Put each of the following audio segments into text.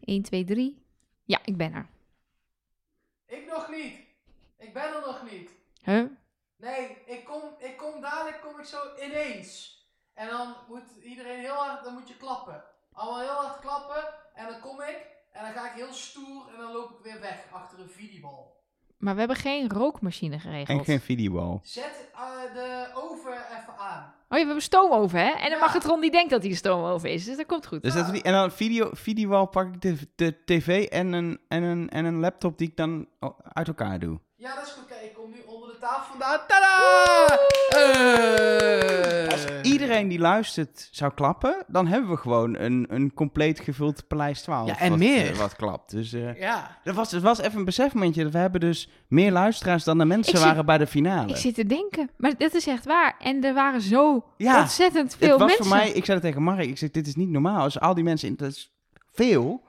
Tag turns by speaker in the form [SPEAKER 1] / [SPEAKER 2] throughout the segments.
[SPEAKER 1] 1, 2, 3. Ja, ik ben er.
[SPEAKER 2] Ik nog niet. Ik ben er nog niet.
[SPEAKER 1] Huh?
[SPEAKER 2] Nee, ik kom, ik kom dadelijk kom ik zo ineens. En dan moet iedereen heel hard, dan moet je klappen. Allemaal heel hard klappen. En dan kom ik. En dan ga ik heel stoer. En dan loop ik weer weg achter een videobal.
[SPEAKER 1] Maar we hebben geen rookmachine geregeld.
[SPEAKER 3] En geen videobal.
[SPEAKER 2] Zet eh, de oven even aan.
[SPEAKER 1] Oh ja, we hebben stoom over, hè? En
[SPEAKER 2] Ja.
[SPEAKER 1] dan mag het rond die denkt dat hij stoom over is. Dus dat komt goed.
[SPEAKER 3] Dus dat is die, en dan video, videowal pak ik de, de tv en een, en, een, en een laptop die ik dan o- uit elkaar doe.
[SPEAKER 2] Ja, dat is goed. Kijk, ik kom nu onder de tafel vandaan. Tadaa! Eh.
[SPEAKER 1] Eh.
[SPEAKER 3] Als iedereen die luistert zou klappen, dan hebben we gewoon een, een compleet gevuld Paleis 12.
[SPEAKER 2] Ja, en
[SPEAKER 3] wat,
[SPEAKER 2] meer.
[SPEAKER 3] eh, wat klapt. Dus eh,
[SPEAKER 2] Ja.
[SPEAKER 3] dat was, het was even een besefmomentje. We hebben dus meer luisteraars dan de mensen
[SPEAKER 1] Ik zit-
[SPEAKER 3] waren bij de finale.
[SPEAKER 1] Ik zit te denken, maar dat is echt waar. En er waren zo
[SPEAKER 3] Ja,
[SPEAKER 1] ontzettend veel
[SPEAKER 3] het was
[SPEAKER 1] mensen.
[SPEAKER 3] voor mij, dus ik zei het tegen Mark, ik zeg dit is niet normaal. Als al die mensen, in, dat is veel.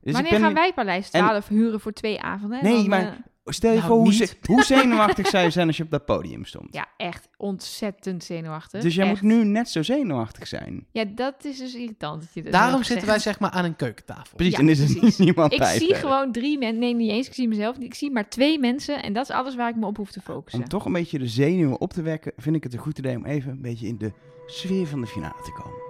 [SPEAKER 3] Dus
[SPEAKER 1] Wanneer
[SPEAKER 3] ik ben
[SPEAKER 1] gaan
[SPEAKER 3] nu-
[SPEAKER 1] wij Paleis
[SPEAKER 3] en-
[SPEAKER 1] 12 huren voor twee avonden? En
[SPEAKER 3] Nee,
[SPEAKER 1] dan,
[SPEAKER 3] maar-
[SPEAKER 1] eh,
[SPEAKER 3] Stel je
[SPEAKER 2] Nou,
[SPEAKER 3] voor hoe,
[SPEAKER 2] niet.
[SPEAKER 3] ze- hoe zenuwachtig zou je zijn als je op dat podium stond.
[SPEAKER 1] ja, echt ontzettend zenuwachtig.
[SPEAKER 3] dus jij
[SPEAKER 1] Echt.
[SPEAKER 3] moet nu net zo zenuwachtig zijn.
[SPEAKER 1] Ja, dat is dus irritant. Dat je dat
[SPEAKER 2] Daarom
[SPEAKER 1] net
[SPEAKER 2] zitten wij
[SPEAKER 1] zegt.
[SPEAKER 2] zeg maar aan een keukentafel.
[SPEAKER 3] Precies,
[SPEAKER 1] Ja,
[SPEAKER 3] en is er
[SPEAKER 1] precies.
[SPEAKER 3] niemand bij.
[SPEAKER 1] Ik zie
[SPEAKER 3] verder.
[SPEAKER 1] gewoon drie mensen. Nee, niet eens. Ik zie mezelf niet. Ik zie maar twee mensen. En dat is alles waar ik me op hoef te focussen.
[SPEAKER 3] Om toch een beetje de zenuwen op te wekken, vind ik het een goed idee om even een beetje in de sfeer van de finale te komen.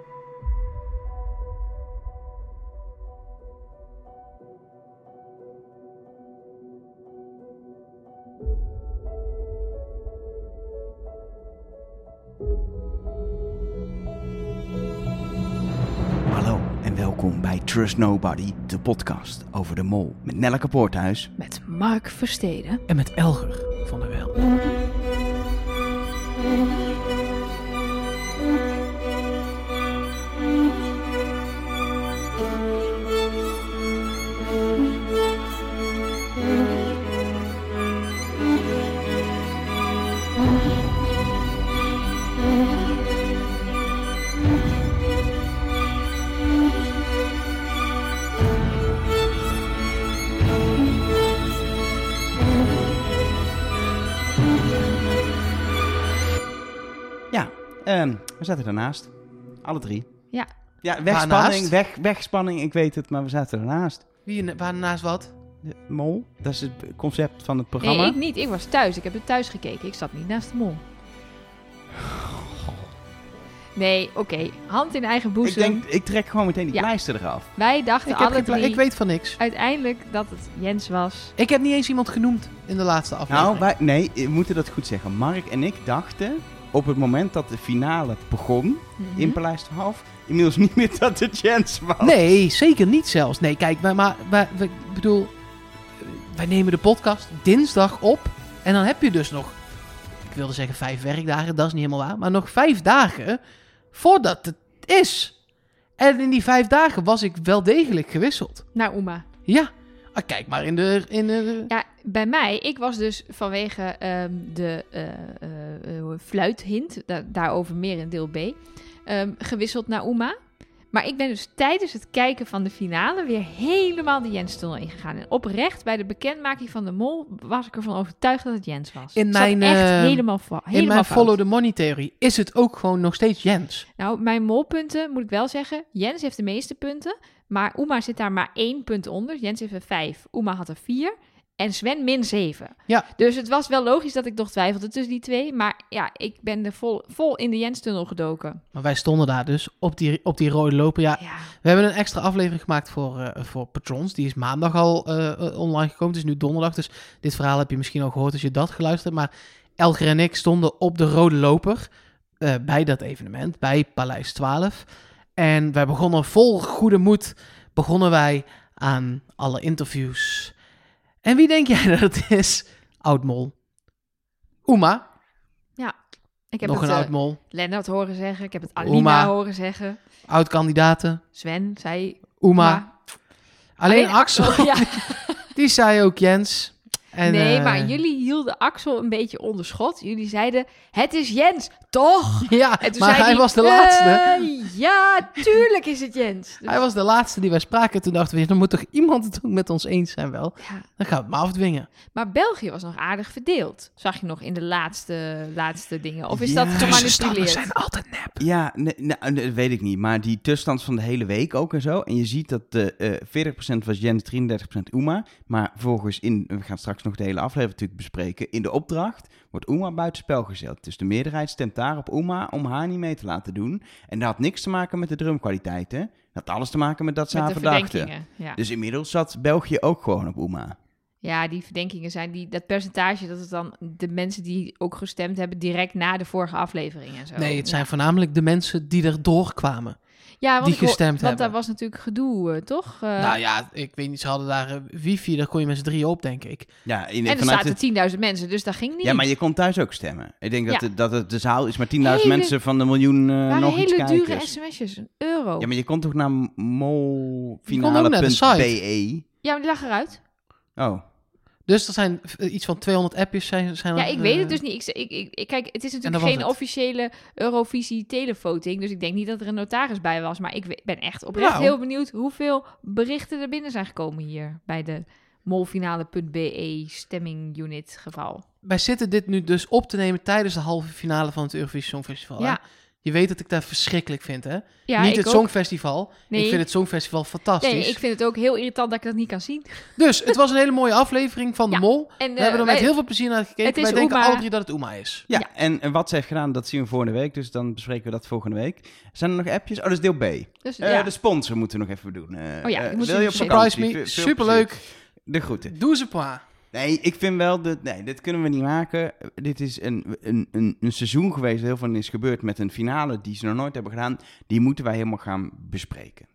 [SPEAKER 3] Hallo en welkom bij Trust Nobody, de podcast over de mol met Nelleke Poorthuis.
[SPEAKER 1] Met Mark Versteden.
[SPEAKER 2] En met Elger van der Wel.
[SPEAKER 3] Ja, ehm, we zaten daarnaast. Alle drie.
[SPEAKER 1] Ja.
[SPEAKER 3] Ja, wegspanning,
[SPEAKER 2] Waarnaast?
[SPEAKER 3] weg, wegspanning, ik weet het, maar we zaten ernaast.
[SPEAKER 2] Wie waarnaast wat?
[SPEAKER 3] De mol, dat is het concept van het
[SPEAKER 1] Nee,
[SPEAKER 3] programma.
[SPEAKER 1] ik niet. Ik was thuis. Ik heb het thuis gekeken. Ik zat niet naast de mol. Nee, oké. Hand in eigen
[SPEAKER 3] Ik
[SPEAKER 1] boezem.
[SPEAKER 3] denk, ik trek gewoon meteen die
[SPEAKER 1] Ja.
[SPEAKER 3] pleister eraf.
[SPEAKER 1] Wij dachten
[SPEAKER 2] Ik, heb
[SPEAKER 1] alle
[SPEAKER 2] geen pla-
[SPEAKER 1] drie
[SPEAKER 2] ik weet van niks.
[SPEAKER 1] uiteindelijk dat het Jens was.
[SPEAKER 2] Ik heb niet eens iemand genoemd in de laatste aflevering.
[SPEAKER 3] Nou, wij, nee, we moeten dat goed zeggen. Mark en ik dachten, op het moment dat de finale begon
[SPEAKER 1] Mhm.
[SPEAKER 3] in Paleis 12, inmiddels niet meer dat de chance was.
[SPEAKER 2] Oh. Nee, zeker niet zelfs. Nee, kijk, maar, maar, maar- we- ik bedoel, wij nemen de podcast dinsdag op. En dan heb je dus nog, ik wilde zeggen vijf werkdagen, dat is niet helemaal waar. Maar nog vijf dagen voordat het is. En in die vijf dagen was ik wel degelijk gewisseld.
[SPEAKER 1] Naar Oema.
[SPEAKER 2] Ja, Ah, kijk maar in de... In de
[SPEAKER 1] Ja, bij mij, ik was dus vanwege ehm, de eh, eh, eh, fluithint, da- daarover meer in deel B, ehm, gewisseld naar Oema. Maar ik ben dus tijdens het kijken van de finale weer helemaal de Jens-tunnel ingegaan. En oprecht, bij de bekendmaking van de mol, was ik ervan overtuigd dat het Jens was.
[SPEAKER 2] In
[SPEAKER 1] Ik zat
[SPEAKER 2] mijn,
[SPEAKER 1] echt
[SPEAKER 2] ehm,
[SPEAKER 1] helemaal, va- helemaal
[SPEAKER 2] in mijn
[SPEAKER 1] fout.
[SPEAKER 2] follow the money theorie is het ook gewoon nog steeds Jens.
[SPEAKER 1] Nou, mijn molpunten moet ik wel zeggen. Jens heeft de meeste punten. Maar Oema zit daar maar één punt onder. Jens heeft er vijf. Oema had er vier. En Sven min zeven.
[SPEAKER 2] Ja.
[SPEAKER 1] Dus het was wel logisch dat ik nog twijfelde tussen die twee. Maar ja, ik ben er vol, vol in de Jens-tunnel gedoken.
[SPEAKER 2] Maar wij stonden daar dus op die, op die rode loper. Ja,
[SPEAKER 1] Ja.
[SPEAKER 2] We hebben een extra aflevering gemaakt voor, eh, voor patrons. Die is maandag al eh, eh, online gekomen. Het is nu donderdag, dus dit verhaal heb je misschien al gehoord als je dat geluisterd hebt. Maar Elger en ik stonden op de rode loper eh, bij dat evenement, bij Paleis 12. En wij begonnen vol goede moed, begonnen wij aan alle interviews. En wie denk jij dat het is? Oudmol. Oema,
[SPEAKER 1] Ik heb
[SPEAKER 2] nog
[SPEAKER 1] het
[SPEAKER 2] een
[SPEAKER 1] eh,
[SPEAKER 2] oudmol.
[SPEAKER 1] Lennart horen zeggen. Ik heb het Alina
[SPEAKER 2] Oema.
[SPEAKER 1] horen zeggen.
[SPEAKER 2] Oud-kandidaten.
[SPEAKER 1] Sven zei
[SPEAKER 2] Oema.
[SPEAKER 1] Oema.
[SPEAKER 2] Alleen,
[SPEAKER 1] Alleen-
[SPEAKER 2] Axel,
[SPEAKER 1] Ja.
[SPEAKER 2] die zei ook Jens. En,
[SPEAKER 1] nee,
[SPEAKER 2] eh,
[SPEAKER 1] maar jullie hielden Axel een beetje onder schot. Jullie zeiden, het is Jens. toch?
[SPEAKER 2] Ja,
[SPEAKER 1] En toen
[SPEAKER 2] maar
[SPEAKER 1] zei
[SPEAKER 2] hij was de laatste.
[SPEAKER 1] "Eh, ja, tuurlijk is het Jens. Dus-
[SPEAKER 2] Hij was de laatste die wij spraken. Toen dachten we, dan moet toch iemand het ook met ons eens zijn wel.
[SPEAKER 1] ja.
[SPEAKER 2] Dan gaan we het maar afdwingen.
[SPEAKER 1] Maar België was nog aardig verdeeld. Zag je nog in de laatste, laatste dingen? Of is
[SPEAKER 3] Ja.
[SPEAKER 1] dat
[SPEAKER 2] Tussenstanden
[SPEAKER 1] gemanipuleerd?
[SPEAKER 2] Dus zijn altijd nep.
[SPEAKER 3] Ja, nee, nou, nee, dat weet ik niet. Maar die tussenstand van de hele week ook en zo. En je ziet dat de, eh 40% was Jens, 33% Uma. Maar volgens in, we gaan straks nog de hele aflevering natuurlijk bespreken. In de opdracht wordt Uma buitenspel gezet. Dus de meerderheid stemt daar op Uma om haar niet mee te laten doen. En dat had niks te maken met de drumkwaliteiten. Dat had alles te maken met dat ze
[SPEAKER 1] Met
[SPEAKER 3] haar
[SPEAKER 1] de
[SPEAKER 3] verdachten.
[SPEAKER 1] verdenkingen. Ja.
[SPEAKER 3] Dus inmiddels zat België ook gewoon op Uma.
[SPEAKER 1] ja, die verdenkingen zijn die, dat percentage, dat is dan de mensen die ook gestemd hebben direct na de vorige aflevering en zo.
[SPEAKER 2] Nee, het zijn
[SPEAKER 1] Ja.
[SPEAKER 2] voornamelijk de mensen die erdoor kwamen.
[SPEAKER 1] ja, want
[SPEAKER 2] die
[SPEAKER 1] ik hoor-
[SPEAKER 2] gestemd
[SPEAKER 1] Want daar
[SPEAKER 2] hebben.
[SPEAKER 1] was natuurlijk gedoe, eh, toch? Eh,
[SPEAKER 2] nou ja, ik weet niet, ze hadden daar eh, wifi, daar kon je met z'n drieën op, denk ik.
[SPEAKER 3] Ja, in,
[SPEAKER 1] en er
[SPEAKER 3] vanuit het-
[SPEAKER 1] zaten 10.000 mensen, dus dat ging niet.
[SPEAKER 3] ja, maar je kon thuis ook stemmen. Ik denk dat,
[SPEAKER 1] Ja.
[SPEAKER 3] het, dat het de zaal is maar 10.000
[SPEAKER 1] Hele-
[SPEAKER 3] mensen van de miljoen eh,
[SPEAKER 1] waren
[SPEAKER 3] nog iets
[SPEAKER 1] hele
[SPEAKER 3] kijkers.
[SPEAKER 1] dure sms'jes, een euro.
[SPEAKER 3] Ja,
[SPEAKER 1] Ja,
[SPEAKER 3] maar je kon toch naar
[SPEAKER 2] Je kon ook naar de
[SPEAKER 3] molfinale.be?
[SPEAKER 1] maar die lag eruit.
[SPEAKER 3] E? Oh,
[SPEAKER 2] Dus er zijn eh, iets van 200 appjes zijn, zijn
[SPEAKER 1] Ja,
[SPEAKER 2] er,
[SPEAKER 1] ik weet het
[SPEAKER 2] eh,
[SPEAKER 1] dus niet. Ik, ik, ik- ik- kijk, het is
[SPEAKER 2] En dat
[SPEAKER 1] natuurlijk
[SPEAKER 2] was
[SPEAKER 1] geen
[SPEAKER 2] het.
[SPEAKER 1] officiële Eurovisie-televoting. Dus ik denk niet dat er een notaris bij was. Maar ik we- ben echt oprecht
[SPEAKER 2] Nou.
[SPEAKER 1] heel benieuwd hoeveel berichten er binnen zijn gekomen hier. Bij de molfinale.be stemming unit geval.
[SPEAKER 2] Wij zitten dit nu dus op te nemen tijdens de halve finale van het Eurovisie Songfestival. hè?
[SPEAKER 1] Ja.
[SPEAKER 2] Je weet dat ik dat verschrikkelijk vind, hè?
[SPEAKER 1] Ja,
[SPEAKER 2] niet
[SPEAKER 1] ik
[SPEAKER 2] het
[SPEAKER 1] ook.
[SPEAKER 2] Songfestival.
[SPEAKER 1] Nee.
[SPEAKER 2] Ik vind het Songfestival fantastisch.
[SPEAKER 1] Nee, ik vind het ook heel irritant dat ik dat niet kan zien.
[SPEAKER 2] Dus het was een hele mooie aflevering van
[SPEAKER 1] Ja.
[SPEAKER 2] de Mol.
[SPEAKER 1] En,
[SPEAKER 2] We
[SPEAKER 1] eh,
[SPEAKER 2] hebben er met
[SPEAKER 1] wij-
[SPEAKER 2] heel veel plezier naar
[SPEAKER 1] het
[SPEAKER 2] gekeken.
[SPEAKER 1] is
[SPEAKER 2] Wij denken
[SPEAKER 1] Oema.
[SPEAKER 2] alle drie dat het Oema is.
[SPEAKER 3] ja.
[SPEAKER 1] Ja.
[SPEAKER 3] En, en wat ze heeft gedaan, dat zien we volgende week. Dus dan bespreken we dat volgende week. Zijn er nog appjes? Oh, dat is deel B.
[SPEAKER 1] Dus,
[SPEAKER 3] Eh,
[SPEAKER 1] ja.
[SPEAKER 3] De sponsor moeten we nog even doen. Eh,
[SPEAKER 1] Oh ja, ik
[SPEAKER 3] eh,
[SPEAKER 1] moet
[SPEAKER 3] wil
[SPEAKER 1] die
[SPEAKER 3] je op
[SPEAKER 1] nog
[SPEAKER 2] Surprise
[SPEAKER 3] vakantie?
[SPEAKER 2] me,
[SPEAKER 3] Veel- veel
[SPEAKER 2] superleuk.
[SPEAKER 3] plezier. De groeten.
[SPEAKER 2] Doe ze pa.
[SPEAKER 3] Nee, ik vind wel, dat, nee, dit kunnen we niet maken. Dit is een, een, een, een seizoen geweest, heel veel is gebeurd met een finale die ze nog nooit hebben gedaan. Die moeten wij helemaal gaan bespreken.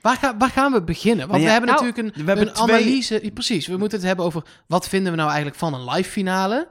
[SPEAKER 2] Waar, ga- waar gaan we beginnen? Want
[SPEAKER 3] Nou ja,
[SPEAKER 2] we hebben
[SPEAKER 1] nou,
[SPEAKER 2] natuurlijk een,
[SPEAKER 3] we hebben
[SPEAKER 2] een
[SPEAKER 3] twee-
[SPEAKER 2] analyse. ja, Precies, we moeten het hebben over wat vinden we nou eigenlijk van een live finale.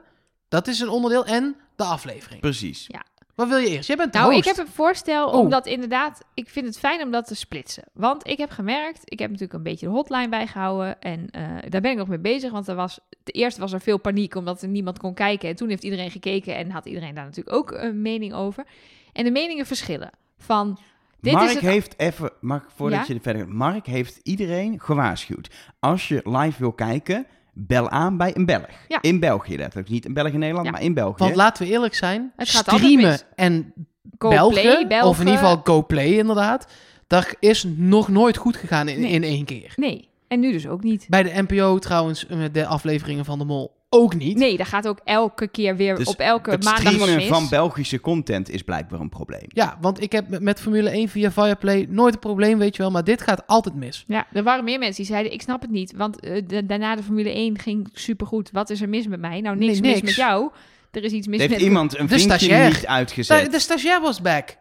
[SPEAKER 2] Dat is een onderdeel. En de aflevering.
[SPEAKER 3] Precies.
[SPEAKER 2] Wat wil je eerst? Jij bent de
[SPEAKER 1] Nou, ik
[SPEAKER 2] host.
[SPEAKER 1] heb een voorstel,
[SPEAKER 2] Oh.
[SPEAKER 1] omdat inderdaad, ik vind het fijn om dat te splitsen. Want ik heb gemerkt, ik heb natuurlijk een beetje de hotline bijgehouden en eh, daar ben ik nog mee bezig. Want er was, eerst was er veel paniek omdat er niemand kon kijken en toen heeft iedereen gekeken en had iedereen daar natuurlijk ook een mening over. En de meningen verschillen van, dit
[SPEAKER 3] Mark
[SPEAKER 1] is het...
[SPEAKER 3] heeft even, Mark, voordat
[SPEAKER 1] Ja?
[SPEAKER 3] je er verder gaat, Mark heeft iedereen gewaarschuwd. Als je live wil kijken, bel aan bij een Belg.
[SPEAKER 1] Ja.
[SPEAKER 3] In België letterlijk. Niet een Belg in Nederland,
[SPEAKER 1] Ja.
[SPEAKER 3] maar in België.
[SPEAKER 2] Want laten we eerlijk zijn,
[SPEAKER 1] Het gaat altijd
[SPEAKER 2] streamen
[SPEAKER 1] mis.
[SPEAKER 2] en
[SPEAKER 1] Go
[SPEAKER 2] Belgen,
[SPEAKER 1] play, Belgen.
[SPEAKER 2] of in ieder geval GoPlay inderdaad, daar is nog nooit goed gegaan in,
[SPEAKER 1] Nee.
[SPEAKER 2] in één keer.
[SPEAKER 1] Nee, en nu dus ook niet.
[SPEAKER 2] Bij de NPO trouwens, eh, de afleveringen van de Mol ook niet.
[SPEAKER 1] Nee, dat gaat ook elke keer weer
[SPEAKER 3] Dus
[SPEAKER 1] op elke
[SPEAKER 3] het
[SPEAKER 1] maandag wat
[SPEAKER 3] streamen
[SPEAKER 1] mis.
[SPEAKER 3] van Belgische content is blijkbaar een probleem.
[SPEAKER 2] Ja, want ik heb met- met Formule 1 via Viaplay nooit een probleem, weet je wel, maar dit gaat altijd mis.
[SPEAKER 1] Ja, er waren meer mensen die zeiden, ik snap het niet, want eh, de- daarna de Formule 1 ging supergoed. Wat is er mis met mij? Nou, niks,
[SPEAKER 2] Nee, niks.
[SPEAKER 1] mis met jou. Er is iets mis
[SPEAKER 3] Heeft
[SPEAKER 1] met...
[SPEAKER 3] iemand een
[SPEAKER 2] de
[SPEAKER 3] vinkje
[SPEAKER 2] stagiair. Nou,
[SPEAKER 3] niet
[SPEAKER 2] De,
[SPEAKER 3] uitgezet?
[SPEAKER 2] de stagiair was back.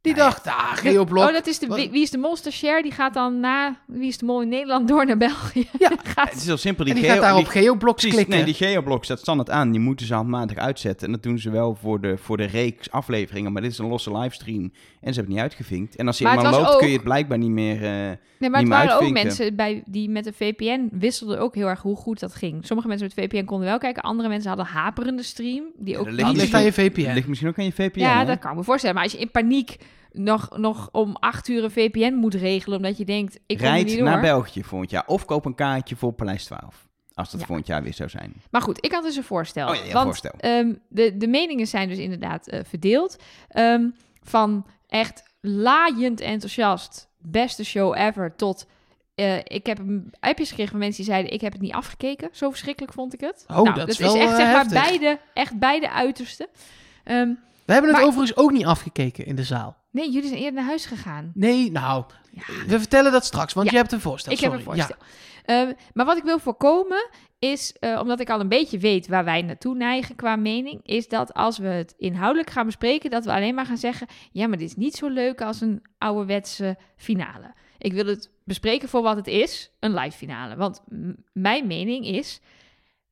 [SPEAKER 2] Die
[SPEAKER 3] Nee.
[SPEAKER 2] dacht, ah, Geo Blok.
[SPEAKER 1] Oh, dat is de
[SPEAKER 2] Wat?
[SPEAKER 1] Wie, Wie is de Molster Share. Die gaat dan na Wie is de Mol in Nederland door naar België.
[SPEAKER 2] Ja.
[SPEAKER 1] gaat...
[SPEAKER 3] Het is heel simpel.
[SPEAKER 2] en
[SPEAKER 3] Die,
[SPEAKER 2] die
[SPEAKER 3] geo-
[SPEAKER 2] gaat daar op
[SPEAKER 3] die-
[SPEAKER 2] geobloks
[SPEAKER 3] precies,
[SPEAKER 2] klikken.
[SPEAKER 3] Nee, die geoblok staat standaard aan. Die moeten ze handmatig uitzetten. En dat doen ze wel voor de, voor de reeks afleveringen. Maar dit is een losse livestream. En ze hebben het niet uitgevinkt. En als je
[SPEAKER 1] Maar het
[SPEAKER 3] eenmaal
[SPEAKER 1] was
[SPEAKER 3] loopt, kun je
[SPEAKER 1] ook-
[SPEAKER 3] het blijkbaar niet meer... eh,
[SPEAKER 1] Nee, maar het
[SPEAKER 3] niet meer
[SPEAKER 1] waren ook
[SPEAKER 3] uitvinken.
[SPEAKER 1] mensen bij, die met de VPN wisselden ook heel erg hoe goed dat ging. Sommige mensen met VPN konden wel kijken. Andere mensen hadden haperende stream. Die
[SPEAKER 3] Ja,
[SPEAKER 1] ook
[SPEAKER 3] dat
[SPEAKER 1] niet
[SPEAKER 2] Dat ligt aan je
[SPEAKER 3] Het
[SPEAKER 2] VPN.
[SPEAKER 3] ligt misschien ook aan je VPN.
[SPEAKER 1] Ja,
[SPEAKER 3] hè?
[SPEAKER 1] dat kan ik me voorstellen. Maar als je in paniek nog, nog om acht uur een VPN moet regelen... omdat je denkt, ik kom er
[SPEAKER 3] Rijd
[SPEAKER 1] niet
[SPEAKER 3] naar
[SPEAKER 1] door.
[SPEAKER 3] België volgend jaar. Of koop een kaartje voor Paleis 12. Als dat
[SPEAKER 1] Ja.
[SPEAKER 3] volgend jaar weer zou zijn.
[SPEAKER 1] Maar goed, ik had dus een voorstel.
[SPEAKER 3] Oh ja, ja,
[SPEAKER 1] want
[SPEAKER 3] voorstel.
[SPEAKER 1] ehm, de, de meningen zijn dus inderdaad eh, verdeeld. Ehm, van echt laaiend enthousiast, beste show ever, tot... eh, ik heb een- appjes gekregen van mensen die zeiden... ik heb het niet afgekeken. Zo verschrikkelijk vond ik het. Nou,
[SPEAKER 2] Oh, dat is wel,
[SPEAKER 1] echt
[SPEAKER 2] eh,
[SPEAKER 1] zeg maar
[SPEAKER 2] heftig.
[SPEAKER 1] beide, echt beide uitersten. Ehm,
[SPEAKER 2] We hebben het
[SPEAKER 1] Maar-
[SPEAKER 2] overigens ook niet afgekeken in de zaal.
[SPEAKER 1] nee, jullie zijn eerder naar huis gegaan.
[SPEAKER 2] Nee, nou,
[SPEAKER 1] Ja.
[SPEAKER 2] we vertellen dat straks, want
[SPEAKER 1] Ja.
[SPEAKER 2] je hebt een voorstel.
[SPEAKER 1] Ik heb een
[SPEAKER 2] sorry.
[SPEAKER 1] voorstel. Ehm, maar wat ik wil voorkomen is, eh, omdat ik al een beetje weet waar wij naartoe neigen qua mening, is dat als we het inhoudelijk gaan bespreken, dat we alleen maar gaan zeggen, ja, maar dit is niet zo leuk als een ouderwetse finale. Ik wil het bespreken voor wat het is, een live finale. Want m- mijn mening is,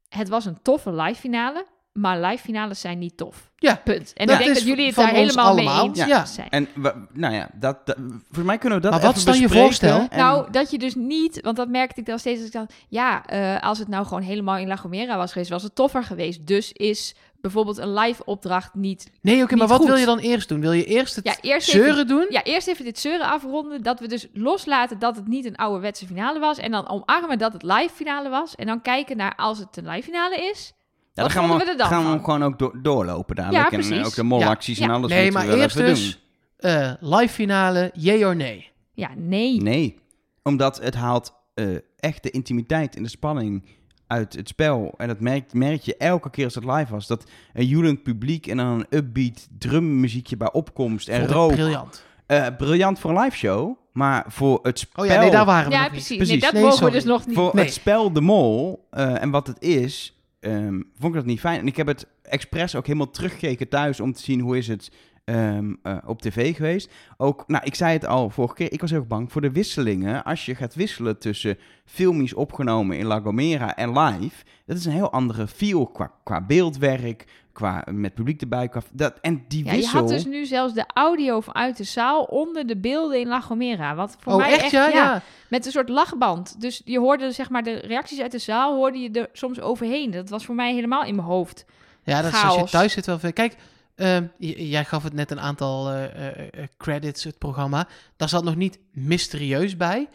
[SPEAKER 1] het was een toffe live finale, maar live finales zijn niet tof.
[SPEAKER 2] Ja. ja,
[SPEAKER 1] Punt. En
[SPEAKER 2] Dat
[SPEAKER 1] ik denk
[SPEAKER 2] is
[SPEAKER 1] dat jullie het
[SPEAKER 2] van
[SPEAKER 1] daar
[SPEAKER 2] ons
[SPEAKER 1] helemaal
[SPEAKER 2] allemaal.
[SPEAKER 1] mee eens
[SPEAKER 2] Ja.
[SPEAKER 1] zijn.
[SPEAKER 3] En we- nou ja, dat, dat- volgens mij kunnen we dat
[SPEAKER 2] Maar wat
[SPEAKER 3] even
[SPEAKER 2] is dan je
[SPEAKER 3] bespreken
[SPEAKER 2] voorstel?
[SPEAKER 3] en-
[SPEAKER 1] Nou, dat je dus niet, want dat merkte ik dan steeds als ik dacht, ja, eh, als het nou gewoon helemaal in La Gomera was geweest, was het toffer geweest. Dus is bijvoorbeeld een live opdracht niet...
[SPEAKER 2] Nee, oké, maar
[SPEAKER 1] Niet
[SPEAKER 2] wat
[SPEAKER 1] goed.
[SPEAKER 2] wil je dan eerst doen? Wil je eerst het
[SPEAKER 1] Ja, eerst even-
[SPEAKER 2] zeuren doen?
[SPEAKER 1] Ja, eerst even dit zeuren afronden. Dat we dus loslaten dat het niet een ouderwetse finale was. En dan omarmen dat het live finale was. En dan kijken naar als het een live finale is.
[SPEAKER 3] Ja,
[SPEAKER 1] Wat
[SPEAKER 3] dan gaan we,
[SPEAKER 1] vonden we er dan
[SPEAKER 3] gaan we
[SPEAKER 1] van?
[SPEAKER 3] hem gewoon ook door- doorlopen dadelijk. en eh,
[SPEAKER 1] precies.
[SPEAKER 3] ook de molacties
[SPEAKER 1] Ja.
[SPEAKER 3] en alles
[SPEAKER 2] nee,
[SPEAKER 3] moeten
[SPEAKER 2] maar
[SPEAKER 3] we wel
[SPEAKER 2] eerst
[SPEAKER 3] even
[SPEAKER 2] dus eh, live finale, jee or nee.
[SPEAKER 1] Ja, nee.
[SPEAKER 3] doen. Nee, omdat het haalt eh, echt de intimiteit en de spanning uit het spel. En dat merk, merk je elke keer als het live was. Dat een joelend publiek en dan een upbeat drummuziekje bij opkomst. En
[SPEAKER 2] Vond ik
[SPEAKER 3] rook.
[SPEAKER 2] Briljant.
[SPEAKER 3] Eh, briljant voor een live show, maar voor het spel...
[SPEAKER 2] Oh ja, nee, daar waren we
[SPEAKER 1] Ja,
[SPEAKER 2] nog
[SPEAKER 1] precies.
[SPEAKER 2] niet.
[SPEAKER 1] Nee,
[SPEAKER 3] Precies.
[SPEAKER 1] dat
[SPEAKER 2] Nee,
[SPEAKER 1] mogen
[SPEAKER 2] sorry.
[SPEAKER 1] we dus nog niet.
[SPEAKER 3] Voor
[SPEAKER 2] Nee.
[SPEAKER 3] het spel De Mol eh, en wat het is, ehm, vond ik dat niet fijn. En ik heb het expres ook helemaal teruggekeken thuis om te zien hoe is het ehm, eh, op tv geweest. Ook, nou, ik zei het al vorige keer, ik was heel erg bang voor de wisselingen. Als je gaat wisselen tussen filmisch opgenomen in La Gomera en live, dat is een heel andere feel qua, qua beeldwerk, qua met publiek erbij. Qua, dat, en die
[SPEAKER 1] Ja, je
[SPEAKER 3] wissel...
[SPEAKER 1] had dus nu zelfs de audio vanuit de zaal onder de beelden in La Gomera. Wat voor
[SPEAKER 2] Oh,
[SPEAKER 1] mij
[SPEAKER 2] echt? ja, ja.
[SPEAKER 1] Met een soort lachband. Dus je hoorde zeg maar de reacties uit de zaal hoorde je er soms overheen. Dat was voor mij helemaal in mijn hoofd.
[SPEAKER 2] Ja, dat is als je
[SPEAKER 1] Chaos.
[SPEAKER 2] thuis zit wel veel. Kijk, ehm, j- jij gaf het net een aantal eh, eh, eh, credits, het programma. Daar zat nog niet mysterieus bij.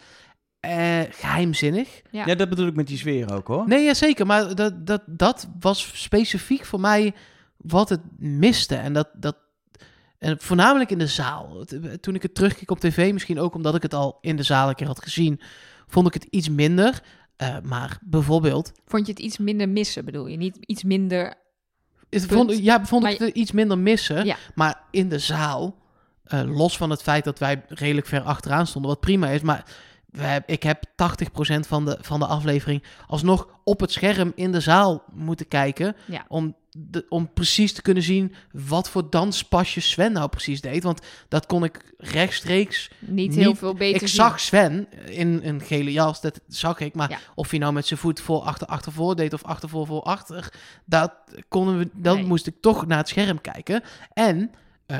[SPEAKER 2] Eh, geheimzinnig.
[SPEAKER 1] Ja.
[SPEAKER 3] Ja, dat bedoel ik met die sfeer ook, hoor.
[SPEAKER 2] Nee, ja, zeker. Maar dat, dat, dat was specifiek voor mij wat het miste. En dat, dat en voornamelijk in de zaal. Het- Toen ik het terugkeek op tv, misschien ook omdat ik het al in de zaal een keer had gezien, vond ik het iets minder. Eh, maar bijvoorbeeld,
[SPEAKER 1] Vond je het iets minder missen bedoel je? Niet iets minder...
[SPEAKER 2] het
[SPEAKER 1] Punt.
[SPEAKER 2] vond, ja, vond
[SPEAKER 1] Maar
[SPEAKER 2] ik het iets minder missen.
[SPEAKER 1] Ja.
[SPEAKER 2] Maar in de zaal, eh, los van het feit dat wij redelijk ver achteraan stonden, wat prima is, maar we heb- ik heb 80% van de, van de aflevering alsnog op het scherm in de zaal moeten kijken.
[SPEAKER 1] Ja.
[SPEAKER 2] Om, de, om precies te kunnen zien wat voor danspasjes Sven nou precies deed. Want dat kon ik rechtstreeks
[SPEAKER 1] Niet heel
[SPEAKER 2] Niet-
[SPEAKER 1] veel beter
[SPEAKER 2] ik
[SPEAKER 1] zien.
[SPEAKER 2] zag Sven in een gele jas, dat zag ik. Maar
[SPEAKER 1] Ja.
[SPEAKER 2] of hij nou met zijn voet voor achter achter voor deed of achter voor voor achter, dat konden we, dan
[SPEAKER 1] Nee.
[SPEAKER 2] moest ik toch naar het scherm kijken. En eh,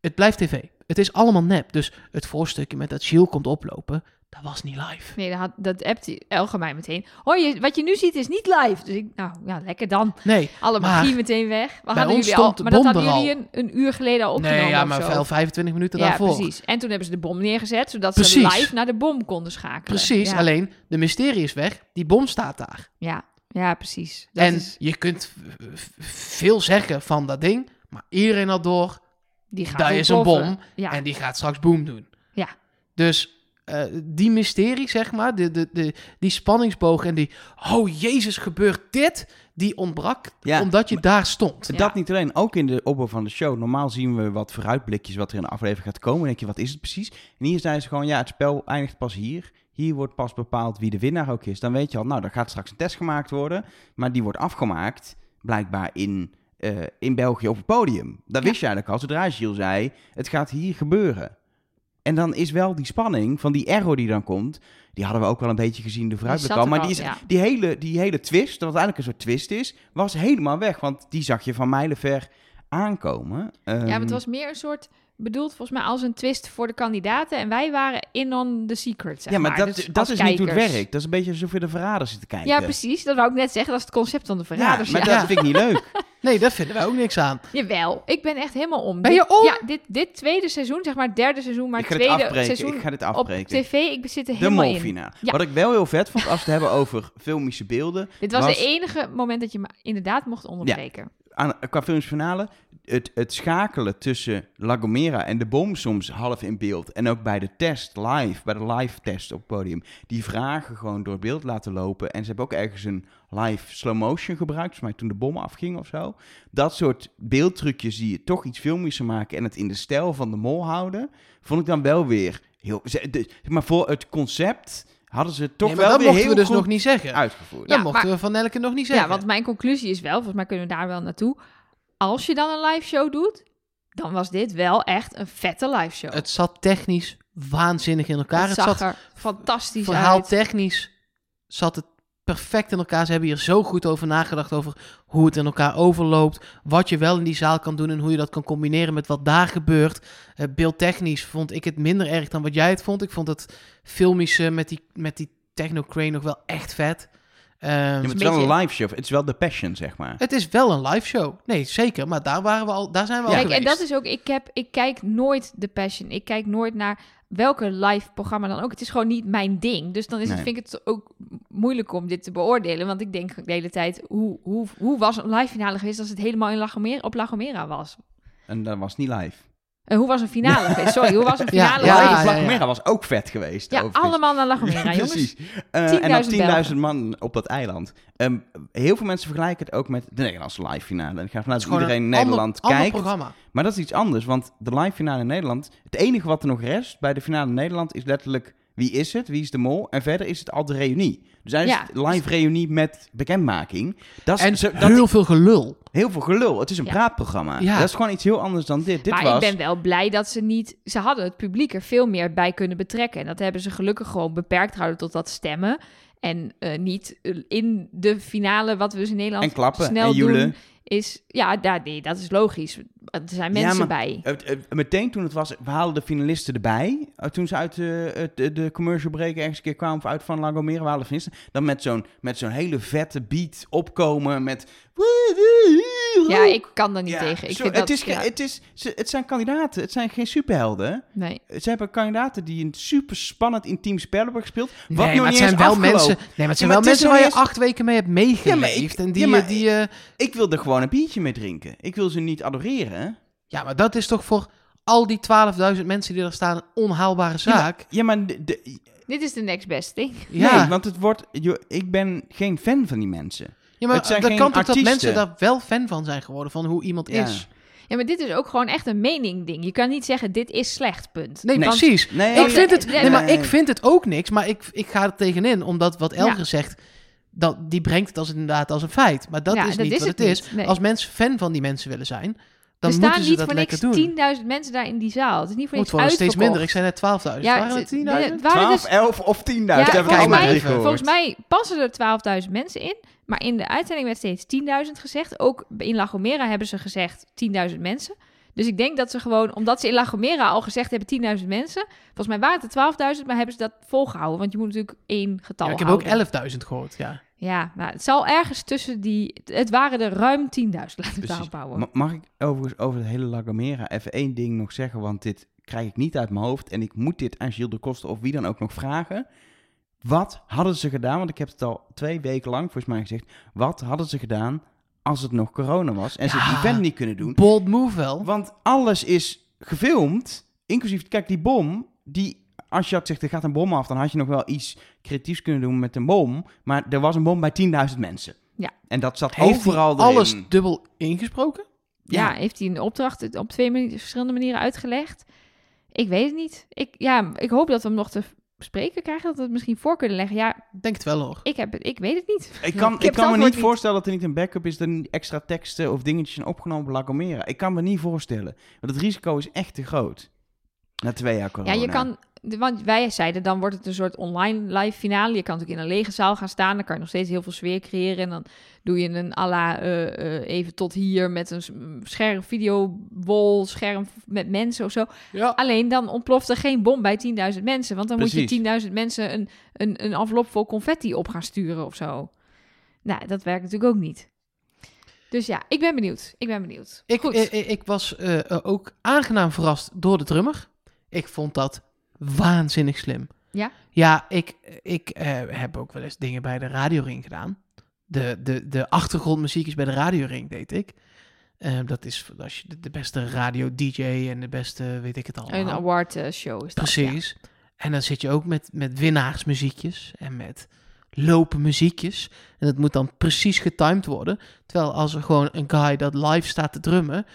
[SPEAKER 2] het blijft tv. Het is allemaal nep. Dus het voorstukje met dat Gilles komt oplopen, dat was niet live.
[SPEAKER 1] Nee, dat, had, dat appte Elge mij meteen. Hoi, je, wat je nu ziet is niet live. Dus ik, nou ja, lekker dan.
[SPEAKER 2] Nee,
[SPEAKER 1] Alle
[SPEAKER 2] Maar
[SPEAKER 1] magie meteen weg. We hadden
[SPEAKER 2] ons
[SPEAKER 1] jullie al,
[SPEAKER 2] stond de
[SPEAKER 1] maar dat
[SPEAKER 2] bom
[SPEAKER 1] hadden
[SPEAKER 2] er al.
[SPEAKER 1] jullie een, een uur geleden al opgenomen.
[SPEAKER 2] nee ja,
[SPEAKER 1] of
[SPEAKER 2] maar
[SPEAKER 1] zo.
[SPEAKER 2] wel 25 minuten
[SPEAKER 1] ja,
[SPEAKER 2] daarvoor.
[SPEAKER 1] precies. En toen hebben ze de bom neergezet, zodat
[SPEAKER 2] Precies.
[SPEAKER 1] ze live naar de bom konden schakelen.
[SPEAKER 2] Precies,
[SPEAKER 1] Ja,
[SPEAKER 2] alleen de mysterie is weg. Die bom staat daar.
[SPEAKER 1] ja, ja precies. Dat
[SPEAKER 2] en
[SPEAKER 1] is-
[SPEAKER 2] je kunt v- v- veel zeggen van dat ding, maar iedereen had door,
[SPEAKER 1] die gaat
[SPEAKER 2] daar is een
[SPEAKER 1] ontploffen.
[SPEAKER 2] bom
[SPEAKER 1] Ja,
[SPEAKER 2] En die gaat straks boom doen.
[SPEAKER 1] Ja.
[SPEAKER 2] Dus eh, die mysterie, zeg maar, de, de, de, die spanningsboog en die... Oh, jezus, gebeurt dit? Die ontbrak,
[SPEAKER 3] Ja,
[SPEAKER 2] omdat je daar stond.
[SPEAKER 1] Ja.
[SPEAKER 3] Dat niet alleen, ook in de opbouw van de show. Normaal zien we wat vooruitblikjes wat er in de aflevering gaat komen. En denk je, wat is het precies? En hier zijn ze gewoon, ja, het spel eindigt pas hier. Hier wordt pas bepaald wie de winnaar ook is. Dan weet je al, nou, er gaat straks een test gemaakt worden. Maar die wordt afgemaakt, blijkbaar in, eh, in België op het podium. Dat
[SPEAKER 1] Ja.
[SPEAKER 3] wist je eigenlijk al, zodra Gilles zei, het gaat hier gebeuren. En dan is wel die spanning van die error die dan komt... die hadden we ook wel een beetje gezien de vooruitblik
[SPEAKER 1] zat
[SPEAKER 3] al.
[SPEAKER 1] er
[SPEAKER 3] Maar
[SPEAKER 1] al,
[SPEAKER 3] die, is,
[SPEAKER 1] ja.
[SPEAKER 3] die, hele, die hele twist, wat eigenlijk een soort twist is... was helemaal weg, want die zag je van mijlenver aankomen.
[SPEAKER 1] ja, maar het
[SPEAKER 3] Ehm,
[SPEAKER 1] was meer een soort bedoeld volgens mij als een twist voor de kandidaten. En wij waren in on the secret, zeg
[SPEAKER 3] ja, maar dat,
[SPEAKER 1] Dus
[SPEAKER 3] dat
[SPEAKER 1] als
[SPEAKER 3] is niet hoe het
[SPEAKER 1] kijkers.
[SPEAKER 3] werkt. Dat is een beetje alsof je de verrader zit te kijken.
[SPEAKER 1] Ja, precies. Dat wou ik net zeggen. Dat is het concept van de
[SPEAKER 3] Ja,
[SPEAKER 1] verraders.
[SPEAKER 3] maar
[SPEAKER 1] ja.
[SPEAKER 3] dat vind ik niet leuk.
[SPEAKER 2] Nee, daar vinden wij ook niks aan.
[SPEAKER 1] Jawel, ik ben echt helemaal om.
[SPEAKER 2] Ben
[SPEAKER 1] Dit-
[SPEAKER 2] je om?
[SPEAKER 1] Ja, dit, dit tweede seizoen, zeg maar derde seizoen, maar
[SPEAKER 3] ik, ga dit
[SPEAKER 1] tweede
[SPEAKER 3] afbreken,
[SPEAKER 1] seizoen
[SPEAKER 3] ik ga dit
[SPEAKER 1] op
[SPEAKER 3] afbreken.
[SPEAKER 1] tv, ik zit er
[SPEAKER 3] De
[SPEAKER 1] helemaal in.
[SPEAKER 3] molfina.
[SPEAKER 1] Ja.
[SPEAKER 3] Wat ik wel heel vet vond, als we het hebben over filmische beelden...
[SPEAKER 1] Dit was,
[SPEAKER 3] Was-
[SPEAKER 1] het enige moment dat je me inderdaad mocht onderbreken.
[SPEAKER 3] aan, qua films finale, het, het schakelen tussen La Gomera en de bom soms half in beeld. En ook bij de test live, bij de live test op het podium. Die vragen gewoon door het beeld laten lopen. En ze hebben ook ergens een live slow motion gebruikt. Volgens mij toen de bom afging of zo. Dat soort beeldtrucjes die je toch iets filmischer maken en het in de stijl van de mol houden. Vond ik dan wel weer heel... ze- de- Maar voor het concept hadden ze het toch
[SPEAKER 2] nee, maar
[SPEAKER 3] wel
[SPEAKER 2] dat
[SPEAKER 3] weer
[SPEAKER 2] mochten
[SPEAKER 3] heel
[SPEAKER 2] we dus
[SPEAKER 3] goed
[SPEAKER 2] nog niet zeggen.
[SPEAKER 3] uitgevoerd.
[SPEAKER 2] dat
[SPEAKER 1] Ja,
[SPEAKER 2] mochten
[SPEAKER 1] maar-
[SPEAKER 2] we van Nelke nog niet
[SPEAKER 1] Ja,
[SPEAKER 2] zeggen.
[SPEAKER 1] want mijn conclusie is wel, volgens mij kunnen we daar wel naartoe. Als je dan een live show doet, dan was dit wel echt een vette live show.
[SPEAKER 2] Het zat technisch waanzinnig in elkaar.
[SPEAKER 1] Het
[SPEAKER 2] Het,
[SPEAKER 1] zag
[SPEAKER 2] zat
[SPEAKER 1] er fantastisch
[SPEAKER 2] verhaal
[SPEAKER 1] uit.
[SPEAKER 2] technisch zat het perfect in elkaar. Ze hebben hier zo goed over nagedacht over hoe het in elkaar overloopt, wat je wel in die zaal kan doen en hoe je dat kan combineren met wat daar gebeurt. Eh, beeldtechnisch vond ik het minder erg eh, dan wat jij het vond. Ik vond het filmische met die, met die technocrane nog wel echt vet. Ehm,
[SPEAKER 3] maar het is
[SPEAKER 1] een
[SPEAKER 3] wel een
[SPEAKER 1] beetje-
[SPEAKER 3] live show. Het is wel de passion, zeg maar.
[SPEAKER 2] het is wel een live show. Nee, zeker. Maar daar, waren we al, daar zijn we al
[SPEAKER 1] Kijk, en
[SPEAKER 2] geweest.
[SPEAKER 1] dat is ook, ik, heb, ik kijk nooit The Passion. Ik kijk nooit naar welke live programma dan ook. Het is gewoon niet mijn ding. Dus dan is het,
[SPEAKER 3] Nee.
[SPEAKER 1] vind ik het ook moeilijk om dit te beoordelen. Want ik denk de hele tijd, hoe, hoe, hoe was een live finale geweest als het helemaal in La Gomera, op La Gomera was?
[SPEAKER 3] En dat was niet live.
[SPEAKER 1] En hoe was een finale geweest? Sorry, hoe was een
[SPEAKER 2] Ja,
[SPEAKER 1] finale
[SPEAKER 2] ja,
[SPEAKER 3] live
[SPEAKER 1] geweest?
[SPEAKER 3] op
[SPEAKER 2] ja,
[SPEAKER 3] La
[SPEAKER 2] ja.
[SPEAKER 3] Gomera was ook vet geweest.
[SPEAKER 1] Ja,
[SPEAKER 3] overigens.
[SPEAKER 1] allemaal naar La
[SPEAKER 3] Ja,
[SPEAKER 1] Gomera, jongens.
[SPEAKER 3] Precies. Eh, en
[SPEAKER 1] 10.000
[SPEAKER 3] dan 10.000 man op dat eiland. Ehm, heel veel mensen vergelijken het ook met de Nederlandse live finale. Ik ga vanuit dat
[SPEAKER 2] gewoon
[SPEAKER 3] iedereen in
[SPEAKER 2] een ander-
[SPEAKER 3] Nederland
[SPEAKER 2] ander,
[SPEAKER 3] kijkt.
[SPEAKER 2] programma.
[SPEAKER 3] Maar dat is iets anders, want de live finale in Nederland... Het enige wat er nog rest bij de finale in Nederland is letterlijk... Wie is het? Wie is de mol? En verder is het al de reunie. Dus eigenlijk is
[SPEAKER 1] Ja.
[SPEAKER 3] het live reunie met bekendmaking. Dat is,
[SPEAKER 2] En
[SPEAKER 3] zo- dat
[SPEAKER 2] heel veel gelul.
[SPEAKER 3] heel veel gelul. Het is een
[SPEAKER 1] Ja.
[SPEAKER 3] praatprogramma.
[SPEAKER 2] Ja.
[SPEAKER 3] Dat is gewoon iets heel anders dan dit. Dit
[SPEAKER 1] maar
[SPEAKER 3] was...
[SPEAKER 1] ik ben wel blij dat ze niet... Ze hadden het publiek er veel meer bij kunnen betrekken. En dat hebben ze gelukkig gewoon beperkt gehouden tot dat stemmen. En eh, niet eh, in de finale, wat we dus in Nederland
[SPEAKER 3] En klappen,
[SPEAKER 1] snel
[SPEAKER 3] en joelen.
[SPEAKER 1] doen, is... Ja, daar, nee, dat is logisch. Er zijn
[SPEAKER 3] Ja,
[SPEAKER 1] mensen
[SPEAKER 3] maar-
[SPEAKER 1] bij.
[SPEAKER 3] Het- het- Eh, meteen toen het was, we haalden de finalisten erbij. Eh, Toen ze uit de, het- de, commercial break ergens een keer kwamen, of uit van La Gomera, we haalden de finalisten. Dan met zo'n, met zo'n hele vette beat opkomen met...
[SPEAKER 1] Ja, ik kan daar niet
[SPEAKER 3] Ja,
[SPEAKER 1] tegen. Ik
[SPEAKER 3] zo-
[SPEAKER 1] vind
[SPEAKER 3] het,
[SPEAKER 1] dat,
[SPEAKER 3] is, ge-
[SPEAKER 1] ja,
[SPEAKER 3] het, is, ze- het zijn kandidaten, het zijn geen superhelden.
[SPEAKER 1] nee.
[SPEAKER 3] Ze hebben kandidaten die een super spannend intiem spel hebben gespeeld. Wat
[SPEAKER 2] nee,
[SPEAKER 3] nog
[SPEAKER 2] maar
[SPEAKER 3] niet
[SPEAKER 2] het zijn
[SPEAKER 3] eens
[SPEAKER 2] wel
[SPEAKER 3] afgelopen.
[SPEAKER 2] mensen, nee, maar het zijn
[SPEAKER 3] maar
[SPEAKER 2] wel
[SPEAKER 3] het is
[SPEAKER 2] mensen waar je
[SPEAKER 3] serieus-
[SPEAKER 2] acht weken mee hebt meegeleefd.
[SPEAKER 3] ik-
[SPEAKER 2] en die,
[SPEAKER 3] ja, maar
[SPEAKER 2] eh, die, eh,
[SPEAKER 3] Ik wil er gewoon een biertje mee drinken. Ik wil ze niet adoreren.
[SPEAKER 2] ja, maar dat is toch voor al die 12.000 mensen die er staan een onhaalbare zaak.
[SPEAKER 3] Ja, maar de, de-
[SPEAKER 1] Dit is de next best thing.
[SPEAKER 2] Ja,
[SPEAKER 3] Nee, want het wordt... joh, ik ben geen fan van die mensen.
[SPEAKER 2] ja, maar
[SPEAKER 3] het zijn
[SPEAKER 2] dat
[SPEAKER 3] geen
[SPEAKER 2] kan toch dat
[SPEAKER 3] artiesten.
[SPEAKER 2] mensen daar wel fan van zijn geworden, van hoe iemand
[SPEAKER 3] Ja.
[SPEAKER 2] is.
[SPEAKER 1] Ja, maar dit is ook gewoon echt een mening ding. Je kan niet zeggen, dit is slecht, punt.
[SPEAKER 2] Nee,
[SPEAKER 1] Want-
[SPEAKER 2] precies.
[SPEAKER 3] Nee,
[SPEAKER 2] ik vind het,
[SPEAKER 1] nee,
[SPEAKER 2] nee, maar
[SPEAKER 3] nee.
[SPEAKER 2] ik vind het ook niks, maar ik, ik ga er tegenin, omdat wat Elger
[SPEAKER 1] Ja.
[SPEAKER 2] zegt, dat, die brengt het als inderdaad als een feit. Maar dat
[SPEAKER 1] Ja,
[SPEAKER 2] is
[SPEAKER 1] dat
[SPEAKER 2] niet
[SPEAKER 1] is
[SPEAKER 2] wat
[SPEAKER 1] het
[SPEAKER 2] het,
[SPEAKER 1] niet.
[SPEAKER 2] is.
[SPEAKER 1] Nee.
[SPEAKER 2] Als mensen fan van die mensen willen zijn, dan
[SPEAKER 1] er
[SPEAKER 2] moeten
[SPEAKER 1] staan
[SPEAKER 2] ze
[SPEAKER 1] niet
[SPEAKER 2] dat
[SPEAKER 1] voor
[SPEAKER 2] lekker
[SPEAKER 1] niks
[SPEAKER 2] doen.
[SPEAKER 1] 10.000 mensen daar in die zaal. Het is niet voor
[SPEAKER 2] Oh, het
[SPEAKER 1] niks
[SPEAKER 2] worden steeds minder. Ik
[SPEAKER 1] uitverkocht.
[SPEAKER 2] zei net 12.000.
[SPEAKER 1] Ja,
[SPEAKER 2] Waren het
[SPEAKER 1] ze-
[SPEAKER 2] 10.000?
[SPEAKER 1] nee, het waren
[SPEAKER 3] 12,
[SPEAKER 1] dus
[SPEAKER 3] 11 of
[SPEAKER 1] Ja,
[SPEAKER 3] 10.000. dat heb ik
[SPEAKER 1] volgens
[SPEAKER 3] allemaal
[SPEAKER 1] mij-
[SPEAKER 3] niet gehoord.
[SPEAKER 1] Volgens mij passen er 12.000 mensen in. Maar in de uitzending werd steeds 10.000 gezegd. Ook in La Gomera hebben ze gezegd 10.000 mensen. Dus ik denk dat ze gewoon, omdat ze in La Gomera al gezegd hebben 10.000 mensen. Volgens mij waren het er 12.000, maar hebben ze dat volgehouden. Want je moet natuurlijk één getal
[SPEAKER 2] Ja, ik heb ook
[SPEAKER 1] houden.
[SPEAKER 2] 11.000 gehoord, ja.
[SPEAKER 1] Ja, nou, het zal ergens tussen die... Het waren er ruim 10.000, laten we het
[SPEAKER 3] Precies.
[SPEAKER 1] daarop houden.
[SPEAKER 3] Dus Ma- Mag ik overigens over de hele La Gomera even één ding nog zeggen? Want dit krijg ik niet uit mijn hoofd. En ik moet dit aan Gilles de Koster of wie dan ook nog vragen. Wat hadden ze gedaan? Want ik heb het al twee weken lang volgens mij gezegd. Wat hadden ze gedaan als het nog corona was? En ze het
[SPEAKER 2] Ja.
[SPEAKER 3] event niet kunnen doen?
[SPEAKER 2] Bold move wel.
[SPEAKER 3] Want alles is gefilmd, inclusief, kijk, die bom, die, als je had zegt, er gaat een bom af, dan had je nog wel iets creatiefs kunnen doen met een bom. Maar er was een bom bij 10.000 mensen.
[SPEAKER 1] Ja.
[SPEAKER 3] En dat zat
[SPEAKER 2] Heeft hij
[SPEAKER 3] overal erin.
[SPEAKER 2] alles dubbel ingesproken?
[SPEAKER 1] ja. heeft hij een opdracht op twee mani- verschillende manieren uitgelegd? Ik weet het niet. Ik, ja, ik hoop dat we hem nog te spreken krijgen, dat we het misschien voor kunnen leggen. Ja,
[SPEAKER 2] Ik Denk het wel hoor.
[SPEAKER 1] ik, heb het, ik weet het niet.
[SPEAKER 3] Ik kan,
[SPEAKER 1] Ik
[SPEAKER 3] ik
[SPEAKER 1] heb het
[SPEAKER 3] kan me
[SPEAKER 1] antwoord
[SPEAKER 3] niet
[SPEAKER 1] niet.
[SPEAKER 3] voorstellen dat er niet een backup is, dat er niet extra teksten of dingetjes zijn opgenomen bij La Gomera. Ik kan me niet voorstellen. Want het risico is echt te groot. Na twee jaar corona.
[SPEAKER 1] Ja, je kan, de- want wij zeiden, dan wordt het een soort online live finale. Je kan natuurlijk in een lege zaal gaan staan, dan kan je nog steeds heel veel sfeer creëren. En dan doe je een à la eh, eh, even tot hier met een s- m, scherm, videowol, scherm met mensen of zo.
[SPEAKER 2] Ja.
[SPEAKER 1] Alleen dan ontploft er geen bom bij 10.000 mensen, want dan
[SPEAKER 3] Precies.
[SPEAKER 1] moet je 10.000 mensen een, een, een envelop vol confetti op gaan sturen of zo. Nou, dat werkt natuurlijk ook niet. Dus ja, ik ben benieuwd. Ik ben benieuwd.
[SPEAKER 2] Ik,
[SPEAKER 1] Goed.
[SPEAKER 2] ik, ik was eh, eh, ook aangenaam verrast door de drummer. Ik vond dat waanzinnig slim.
[SPEAKER 1] Ja?
[SPEAKER 2] Ja, ik, ik eh, heb ook wel eens dingen bij de radioring gedaan. De, de, de achtergrondmuziekjes bij de radioring deed ik. Eh, dat is als je de, de beste radio-dj en de beste weet ik het allemaal.
[SPEAKER 1] een award eh, show is dat. ja.
[SPEAKER 2] Precies. En dan zit je ook met, met winnaarsmuziekjes en met lopen muziekjes. En dat moet dan precies getimed worden. Terwijl als er gewoon een guy dat live staat te drummen,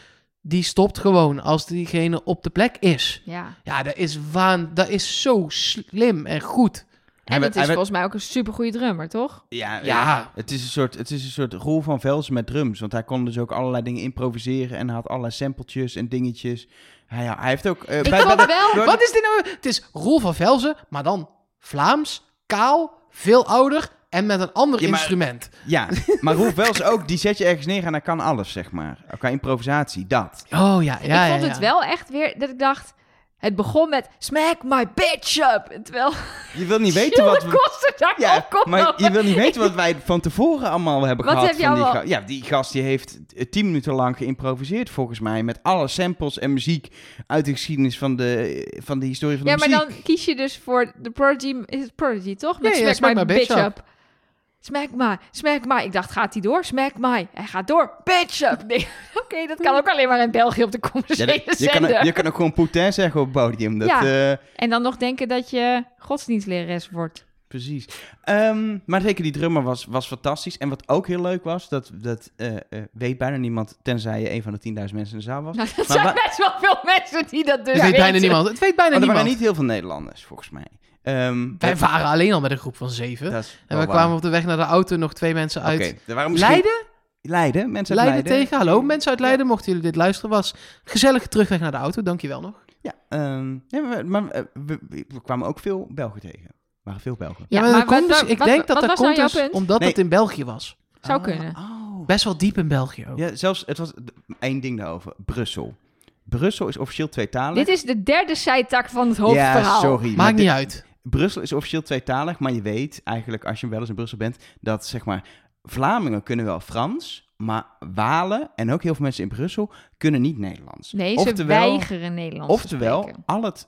[SPEAKER 2] die stopt gewoon als diegene op de plek is.
[SPEAKER 1] Ja.
[SPEAKER 2] Ja, dat is waan, dat is zo slim en goed.
[SPEAKER 1] En
[SPEAKER 3] werd-
[SPEAKER 1] het is
[SPEAKER 3] hij werd-
[SPEAKER 1] volgens mij ook een supergoeie drummer, toch?
[SPEAKER 3] Ja,
[SPEAKER 2] Ja.
[SPEAKER 3] Het, is een soort, het is een soort Roel van Velsen met drums. Want hij kon dus ook allerlei dingen improviseren. En hij had allerlei sampletjes en dingetjes. Hij, hij heeft ook... eh,
[SPEAKER 1] Ik vond wel...
[SPEAKER 3] door de-
[SPEAKER 2] Wat is dit nou? Het is Roel van Velzen, maar dan Vlaams, kaal, veel ouder en met een ander
[SPEAKER 3] Ja, maar-
[SPEAKER 2] instrument.
[SPEAKER 3] Ja, maar Roel Velsen ook. Die zet je ergens neer en hij kan alles, zeg maar. Qua improvisatie, dat.
[SPEAKER 2] Oh ja, ja,
[SPEAKER 1] ik
[SPEAKER 2] ja,
[SPEAKER 1] vond
[SPEAKER 2] ja.
[SPEAKER 1] het wel echt weer dat ik dacht... Het begon met smack my bitch up. Terwijl
[SPEAKER 3] Je wil niet weten wat we...
[SPEAKER 1] kosten daar
[SPEAKER 3] Ja,
[SPEAKER 1] al komt.
[SPEAKER 3] maar je wil niet weten wat wij van tevoren allemaal hebben
[SPEAKER 1] Wat
[SPEAKER 3] gehad.
[SPEAKER 1] heb je
[SPEAKER 3] van die
[SPEAKER 1] allemaal-
[SPEAKER 3] ga- ja, die gast die heeft eh, tien minuten lang geïmproviseerd, volgens mij. Met alle samples en muziek uit de geschiedenis van de, eh, van de historie van de
[SPEAKER 1] Ja, maar
[SPEAKER 3] muziek.
[SPEAKER 1] dan kies je dus voor de Prodigy. Is het Prodigy, toch? Met
[SPEAKER 2] Ja, ja,
[SPEAKER 1] smack,
[SPEAKER 2] Smack
[SPEAKER 1] my,
[SPEAKER 2] My
[SPEAKER 1] bitch
[SPEAKER 2] Bitch
[SPEAKER 1] up. Smack my, smack my. Ik dacht, gaat hij door? Smack my. Hij gaat door. Bitch up. Nee, Oké, dat kan ook alleen maar in België op de
[SPEAKER 3] Ja,
[SPEAKER 1] commerciële
[SPEAKER 3] dat- je, kan,
[SPEAKER 1] zender.
[SPEAKER 3] ook- je kan ook gewoon Poutin zeggen op het podium. Dat,
[SPEAKER 1] Ja.
[SPEAKER 3] eh,
[SPEAKER 1] En dan nog denken dat je godsdienstlerares wordt.
[SPEAKER 3] Precies. Ehm, maar zeker die drummer was, was fantastisch. En wat ook heel leuk was, dat, dat eh, eh, weet bijna niemand, tenzij je een van de 10.000 mensen in de zaal was.
[SPEAKER 1] Nou, dat
[SPEAKER 3] Maar
[SPEAKER 1] zijn
[SPEAKER 3] wa-
[SPEAKER 1] best wel veel mensen die dat dus
[SPEAKER 2] Het weet bijna
[SPEAKER 1] weten.
[SPEAKER 2] niemand. Het weet bijna
[SPEAKER 3] Maar Oh, er
[SPEAKER 2] niemand.
[SPEAKER 3] waren niet heel veel Nederlanders, volgens mij. Ehm,
[SPEAKER 2] Wij
[SPEAKER 3] dat-
[SPEAKER 2] waren alleen al met een groep van zeven.
[SPEAKER 3] dat is
[SPEAKER 2] en
[SPEAKER 3] wel
[SPEAKER 2] we
[SPEAKER 3] waar.
[SPEAKER 2] kwamen op de weg naar de auto nog twee mensen uit
[SPEAKER 3] Oké, er waren misschien...
[SPEAKER 2] Leiden.
[SPEAKER 3] Leiden, mensen uit
[SPEAKER 2] Leiden,
[SPEAKER 3] Leiden.
[SPEAKER 2] tegen. Hallo mensen uit Leiden, mochten jullie dit luisteren. Was gezellig terugweg naar de auto, dankjewel nog.
[SPEAKER 3] Ja, ehm, nee, maar, maar, eh, we, we- we kwamen ook veel Belgen tegen. Er waren veel Belgen.
[SPEAKER 1] Ja,
[SPEAKER 2] maar
[SPEAKER 1] maar
[SPEAKER 2] dat komt
[SPEAKER 1] wat-
[SPEAKER 2] dus- ik
[SPEAKER 1] wat-
[SPEAKER 2] denk
[SPEAKER 1] wat
[SPEAKER 2] dat dat
[SPEAKER 1] was nou
[SPEAKER 2] komt
[SPEAKER 1] jouw
[SPEAKER 2] dus
[SPEAKER 1] punt?
[SPEAKER 2] omdat
[SPEAKER 3] Nee.
[SPEAKER 2] het in België was.
[SPEAKER 1] Zou
[SPEAKER 3] Ah,
[SPEAKER 1] kunnen.
[SPEAKER 3] Oh.
[SPEAKER 2] Best wel diep in België ook.
[SPEAKER 3] Ja, zelfs, het was één ding daarover. Brussel. Brussel is officieel tweetalig.
[SPEAKER 1] Dit is de derde zijtak van het
[SPEAKER 3] Ja,
[SPEAKER 1] hoofdverhaal.
[SPEAKER 3] sorry. maar
[SPEAKER 2] Maakt
[SPEAKER 3] dit-
[SPEAKER 2] niet uit.
[SPEAKER 3] Brussel is officieel tweetalig, maar je weet eigenlijk als je wel eens in Brussel bent dat zeg maar Vlamingen kunnen wel Frans, maar Walen en ook heel veel mensen in Brussel kunnen niet Nederlands.
[SPEAKER 1] Nee, ze weigeren Nederlands te
[SPEAKER 3] Oftewel,
[SPEAKER 1] spreken.
[SPEAKER 3] al het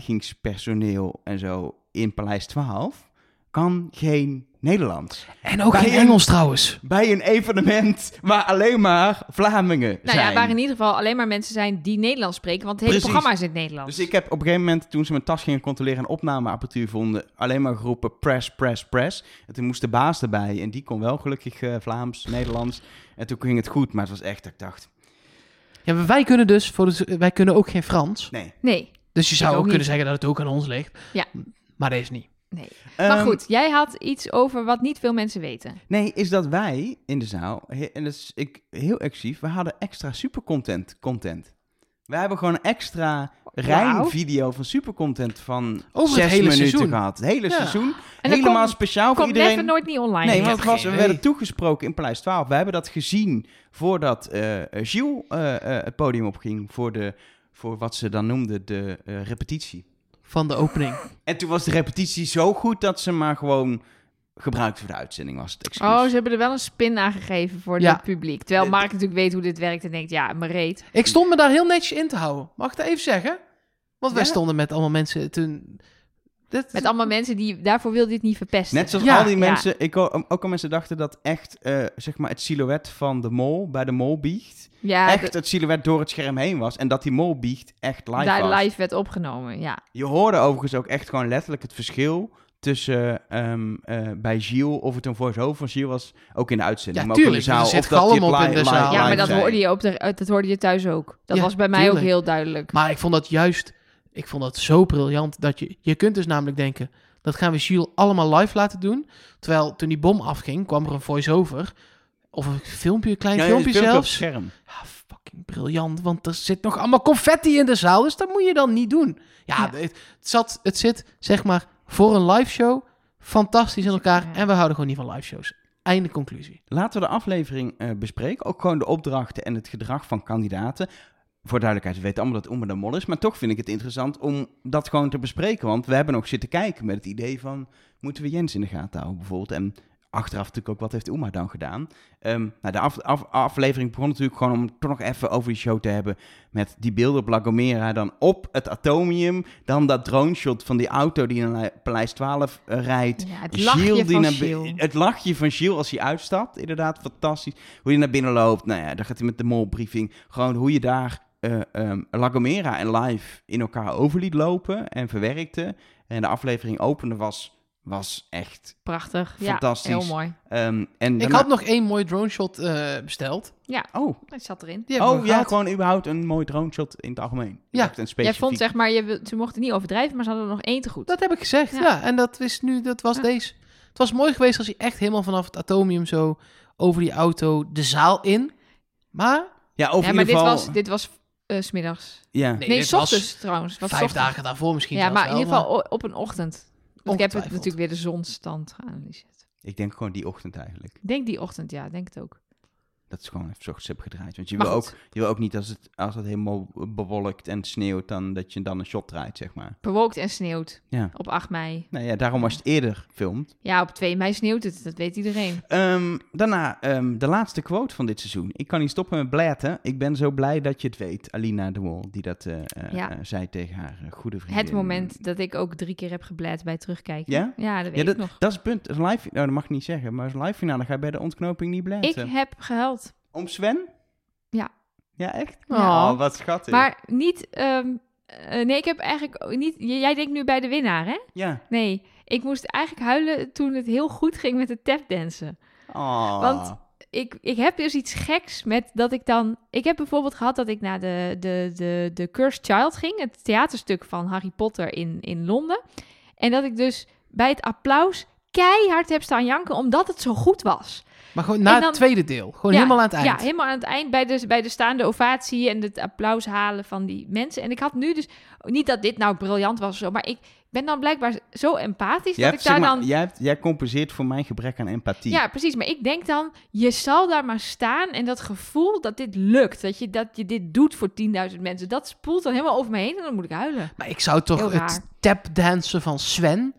[SPEAKER 3] beveiligingspersoneel en zo in Paleis 12 kan geen Nederlands.
[SPEAKER 2] En ook
[SPEAKER 3] Bij
[SPEAKER 2] geen
[SPEAKER 3] een-
[SPEAKER 2] Engels trouwens.
[SPEAKER 3] Bij een evenement waar alleen maar Vlamingen
[SPEAKER 1] Nou
[SPEAKER 3] zijn.
[SPEAKER 1] ja, waar in ieder geval alleen maar mensen zijn die Nederlands spreken, want het hele
[SPEAKER 3] Precies.
[SPEAKER 1] programma is in het Nederlands.
[SPEAKER 3] Dus ik heb op een gegeven moment, toen ze mijn tas gingen controleren en opnameapparatuur vonden, alleen maar geroepen press, press, press. En toen moest de baas erbij en die kon wel gelukkig eh, Vlaams, Nederlands. En toen ging het goed, maar het was echt dat ik dacht,
[SPEAKER 2] Ja, maar wij kunnen dus, voor de, wij kunnen ook geen Frans.
[SPEAKER 3] nee.
[SPEAKER 1] Nee,
[SPEAKER 2] Dus je zou
[SPEAKER 1] ook
[SPEAKER 2] ook kunnen
[SPEAKER 1] niet.
[SPEAKER 2] zeggen dat het ook aan ons ligt.
[SPEAKER 1] Ja.
[SPEAKER 2] Maar dat is niet.
[SPEAKER 1] nee. maar
[SPEAKER 3] Ehm,
[SPEAKER 1] goed, jij had iets over wat niet veel mensen weten.
[SPEAKER 3] Nee, is dat wij in de zaal, he- en dat is ik, heel exclusief, we hadden extra supercontent content. We hebben gewoon een extra
[SPEAKER 1] Wauw.
[SPEAKER 3] rein video van supercontent van
[SPEAKER 2] Over het
[SPEAKER 3] zes
[SPEAKER 2] hele
[SPEAKER 3] minuten
[SPEAKER 2] seizoen.
[SPEAKER 3] gehad. Het hele
[SPEAKER 2] Ja.
[SPEAKER 3] seizoen.
[SPEAKER 1] dat
[SPEAKER 3] helemaal
[SPEAKER 1] komt-
[SPEAKER 3] speciaal voor
[SPEAKER 1] Komt
[SPEAKER 3] iedereen.
[SPEAKER 1] even nooit niet online.
[SPEAKER 3] Nee,
[SPEAKER 1] Ja.
[SPEAKER 3] want het was, we
[SPEAKER 2] geen
[SPEAKER 3] werden
[SPEAKER 2] idee.
[SPEAKER 3] toegesproken in Paleis 12. We hebben dat gezien voordat eh, eh, Gilles eh, eh, het podium opging voor, de, voor wat ze dan noemden de eh, repetitie.
[SPEAKER 2] Van de opening.
[SPEAKER 3] En toen was de repetitie zo goed dat ze maar gewoon gebruikt voor de uitzending was. Het excuus.
[SPEAKER 1] Oh, ze hebben er wel een spin aan gegeven voor
[SPEAKER 2] Ja.
[SPEAKER 1] het publiek. Terwijl
[SPEAKER 3] Eh,
[SPEAKER 1] Mark natuurlijk weet hoe dit werkt en denkt, ja, mijn reet.
[SPEAKER 2] ik stond me daar heel netjes in te houden. Mag ik dat even zeggen? Want wij
[SPEAKER 3] Ja.
[SPEAKER 2] stonden met allemaal mensen toen... Dit,
[SPEAKER 1] Met allemaal mensen die, daarvoor wil dit niet verpesten.
[SPEAKER 3] Net zoals
[SPEAKER 2] Ja,
[SPEAKER 3] al die
[SPEAKER 1] ja.
[SPEAKER 3] mensen, ik, ho- ook al mensen dachten dat echt eh, zeg maar het silhouet van de mol bij de molbiecht,
[SPEAKER 1] ja,
[SPEAKER 3] echt het silhouet door het scherm heen was en dat die molbiecht echt live
[SPEAKER 1] dat- daar
[SPEAKER 3] was.
[SPEAKER 1] live werd opgenomen, ja.
[SPEAKER 3] Je hoorde overigens ook echt gewoon letterlijk het verschil tussen ehm, eh, bij Gilles of het een voice-over van Gilles was, ook in de uitzending,
[SPEAKER 2] Ja,
[SPEAKER 3] maar ook in de
[SPEAKER 2] tuurlijk,
[SPEAKER 3] zaal.
[SPEAKER 2] er zit
[SPEAKER 3] of dat die
[SPEAKER 2] galm op
[SPEAKER 3] li-
[SPEAKER 2] in de
[SPEAKER 3] li-
[SPEAKER 2] zaal.
[SPEAKER 3] live
[SPEAKER 1] Ja, maar
[SPEAKER 2] live
[SPEAKER 1] dat
[SPEAKER 3] zijn.
[SPEAKER 1] hoorde je, op de, eh, dat hoorde je thuis ook. Dat
[SPEAKER 2] Ja,
[SPEAKER 1] was bij mij ook
[SPEAKER 2] tuurlijk.
[SPEAKER 1] heel duidelijk.
[SPEAKER 2] Maar ik vond dat juist... Ik vond dat zo briljant dat je... Je kunt dus namelijk denken... Dat gaan we Jules allemaal live laten doen. Terwijl toen die bom afging, kwam er een voice-over. Of een filmpje, een klein
[SPEAKER 3] Ja, ja,
[SPEAKER 2] filmpje
[SPEAKER 3] het filmpje op het
[SPEAKER 2] zelfs.
[SPEAKER 3] scherm.
[SPEAKER 2] Ja, fucking briljant, want er zit nog allemaal confetti in de zaal, dus dat moet je dan niet doen. Ja,
[SPEAKER 1] Ja.
[SPEAKER 2] Het, het zat, het zit zeg maar voor een live show fantastisch in elkaar
[SPEAKER 1] Ja.
[SPEAKER 2] en we houden gewoon niet van live shows. Einde conclusie.
[SPEAKER 3] Laten we de aflevering eh, bespreken. Ook gewoon de opdrachten en het gedrag van kandidaten. Voor duidelijkheid, we weten allemaal dat Oemer de mol is. Maar toch vind ik het interessant om dat gewoon te bespreken. Want we hebben nog zitten kijken met het idee van... moeten we Jens in de gaten houden bijvoorbeeld? En achteraf natuurlijk ook, wat heeft Oema dan gedaan? Ehm, nou, de af- af- aflevering begon natuurlijk gewoon om toch nog even over die show te hebben... met die beelden op La Gomera, dan op het atomium... dan dat drone-shot van die auto die naar Paleis 12 rijdt...
[SPEAKER 1] Ja, het
[SPEAKER 3] Gilles
[SPEAKER 1] lachje
[SPEAKER 3] die
[SPEAKER 1] van
[SPEAKER 3] naar eh, bi-
[SPEAKER 1] Gilles.
[SPEAKER 3] Het lachje van Gilles als hij uitstapt, inderdaad, fantastisch. Hoe hij naar binnen loopt, nou ja, dan gaat hij met de molbriefing. Gewoon hoe je daar eh ehm, La Gomera en live in elkaar over liet lopen en verwerkte. En de aflevering opende was, was echt...
[SPEAKER 1] Prachtig.
[SPEAKER 3] Fantastisch.
[SPEAKER 1] Ja, heel mooi.
[SPEAKER 3] ehm, en
[SPEAKER 2] Ik had nog één mooi drone shot eh, besteld.
[SPEAKER 3] Oh,
[SPEAKER 1] Het zat erin.
[SPEAKER 2] Die hebben
[SPEAKER 3] oh
[SPEAKER 2] we
[SPEAKER 3] ja,
[SPEAKER 2] gehad.
[SPEAKER 3] gewoon überhaupt een mooi drone shot in het algemeen.
[SPEAKER 2] Ja.
[SPEAKER 3] Echt een
[SPEAKER 1] Jij
[SPEAKER 3] specifiek.
[SPEAKER 1] vond zeg maar, je, wil- ze mochten niet overdrijven, maar ze hadden er nog één te goed.
[SPEAKER 2] Dat heb ik gezegd,
[SPEAKER 1] Ja.
[SPEAKER 2] ja. En dat is nu, dat was
[SPEAKER 1] Ja.
[SPEAKER 2] deze. Het was mooi geweest als hij echt helemaal vanaf het atomium zo over die auto de zaal in. Maar
[SPEAKER 3] Ja, over
[SPEAKER 1] ja, maar
[SPEAKER 3] ieder geval...
[SPEAKER 1] dit was, dit was eh, 's smiddags.
[SPEAKER 3] Ja.
[SPEAKER 2] Nee,
[SPEAKER 1] Nee,
[SPEAKER 2] dit
[SPEAKER 1] s
[SPEAKER 2] was
[SPEAKER 1] ochtends trouwens. Was
[SPEAKER 2] vijf
[SPEAKER 1] ochtends.
[SPEAKER 2] dagen daarvoor misschien
[SPEAKER 1] Ja,
[SPEAKER 2] zelfs
[SPEAKER 1] maar in
[SPEAKER 2] wel,
[SPEAKER 1] ieder geval o- op een ochtend. Want ik heb het
[SPEAKER 2] Ongetwijfeld.
[SPEAKER 1] natuurlijk weer de zonstand geanalyseerd.
[SPEAKER 3] Ik denk gewoon die ochtend eigenlijk.
[SPEAKER 1] Ik denk die ochtend, ja, ik denk het ook.
[SPEAKER 3] Dat is gewoon even ochtends heb gedraaid. Want je
[SPEAKER 1] Maar
[SPEAKER 3] wil,
[SPEAKER 1] goed.
[SPEAKER 3] ook, je wil ook niet als het, als het helemaal bewolkt en sneeuwt, dan, dat je dan een shot draait, zeg maar.
[SPEAKER 1] Bewolkt en sneeuwt
[SPEAKER 3] Ja.
[SPEAKER 1] op 8 mei.
[SPEAKER 3] Nou ja, daarom als je het eerder filmt.
[SPEAKER 1] Ja, op 2 mei sneeuwt het, dat weet iedereen.
[SPEAKER 3] Ehm, daarna ehm, de laatste quote van dit seizoen. Ik kan niet stoppen met blijten. Ik ben zo blij dat je het weet. Alina de Wol, die dat eh, eh,
[SPEAKER 1] Ja.
[SPEAKER 3] eh, zei tegen haar eh, goede vriendin.
[SPEAKER 1] Het moment dat ik ook drie keer heb gebleid bij terugkijken.
[SPEAKER 3] Ja?
[SPEAKER 1] Ja, dat weet
[SPEAKER 3] Ja, dat,
[SPEAKER 1] ik nog.
[SPEAKER 3] dat is het punt. Als live, nou, dat mag ik niet zeggen, maar als live finale ga je bij de ontknoping niet
[SPEAKER 1] Ik
[SPEAKER 3] blijven.
[SPEAKER 1] heb gehuild.
[SPEAKER 3] Om Sven?
[SPEAKER 1] Ja.
[SPEAKER 3] Ja, echt?
[SPEAKER 1] Ja.
[SPEAKER 3] Oh, wat schattig.
[SPEAKER 1] Maar niet. ehm, eh, nee, ik heb eigenlijk ook niet. J- Jij denkt nu bij de winnaar, hè?
[SPEAKER 3] Ja.
[SPEAKER 1] Nee, ik moest eigenlijk huilen toen het heel goed ging met het tapdansen.
[SPEAKER 3] Oh.
[SPEAKER 1] Want- Ik, ik heb dus iets geks met dat ik dan. Ik heb bijvoorbeeld gehad dat ik naar de, de, de, de Cursed Child ging, het theaterstuk van Harry Potter in, in Londen. En dat ik dus bij het applaus keihard heb staan janken omdat het zo goed was.
[SPEAKER 2] Maar gewoon na
[SPEAKER 1] En dan-
[SPEAKER 2] het tweede deel. Gewoon
[SPEAKER 1] Ja,
[SPEAKER 2] helemaal aan het eind.
[SPEAKER 1] Ja, helemaal aan het eind bij de, bij de staande ovatie en het applaus halen van die mensen. En ik had nu dus, niet dat dit nou briljant was of zo, maar ik ben dan blijkbaar zo empathisch dat
[SPEAKER 3] Jij, hebt,
[SPEAKER 1] ik daar
[SPEAKER 3] zeg maar,
[SPEAKER 1] dan...
[SPEAKER 3] jij, hebt, jij compenseert voor mijn gebrek aan empathie.
[SPEAKER 1] Ja, precies. Maar ik denk dan, je zal daar maar staan en dat gevoel dat dit lukt, dat je, dat je dit doet voor 10.000 mensen, dat spoelt dan helemaal over me heen en dan moet ik huilen.
[SPEAKER 2] Maar ik zou toch
[SPEAKER 1] Heel
[SPEAKER 2] het
[SPEAKER 1] raar.
[SPEAKER 2] tapdansen van Sven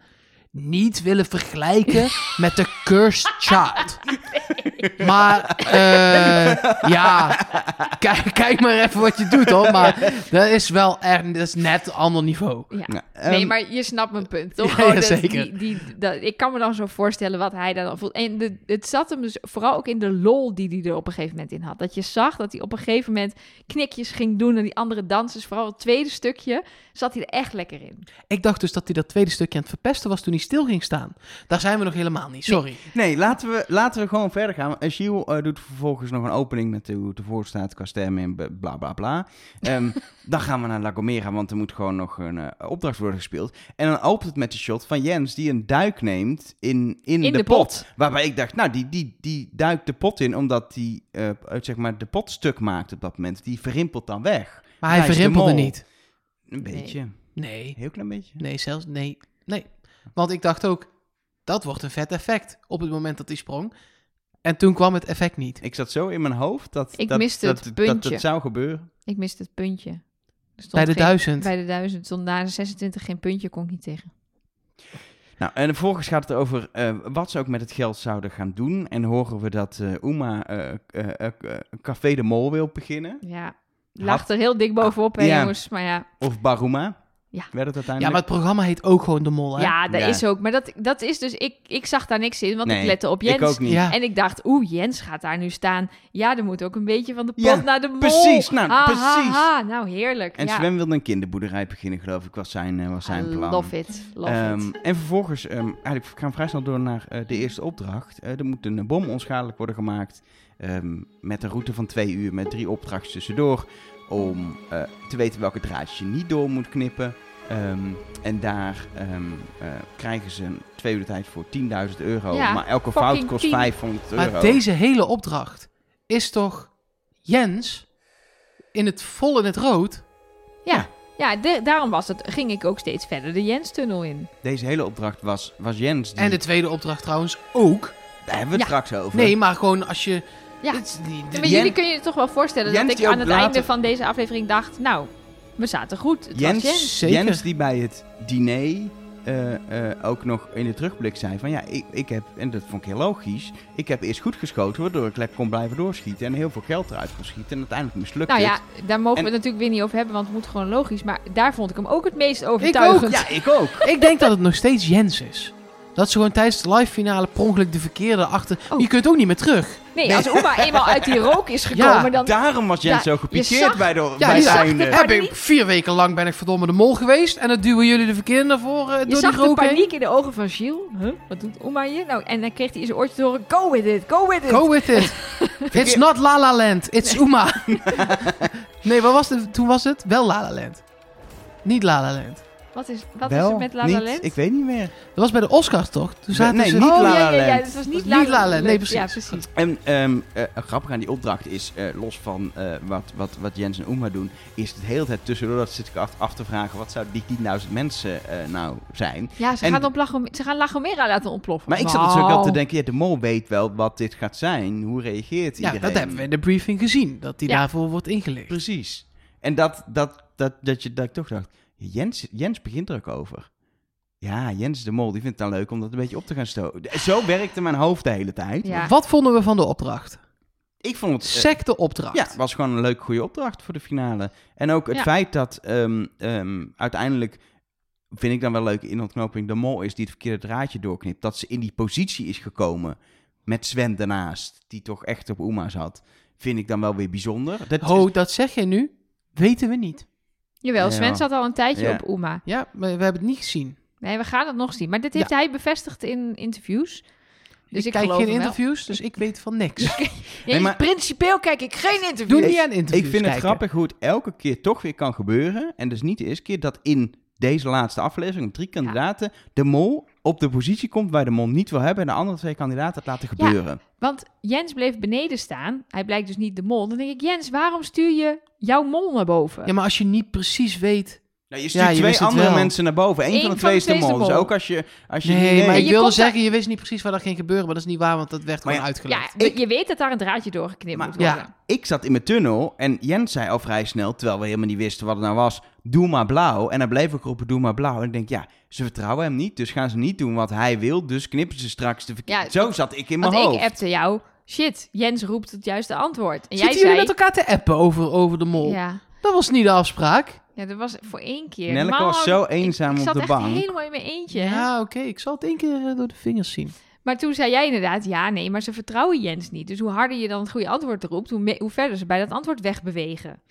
[SPEAKER 2] niet willen vergelijken met de Cursed Child. Maar eh, ja, kijk, kijk maar even wat je doet hoor. Maar dat is wel echt, dat is net een ander niveau.
[SPEAKER 1] Ja.
[SPEAKER 3] Nou,
[SPEAKER 1] nee,
[SPEAKER 3] ehm,
[SPEAKER 1] maar je snapt mijn punt, toch?
[SPEAKER 2] ja,
[SPEAKER 1] Gewoon dat
[SPEAKER 2] zeker.
[SPEAKER 1] Die, die, dat, ik kan me dan zo voorstellen wat hij daar dan voelt. En de, het zat hem dus vooral ook in de lol die hij er op een gegeven moment in had. Dat je zag dat hij op een gegeven moment knikjes ging doen en die andere dansers, vooral het tweede stukje, zat hij er echt lekker in.
[SPEAKER 2] Ik dacht dus dat hij dat tweede stukje aan het verpesten was toen hij stil ging staan. Daar zijn we nog helemaal niet, sorry.
[SPEAKER 3] Nee, laten we, laten we gewoon verder gaan. Eh, Giel eh, doet vervolgens nog een opening met hoe het ervoor staat qua stemmen en b- bla bla bla. Ehm, dan gaan we naar La Gomera, want er moet gewoon nog een eh, opdracht worden gespeeld. En dan opent het met de shot van Jens die een duik neemt in, in,
[SPEAKER 1] In
[SPEAKER 3] de,
[SPEAKER 1] de
[SPEAKER 3] pot.
[SPEAKER 1] pot.
[SPEAKER 3] Waarbij ik dacht, nou, die, die, die duikt de pot in omdat die eh, zeg maar de pot stuk maakt op dat moment. Die verrimpelt dan weg.
[SPEAKER 2] Maar hij
[SPEAKER 3] Hij is de
[SPEAKER 2] verrimpelde
[SPEAKER 3] mol.
[SPEAKER 2] niet.
[SPEAKER 3] Een
[SPEAKER 1] Nee.
[SPEAKER 3] beetje,
[SPEAKER 2] Nee,
[SPEAKER 3] heel klein beetje.
[SPEAKER 2] nee, zelfs nee, nee. Want ik dacht ook, dat wordt een vet effect op het moment dat hij sprong. En toen kwam het effect niet.
[SPEAKER 3] Ik zat zo in mijn hoofd dat
[SPEAKER 1] Ik
[SPEAKER 3] dat,
[SPEAKER 1] miste
[SPEAKER 3] dat,
[SPEAKER 1] het
[SPEAKER 3] dat- dat
[SPEAKER 1] puntje.
[SPEAKER 3] het zou gebeuren.
[SPEAKER 1] Ik miste het puntje. Er stond
[SPEAKER 2] Bij de
[SPEAKER 1] geen-
[SPEAKER 2] duizend.
[SPEAKER 1] Bij de duizend. Stond na de 26 geen puntje, kon ik niet tegen.
[SPEAKER 3] Nou, en vervolgens gaat het over eh, wat ze ook met het geld zouden gaan doen. En horen we dat eh Uma eh, eh, eh, Café de Mol wil beginnen.
[SPEAKER 1] Ja, lag er heel dik bovenop, hè
[SPEAKER 3] Ja.
[SPEAKER 1] jongens. Maar ja,
[SPEAKER 3] Of Baruma.
[SPEAKER 1] Ja.
[SPEAKER 3] Werd het
[SPEAKER 2] Ja, maar
[SPEAKER 3] uiteindelijk.
[SPEAKER 2] het programma heet ook gewoon De Mol, hè?
[SPEAKER 1] ja dat
[SPEAKER 3] Ja.
[SPEAKER 1] is ook. Maar dat, dat is dus, ik, ik zag daar niks in, want
[SPEAKER 3] Nee,
[SPEAKER 1] ik lette op
[SPEAKER 3] Ik
[SPEAKER 1] Jens.
[SPEAKER 3] ook niet.
[SPEAKER 2] Ja.
[SPEAKER 1] En ik dacht, oeh, Jens gaat daar nu staan. Ja, er moet ook een beetje van de pot
[SPEAKER 3] Ja,
[SPEAKER 1] naar de mol.
[SPEAKER 3] precies, nou,
[SPEAKER 1] Ha, ha,
[SPEAKER 3] precies.
[SPEAKER 1] ha. nou, heerlijk.
[SPEAKER 3] En
[SPEAKER 1] ja.
[SPEAKER 3] Sven wilde een kinderboerderij beginnen, geloof ik, was zijn, eh, was zijn
[SPEAKER 1] I
[SPEAKER 3] plan.
[SPEAKER 1] Love it, love
[SPEAKER 3] Ehm,
[SPEAKER 1] it.
[SPEAKER 3] en vervolgens, ehm, eigenlijk gaan we vrij snel door naar eh, de eerste opdracht. Eh, er moet een eh, bom onschadelijk worden gemaakt. ehm, met een route van twee uur, met drie opdrachten tussendoor. Om eh, te weten welke draadjes je niet door moet knippen. Ehm, en daar ehm, eh, krijgen ze een twee uur de tijd voor 10.000 euro.
[SPEAKER 1] Ja,
[SPEAKER 3] maar elke fout
[SPEAKER 1] fucking
[SPEAKER 3] kost
[SPEAKER 1] 10.
[SPEAKER 3] 500 euro.
[SPEAKER 2] Maar deze hele opdracht is toch Jens in het vol in het rood?
[SPEAKER 1] Ja, de- daarom was het, ging ik ook steeds verder de Jens-tunnel in.
[SPEAKER 3] Deze hele opdracht was, was Jens. Die,
[SPEAKER 2] En de tweede opdracht trouwens ook.
[SPEAKER 3] Daar hebben we het straks over.
[SPEAKER 2] Nee, maar gewoon als je...
[SPEAKER 1] Ja.
[SPEAKER 2] Het is die-
[SPEAKER 1] Maar
[SPEAKER 2] die-
[SPEAKER 3] Jen-
[SPEAKER 1] jullie kunnen je toch wel voorstellen
[SPEAKER 3] Jens
[SPEAKER 1] dat ik
[SPEAKER 3] die ook
[SPEAKER 1] aan het
[SPEAKER 3] later-
[SPEAKER 1] einde van deze aflevering dacht... Nou, we zaten goed. Het was Jens.
[SPEAKER 3] Jens,
[SPEAKER 2] Zeker.
[SPEAKER 3] Jens die bij het diner eh, eh, ook nog in de terugblik zei van ja, ik, ik heb, en dat vond ik heel logisch, ik heb eerst goed geschoten waardoor ik lekker kon blijven doorschieten en heel veel geld eruit kon schieten en uiteindelijk mislukte
[SPEAKER 1] Nou ja,
[SPEAKER 3] het.
[SPEAKER 1] daar mogen
[SPEAKER 3] En-
[SPEAKER 1] we het natuurlijk weer niet over hebben, want het moet gewoon logisch. Maar daar vond ik hem ook het meest overtuigend.
[SPEAKER 3] Ja, ik ook.
[SPEAKER 2] Ik denk dat het nog steeds Jens is. Dat ze gewoon tijdens de live finale per ongeluk de verkeerde achter...
[SPEAKER 1] Oh.
[SPEAKER 2] Je kunt ook niet meer terug.
[SPEAKER 1] Nee, als Oema eenmaal uit die rook is gekomen,
[SPEAKER 2] Ja,
[SPEAKER 1] dan...
[SPEAKER 3] Daarom was Jens
[SPEAKER 1] Ja,
[SPEAKER 3] zo
[SPEAKER 1] je
[SPEAKER 3] gepikeerd
[SPEAKER 1] zag-
[SPEAKER 3] bij, de,
[SPEAKER 2] Ja,
[SPEAKER 3] bij
[SPEAKER 2] je
[SPEAKER 3] het
[SPEAKER 2] zag
[SPEAKER 3] einde.
[SPEAKER 1] de-
[SPEAKER 2] Heb ik
[SPEAKER 1] paniek.
[SPEAKER 2] vier weken lang ben ik verdomme de mol geweest. En dan duwen jullie de verkeerde naar voren
[SPEAKER 1] Je
[SPEAKER 2] eh, door die
[SPEAKER 1] zag de
[SPEAKER 2] rook heen.
[SPEAKER 1] paniek in de ogen van Gilles. Huh? Wat doet Oma hier? Nou, en dan kreeg hij in zijn oortje te horen... Go with it, go with it.
[SPEAKER 2] Go with it. It's not La La Land. It's Uma. nee, wat was het? Toen was het wel La La Land. Niet La La Land.
[SPEAKER 1] Wat is, wat
[SPEAKER 3] Wel,
[SPEAKER 1] is er met La La
[SPEAKER 3] niet,
[SPEAKER 1] Land?
[SPEAKER 3] Ik weet niet meer.
[SPEAKER 2] Dat was bij de Oscars toch? Toen zaten
[SPEAKER 3] nee,
[SPEAKER 2] ze...
[SPEAKER 3] niet
[SPEAKER 1] oh,
[SPEAKER 3] La
[SPEAKER 1] ja, ja,
[SPEAKER 3] La
[SPEAKER 1] ja,
[SPEAKER 3] Land.
[SPEAKER 1] het was
[SPEAKER 2] Dat
[SPEAKER 1] niet
[SPEAKER 2] is
[SPEAKER 1] La
[SPEAKER 2] niet
[SPEAKER 1] La
[SPEAKER 2] La La-
[SPEAKER 1] Land.
[SPEAKER 2] nee, precies.
[SPEAKER 1] Ja, precies.
[SPEAKER 3] En ehm eh, grappig aan die opdracht is, eh, los van eh, wat, wat, wat Jens en Oema doen, is het de hele tijd tussendoor dat ze zich af, af te vragen wat zouden die 10.000 mensen eh, nou zijn.
[SPEAKER 1] Ja, ze,
[SPEAKER 3] En-
[SPEAKER 1] gaan op La Gom- ze gaan La Gomera laten ontploffen.
[SPEAKER 3] Maar ik zat natuurlijk
[SPEAKER 1] Wauw.
[SPEAKER 3] wel te denken, ja, de mol weet wel wat dit gaat zijn. Hoe reageert
[SPEAKER 2] Ja,
[SPEAKER 3] iedereen?
[SPEAKER 2] dat hebben we in de briefing gezien. Dat die
[SPEAKER 1] Ja.
[SPEAKER 2] daarvoor wordt ingelicht.
[SPEAKER 3] Precies. En dat, dat, dat, dat, je, dat ik toch dacht, Jens, Jens begint er ook over. Ja, Jens de Mol, die vindt het dan leuk om dat een beetje op te gaan stoken. Zo werkte mijn hoofd de hele tijd.
[SPEAKER 1] Ja.
[SPEAKER 2] Wat vonden we van de opdracht?
[SPEAKER 3] Ik vond het... eh,
[SPEAKER 2] Secte opdracht.
[SPEAKER 3] Ja, het was gewoon een leuke, goede opdracht voor de finale. En ook het
[SPEAKER 1] Ja.
[SPEAKER 3] feit dat ehm, ehm, uiteindelijk, vind ik dan wel leuk in ontknoping, de mol is die het verkeerde draadje doorknipt. Dat ze in die positie is gekomen met Sven daarnaast, die toch echt op Oema zat. Vind ik dan wel weer bijzonder. Dat
[SPEAKER 2] Ho,
[SPEAKER 3] is-
[SPEAKER 2] dat zeg je nu? Weten we niet.
[SPEAKER 1] Jawel, Sven
[SPEAKER 3] Ja.
[SPEAKER 1] zat al een tijdje
[SPEAKER 3] Ja.
[SPEAKER 1] op Oema.
[SPEAKER 2] Ja, maar we hebben het niet gezien.
[SPEAKER 1] Nee, we gaan het nog zien. Maar dit heeft hij bevestigd in interviews. Dus ik,
[SPEAKER 2] kijk
[SPEAKER 1] geloof
[SPEAKER 2] geen
[SPEAKER 1] hem wel.
[SPEAKER 2] interviews, dus ik weet van niks.
[SPEAKER 1] Nee,
[SPEAKER 3] Nee,
[SPEAKER 1] dus
[SPEAKER 3] maar-
[SPEAKER 1] Principeel kijk ik geen interviews.
[SPEAKER 2] Doe
[SPEAKER 3] Ik-
[SPEAKER 2] niet aan interviews
[SPEAKER 3] ik vind het
[SPEAKER 2] kijken.
[SPEAKER 3] grappig hoe het elke keer toch weer kan gebeuren. En dus niet de eerste keer dat in deze laatste aflevering, met drie kandidaten, de mol op de positie komt waar de mol niet wil hebben. En de andere twee kandidaten het laten
[SPEAKER 1] Ja.
[SPEAKER 3] gebeuren.
[SPEAKER 1] Want Jens bleef beneden staan. Hij blijkt dus niet de mol. Dan denk ik, Jens, waarom stuur je jouw mol naar boven?
[SPEAKER 2] Ja, maar als je niet precies weet...
[SPEAKER 3] Nou, je
[SPEAKER 2] Ja,
[SPEAKER 3] stuurt
[SPEAKER 2] je
[SPEAKER 3] twee
[SPEAKER 2] wist het
[SPEAKER 3] andere
[SPEAKER 2] wel.
[SPEAKER 3] mensen naar boven. Eén
[SPEAKER 1] Eén
[SPEAKER 3] van de twee is de mol. Dus ook als je... Als je
[SPEAKER 2] Nee,
[SPEAKER 3] niet-
[SPEAKER 2] maar
[SPEAKER 1] En
[SPEAKER 2] ik
[SPEAKER 1] je
[SPEAKER 2] wilde
[SPEAKER 1] komt daar-
[SPEAKER 2] zeggen, je wist niet precies waar dat ging gebeuren. Maar dat is niet waar, want dat werd
[SPEAKER 3] Maar
[SPEAKER 2] gewoon
[SPEAKER 3] ja,
[SPEAKER 2] uitgelegd.
[SPEAKER 1] Ja, je weet dat daar een draadje doorgeknipt
[SPEAKER 3] Maar-
[SPEAKER 1] moet worden.
[SPEAKER 2] Ja.
[SPEAKER 3] Ik zat in mijn tunnel en Jens zei al vrij snel, terwijl we helemaal niet wisten wat het nou was, doe maar blauw. En hij bleef ook roepen, doe maar blauw. En ik denk, ja, ze vertrouwen hem niet, dus gaan ze niet doen wat hij wil. Dus knippen ze straks de verkeerde...
[SPEAKER 1] Ja,
[SPEAKER 3] Zo zat ik in mijn
[SPEAKER 1] Want
[SPEAKER 3] hoofd.
[SPEAKER 1] ik appte jou, shit, Jens roept het juiste antwoord. En jij
[SPEAKER 2] Zitten
[SPEAKER 1] zei...
[SPEAKER 2] jullie met elkaar te appen over, over de mol?
[SPEAKER 1] ja.
[SPEAKER 2] Dat was niet de afspraak.
[SPEAKER 1] ja, dat was voor één keer.
[SPEAKER 3] Nelleke
[SPEAKER 1] Normaal
[SPEAKER 3] was
[SPEAKER 1] hou
[SPEAKER 3] zo
[SPEAKER 1] ik-
[SPEAKER 3] eenzaam
[SPEAKER 1] ik
[SPEAKER 3] op
[SPEAKER 1] zat
[SPEAKER 3] de
[SPEAKER 1] echt
[SPEAKER 3] bank.
[SPEAKER 1] helemaal in mijn eentje. hè?
[SPEAKER 2] Ja, oké. Ik zal het één keer eh, door de vingers zien.
[SPEAKER 1] Maar toen zei jij inderdaad, ja, nee, maar ze vertrouwen Jens niet. Dus hoe harder je dan het goede antwoord roept, hoe, me- hoe verder ze bij dat antwoord wegbewegen.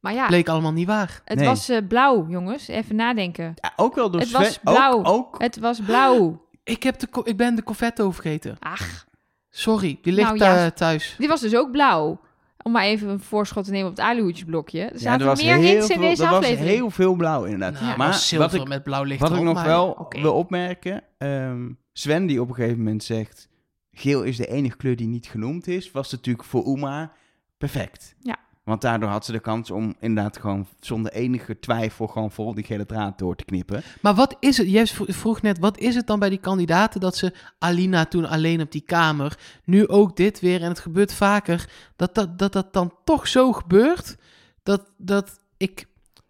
[SPEAKER 1] Maar ja,
[SPEAKER 2] Bleek allemaal niet waar.
[SPEAKER 1] het
[SPEAKER 3] Nee.
[SPEAKER 1] was eh, blauw, jongens. Even nadenken.
[SPEAKER 3] Ja, ook wel door
[SPEAKER 1] Het
[SPEAKER 3] Sven-
[SPEAKER 1] was blauw.
[SPEAKER 3] Ook, ook,
[SPEAKER 1] Het was blauw.
[SPEAKER 2] Ik, heb de, co- ik ben de confetto vergeten.
[SPEAKER 1] Ach,
[SPEAKER 2] Sorry, die ligt
[SPEAKER 1] Nou, ja.
[SPEAKER 2] eh, thuis.
[SPEAKER 1] dit was dus ook blauw. Om maar even een voorschot te nemen op het aluhoedjesblokje. Er
[SPEAKER 3] ja,
[SPEAKER 1] zaten
[SPEAKER 3] er was,
[SPEAKER 1] meer
[SPEAKER 3] heel
[SPEAKER 1] hints in
[SPEAKER 3] veel,
[SPEAKER 1] deze
[SPEAKER 3] er was
[SPEAKER 1] aflevering.
[SPEAKER 3] heel veel blauw inderdaad.
[SPEAKER 2] Nou,
[SPEAKER 1] Ja.
[SPEAKER 2] maar
[SPEAKER 3] Maar wat
[SPEAKER 2] zilver
[SPEAKER 3] ik,
[SPEAKER 2] met blauw licht
[SPEAKER 3] wat ik
[SPEAKER 2] erop,
[SPEAKER 3] nog
[SPEAKER 2] maar-
[SPEAKER 3] wel
[SPEAKER 1] oké.
[SPEAKER 3] wil opmerken, ehm, Sven die op een gegeven moment zegt, geel is de enige kleur die niet genoemd is, was natuurlijk voor Uma perfect.
[SPEAKER 1] Ja.
[SPEAKER 3] Want daardoor had ze de kans om inderdaad gewoon zonder enige twijfel gewoon vol die gele draad door te knippen.
[SPEAKER 2] Maar wat is het? Jij vro- vroeg net, wat is het dan bij die kandidaten dat ze Alina toen alleen op die kamer, nu ook dit weer, en het gebeurt vaker, dat dat, dat, dat dan toch zo gebeurt, dat, dat ik... Wat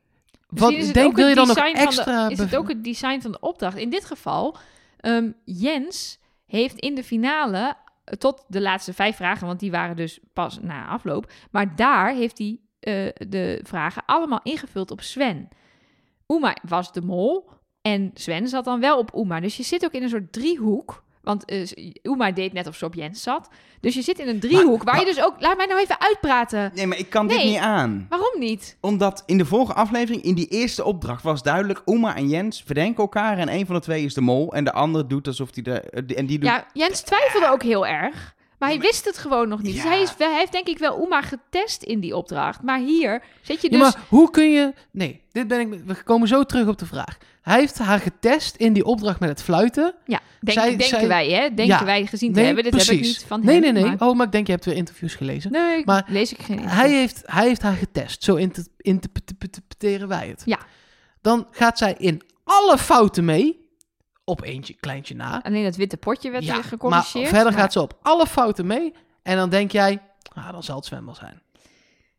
[SPEAKER 1] Misschien is het
[SPEAKER 2] denk,
[SPEAKER 1] ook
[SPEAKER 2] wil je
[SPEAKER 1] het
[SPEAKER 2] dan nog
[SPEAKER 1] design van de-
[SPEAKER 2] extra...
[SPEAKER 1] Is
[SPEAKER 2] bev-
[SPEAKER 1] het ook het design van de opdracht? In dit geval, ehm, Jens heeft in de finale eh, tot de laatste vijf vragen, want die waren dus pas na afloop. Maar daar heeft hij eh, de vragen allemaal ingevuld op Sven. Oema was de mol en Sven zat dan wel op Oema. Dus je zit ook in een soort driehoek. Want Oema deed net of ze op Jens zat. Dus je zit in een driehoek waar je dus ook... Laat mij nou even uitpraten.
[SPEAKER 3] Nee, maar ik kan dit
[SPEAKER 1] Nee.
[SPEAKER 3] niet aan.
[SPEAKER 1] Waarom niet?
[SPEAKER 3] Omdat in de vorige aflevering, in die eerste opdracht, was duidelijk... Uma en Jens verdenken elkaar en een van de twee is de mol... en de ander doet alsof hij de... eh, die- En die doet
[SPEAKER 1] Ja, Jens twijfelde ook heel erg. Maar hij wist het gewoon nog niet. Dus
[SPEAKER 3] Ja.
[SPEAKER 1] hij, is, wel- hij heeft denk ik wel Oema getest in die opdracht. Maar hier zit je
[SPEAKER 2] Ja,
[SPEAKER 1] dus...
[SPEAKER 2] maar hoe kun je... Nee, dit ben ik... We komen zo terug op de vraag. Hij heeft haar getest in die opdracht met het fluiten.
[SPEAKER 1] ja, denk,
[SPEAKER 2] zij-
[SPEAKER 1] denken
[SPEAKER 2] zij-
[SPEAKER 1] wij, hè? Denken
[SPEAKER 2] Ja.
[SPEAKER 1] wij gezien te hebben. Dit heb ik niet van
[SPEAKER 2] nee,
[SPEAKER 1] hem.
[SPEAKER 2] nee, nee.
[SPEAKER 1] maar-
[SPEAKER 2] Oh, maar ik denk, je hebt weer interviews gelezen.
[SPEAKER 1] nee,
[SPEAKER 2] Maar
[SPEAKER 1] lees ik geen
[SPEAKER 2] Hij heeft, hij heeft haar getest. Zo inter- interpreteren wij het.
[SPEAKER 1] Ja.
[SPEAKER 2] Dan gaat zij in alle fouten mee. Op eentje, kleintje na.
[SPEAKER 1] Alleen dat witte potje werd
[SPEAKER 2] Ja,
[SPEAKER 1] weer gecorrigeerd.
[SPEAKER 2] Maar verder
[SPEAKER 1] maar-
[SPEAKER 2] gaat ze op alle fouten mee. En dan denk jij, ah, dan zal het zwembad zijn.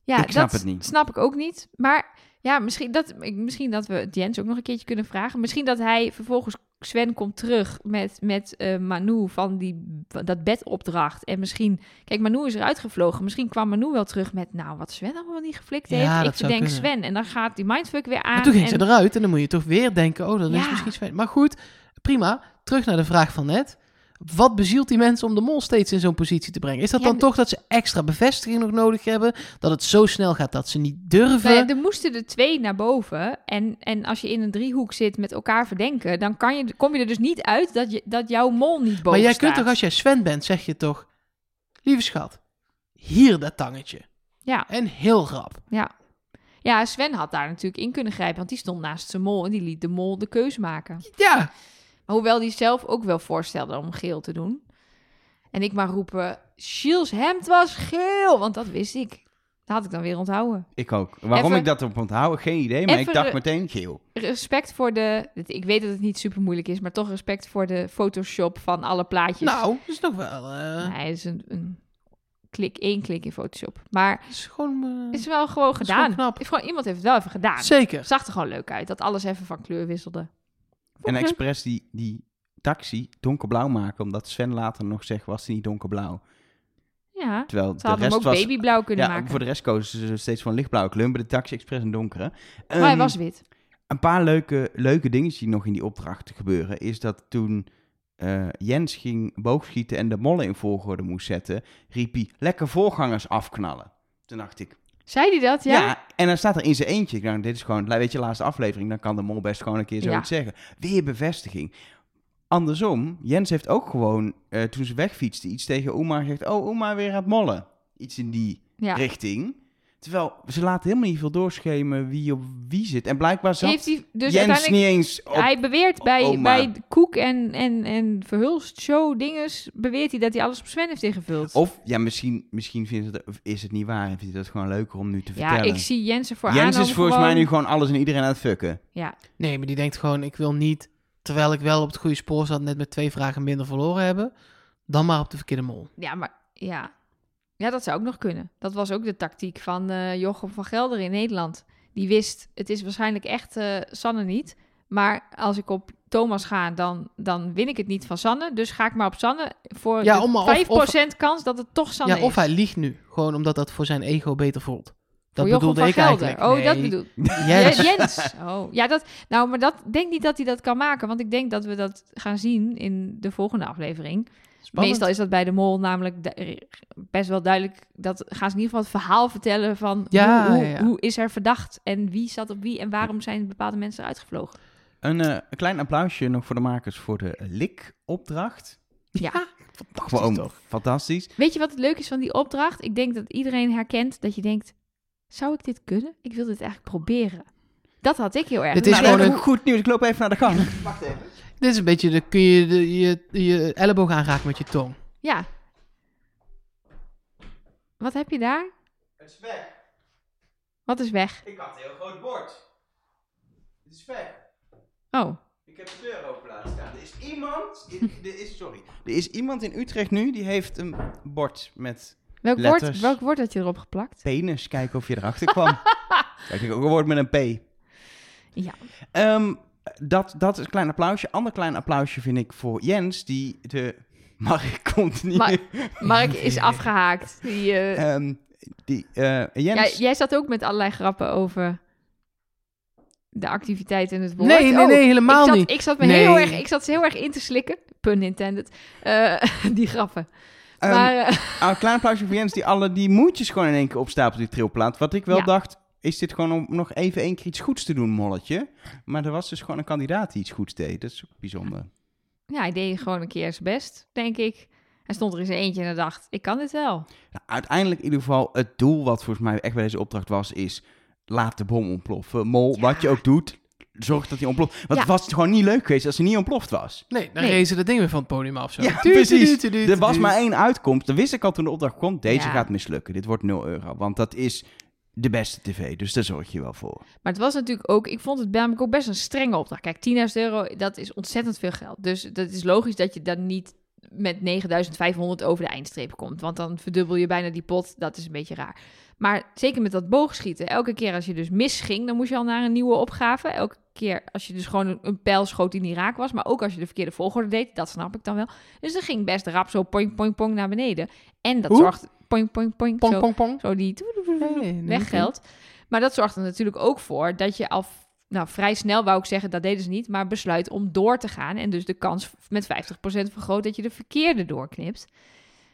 [SPEAKER 1] Ja,
[SPEAKER 3] Ik snap
[SPEAKER 1] dat
[SPEAKER 3] het niet.
[SPEAKER 1] snap ik ook niet. Maar ja, misschien dat, ik- misschien dat we het Jens ook nog een keertje kunnen vragen. Misschien dat hij vervolgens Sven komt terug met, met eh, Manu van die, van dat bedopdracht. En misschien, kijk, Manu is eruit gevlogen. Misschien kwam Manu wel terug met, nou, wat Sven allemaal niet geflikt
[SPEAKER 2] Ja,
[SPEAKER 1] heeft.
[SPEAKER 2] dat
[SPEAKER 1] ik
[SPEAKER 2] zou
[SPEAKER 1] verdenk
[SPEAKER 2] kunnen.
[SPEAKER 1] Sven. En dan gaat die mindfuck weer aan.
[SPEAKER 2] Maar toen ging
[SPEAKER 1] Ah, en-
[SPEAKER 2] ze eruit en dan moet je toch weer denken, oh, dat is
[SPEAKER 1] Ja.
[SPEAKER 2] misschien zwem. Maar goed, prima. Terug naar de vraag van net. Wat bezielt die mensen om de mol steeds in zo'n positie te brengen? Is dat
[SPEAKER 1] Ja,
[SPEAKER 2] dan
[SPEAKER 1] de-
[SPEAKER 2] toch dat ze extra bevestiging nog nodig hebben? Dat het zo snel gaat dat ze niet durven?
[SPEAKER 1] Nou ja, er moesten er twee naar boven. En, en als je in een driehoek zit met elkaar verdenken, dan kan je, kom je er dus niet uit dat, je, dat jouw mol niet boven
[SPEAKER 2] Maar jij
[SPEAKER 1] staat.
[SPEAKER 2] kunt toch, als jij Sven bent, zeg je toch... Lieve schat, hier dat tangetje.
[SPEAKER 1] Ja.
[SPEAKER 2] En heel rap.
[SPEAKER 1] Ja. Ja, Sven had daar natuurlijk in kunnen grijpen, want die stond naast zijn mol en die liet de mol de keus maken.
[SPEAKER 2] Ja,
[SPEAKER 1] Maar hoewel die zelf ook wel voorstelde om geel te doen. En ik maar roepen, Shields hemd was geel, want dat wist ik. Dat had ik dan weer onthouden.
[SPEAKER 3] Ik ook. Waarom
[SPEAKER 1] Even-
[SPEAKER 3] ik dat op onthouden, geen idee. Maar
[SPEAKER 1] Even
[SPEAKER 3] ik dacht
[SPEAKER 1] de-
[SPEAKER 3] meteen geel.
[SPEAKER 1] Respect voor de, ik weet dat het niet super moeilijk is, maar toch respect voor de Photoshop van alle plaatjes.
[SPEAKER 2] nou, dat is nog wel... eh,
[SPEAKER 1] Hij is een, een klik, één klik in Photoshop. Maar
[SPEAKER 2] is gewoon... eh,
[SPEAKER 1] is wel gewoon
[SPEAKER 2] is
[SPEAKER 1] gedaan.
[SPEAKER 2] gewoon knap.
[SPEAKER 1] Is gewoon, iemand heeft het wel even gedaan.
[SPEAKER 2] Zeker.
[SPEAKER 1] Zag er gewoon leuk uit dat alles even van kleur wisselde.
[SPEAKER 3] En
[SPEAKER 1] Oké.
[SPEAKER 3] expres die, die taxi donkerblauw maken. Omdat Sven later nog zegt, was die niet donkerblauw.
[SPEAKER 1] Ja,
[SPEAKER 3] Terwijl
[SPEAKER 1] ze
[SPEAKER 3] de
[SPEAKER 1] hadden
[SPEAKER 3] rest
[SPEAKER 1] hem ook
[SPEAKER 3] was...
[SPEAKER 1] babyblauw kunnen
[SPEAKER 3] ja,
[SPEAKER 1] maken.
[SPEAKER 3] voor de rest kozen ze steeds van lichtblauwe kleur. Bij de taxi expres een donkere.
[SPEAKER 1] maar hij
[SPEAKER 3] Ehm,
[SPEAKER 1] was wit.
[SPEAKER 3] Een paar leuke, leuke dingetjes die nog in die opdracht gebeuren, is dat toen eh, Jens ging boogschieten en de mollen in volgorde moest zetten, riep hij lekker voorgangers afknallen. Toen dacht ik,
[SPEAKER 1] Zei hij dat?
[SPEAKER 3] ja.
[SPEAKER 1] Ja.
[SPEAKER 3] en dan staat er in zijn eentje. Ik dacht, dit is gewoon, weet je, laatste aflevering, dan kan de mol best gewoon een keer zoiets zeggen. Weer bevestiging. Andersom, Jens heeft ook gewoon, eh, toen ze wegfietste, iets tegen Oema gezegd, oh, Oema weer aan het mollen. Iets in die
[SPEAKER 1] Ja.
[SPEAKER 3] richting. Terwijl ze laten helemaal niet veel doorschemen wie op wie zit. En blijkbaar zat
[SPEAKER 1] Heeft hij dus
[SPEAKER 3] Jens
[SPEAKER 1] uiteindelijk...
[SPEAKER 3] niet eens op...
[SPEAKER 1] Hij beweert bij,
[SPEAKER 3] oma.
[SPEAKER 1] bij Koek en, en, en Verhulst show dinges... beweert hij dat hij alles op Sven heeft ingevuld.
[SPEAKER 3] Of, ja, misschien, misschien vindt het, of is het niet waar. Vindt hij dat gewoon leuker om nu te
[SPEAKER 1] ja,
[SPEAKER 3] vertellen.
[SPEAKER 1] ik zie Jensen voor
[SPEAKER 3] Jens
[SPEAKER 1] aan
[SPEAKER 3] is
[SPEAKER 1] om
[SPEAKER 3] volgens
[SPEAKER 1] gewoon-
[SPEAKER 3] mij nu gewoon alles en iedereen aan het fucken.
[SPEAKER 1] Ja,
[SPEAKER 2] Nee, maar die denkt gewoon, ik wil niet, terwijl ik wel op het goede spoor zat, net met twee vragen minder verloren hebben, dan maar op de verkeerde mol.
[SPEAKER 1] ja, maar ja. ja, dat zou ook nog kunnen. Dat was ook de tactiek van eh, Jochem van Gelder in Nederland. Die wist, het is waarschijnlijk echt eh, Sanne niet... maar als ik op Thomas ga, dan, dan win ik het niet van Sanne. Dus ga ik maar op Sanne voor
[SPEAKER 2] Ja,
[SPEAKER 1] de
[SPEAKER 2] om maar- of-
[SPEAKER 1] 5% kans dat het toch Sanne
[SPEAKER 2] ja, of
[SPEAKER 1] is.
[SPEAKER 2] hij liegt nu, gewoon omdat dat voor zijn ego beter voelt. Dat
[SPEAKER 1] Voor Jochem
[SPEAKER 2] bedoelde
[SPEAKER 1] van
[SPEAKER 2] ik
[SPEAKER 1] Gelder.
[SPEAKER 2] eigenlijk.
[SPEAKER 1] Oh,
[SPEAKER 2] Nee,
[SPEAKER 1] dat bedoel
[SPEAKER 2] Jens.
[SPEAKER 1] Ja, Jens. Oh, ja, dat, nou, maar dat denk niet dat hij dat kan maken. Want ik denk dat we dat gaan zien in de volgende aflevering.
[SPEAKER 2] Spannend.
[SPEAKER 1] Meestal is dat bij de mol namelijk du- eh, best wel duidelijk. Dat gaan ze in ieder geval het verhaal vertellen van
[SPEAKER 2] Ja,
[SPEAKER 1] hoe, hoe,
[SPEAKER 2] ja, ja.
[SPEAKER 1] hoe is er verdacht en wie zat op wie en waarom zijn bepaalde mensen eruit gevlogen.
[SPEAKER 3] Een, eh, een klein applausje nog voor de makers voor de lik-opdracht.
[SPEAKER 1] Ja.
[SPEAKER 2] Fantastisch
[SPEAKER 3] Gewoon
[SPEAKER 2] toch?
[SPEAKER 3] fantastisch.
[SPEAKER 1] Weet je wat het leuk is van die opdracht? Ik denk dat iedereen herkent dat je denkt: zou ik dit kunnen? Ik wil dit eigenlijk proberen. Dat had ik heel erg.
[SPEAKER 2] Het is
[SPEAKER 1] Nou,
[SPEAKER 2] gewoon
[SPEAKER 3] een
[SPEAKER 2] een-
[SPEAKER 3] goed nieuws. Ik loop even naar de gang. Wacht even.
[SPEAKER 2] Dit is een beetje, dan kun je de, je, je elleboog aanraken met je tong.
[SPEAKER 1] Ja. Wat heb je daar?
[SPEAKER 3] Het is weg.
[SPEAKER 1] Wat is weg?
[SPEAKER 3] Ik had een heel groot bord. Het is weg.
[SPEAKER 1] Oh,
[SPEAKER 3] Ik heb de deur open laten staan. Er is iemand. in- er is, sorry. Er is iemand in Utrecht nu die heeft een bord met
[SPEAKER 1] welk woord,
[SPEAKER 3] Letters.
[SPEAKER 1] welk woord had je erop geplakt?
[SPEAKER 3] penis. Kijken of je erachter kwam. Kijk, ik ook een woord met een P.
[SPEAKER 1] Ja.
[SPEAKER 3] Ehm, dat, dat is een klein applausje. Ander klein applausje vind ik voor Jens, die de. Mark komt niet.
[SPEAKER 1] Maar-
[SPEAKER 3] meer.
[SPEAKER 1] Mark is afgehaakt. Die, eh,
[SPEAKER 3] Ehm, die, eh,
[SPEAKER 1] jij,
[SPEAKER 3] Jens.
[SPEAKER 1] jij zat ook met allerlei grappen over de activiteit en het woord.
[SPEAKER 2] Nee, nee,
[SPEAKER 1] Oh,
[SPEAKER 2] nee, helemaal
[SPEAKER 1] ik zat,
[SPEAKER 2] niet.
[SPEAKER 1] Ik zat, me
[SPEAKER 2] Nee.
[SPEAKER 1] heel erg, ik zat ze heel erg in te slikken. Pun intended. Eh, die grappen.
[SPEAKER 3] ehm,
[SPEAKER 1] maar eh,
[SPEAKER 3] een klein applausje voor Jens, die alle die moedjes gewoon in één keer opstapelt, die trilplaat. Wat ik wel
[SPEAKER 1] Ja.
[SPEAKER 3] dacht, is dit gewoon om nog even één keer iets goeds te doen, molletje. Maar er was dus gewoon een kandidaat die iets goeds deed. Dat is ook bijzonder.
[SPEAKER 1] ja, hij deed gewoon een keer zijn best, denk ik. Hij stond er in zijn eentje en dacht, ik kan dit wel.
[SPEAKER 3] Nou, uiteindelijk in ieder geval het doel wat volgens mij echt bij deze opdracht was, is laat de bom ontploffen. Mol,
[SPEAKER 1] Ja.
[SPEAKER 3] wat je ook doet, zorg dat hij ontploft. Want
[SPEAKER 1] Ja.
[SPEAKER 3] het was gewoon niet leuk geweest als hij niet ontploft was.
[SPEAKER 2] Nee, dan
[SPEAKER 1] Nee.
[SPEAKER 2] rezen dat ding weer van het podium af. Zo.
[SPEAKER 3] Ja,
[SPEAKER 2] Tuut, tuut,
[SPEAKER 3] precies.
[SPEAKER 2] tuut, tuut, tuut,
[SPEAKER 3] Er was
[SPEAKER 2] tuut.
[SPEAKER 3] maar één uitkomst. Dan wist ik al toen de opdracht kwam, deze
[SPEAKER 1] Ja.
[SPEAKER 3] gaat mislukken. Dit wordt 0 euro, want dat is de beste tv. Dus daar zorg je wel voor.
[SPEAKER 1] Maar het was natuurlijk ook, ik vond het namelijk ook best een strenge opdracht. Kijk, 10.000 euro, dat is ontzettend veel geld. Dus dat is logisch dat je dan niet met 9.500 over de eindstreep komt. Want dan verdubbel je bijna die pot. Dat is een beetje raar. Maar zeker met dat boogschieten. Elke keer als je dus misging, dan moest je al naar een nieuwe opgave. Elke keer als je dus gewoon een, een pijl schoot die niet raak was. Maar ook als je de verkeerde volgorde deed, dat snap ik dan wel. Dus dat ging best rap zo poing, poing, poing naar beneden. En dat
[SPEAKER 2] Hoe?
[SPEAKER 1] zorgt... Poing, poing, poing.
[SPEAKER 2] Pong,
[SPEAKER 1] zo,
[SPEAKER 2] pong, pong.
[SPEAKER 1] zo die
[SPEAKER 2] Nee, nee, nee.
[SPEAKER 1] weggeld. Maar dat zorgt er natuurlijk ook voor dat je al f- nou, vrij snel, wou ik zeggen, dat deden ze niet, maar besluit om door te gaan. En dus de kans f- met 50% vergroot dat je de verkeerde doorknipt.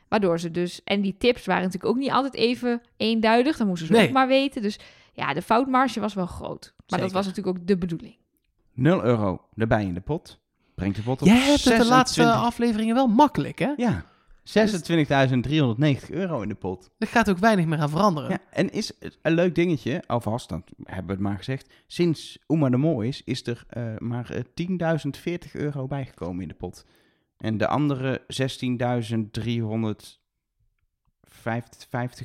[SPEAKER 1] Waardoor ze dus, en die tips waren natuurlijk ook niet altijd even eenduidig, dan moesten ze
[SPEAKER 2] Nee.
[SPEAKER 1] ook maar weten. Dus ja, de foutmarge was wel groot. Maar dat
[SPEAKER 2] Zeker.
[SPEAKER 1] was natuurlijk ook de bedoeling.
[SPEAKER 3] 0 euro erbij in de pot. Brengt de pot op
[SPEAKER 2] Jij hebt het de laatste
[SPEAKER 3] 26.
[SPEAKER 2] afleveringen wel makkelijk, hè?
[SPEAKER 3] Ja. 26.390 euro in de pot.
[SPEAKER 2] Er gaat ook weinig meer aan veranderen.
[SPEAKER 3] Ja, en is het een leuk dingetje, alvast, dat hebben we het maar gezegd. Sinds Oema de Mooi is, is er eh, maar eh, 10.040 euro bijgekomen in de pot. En de andere 16.350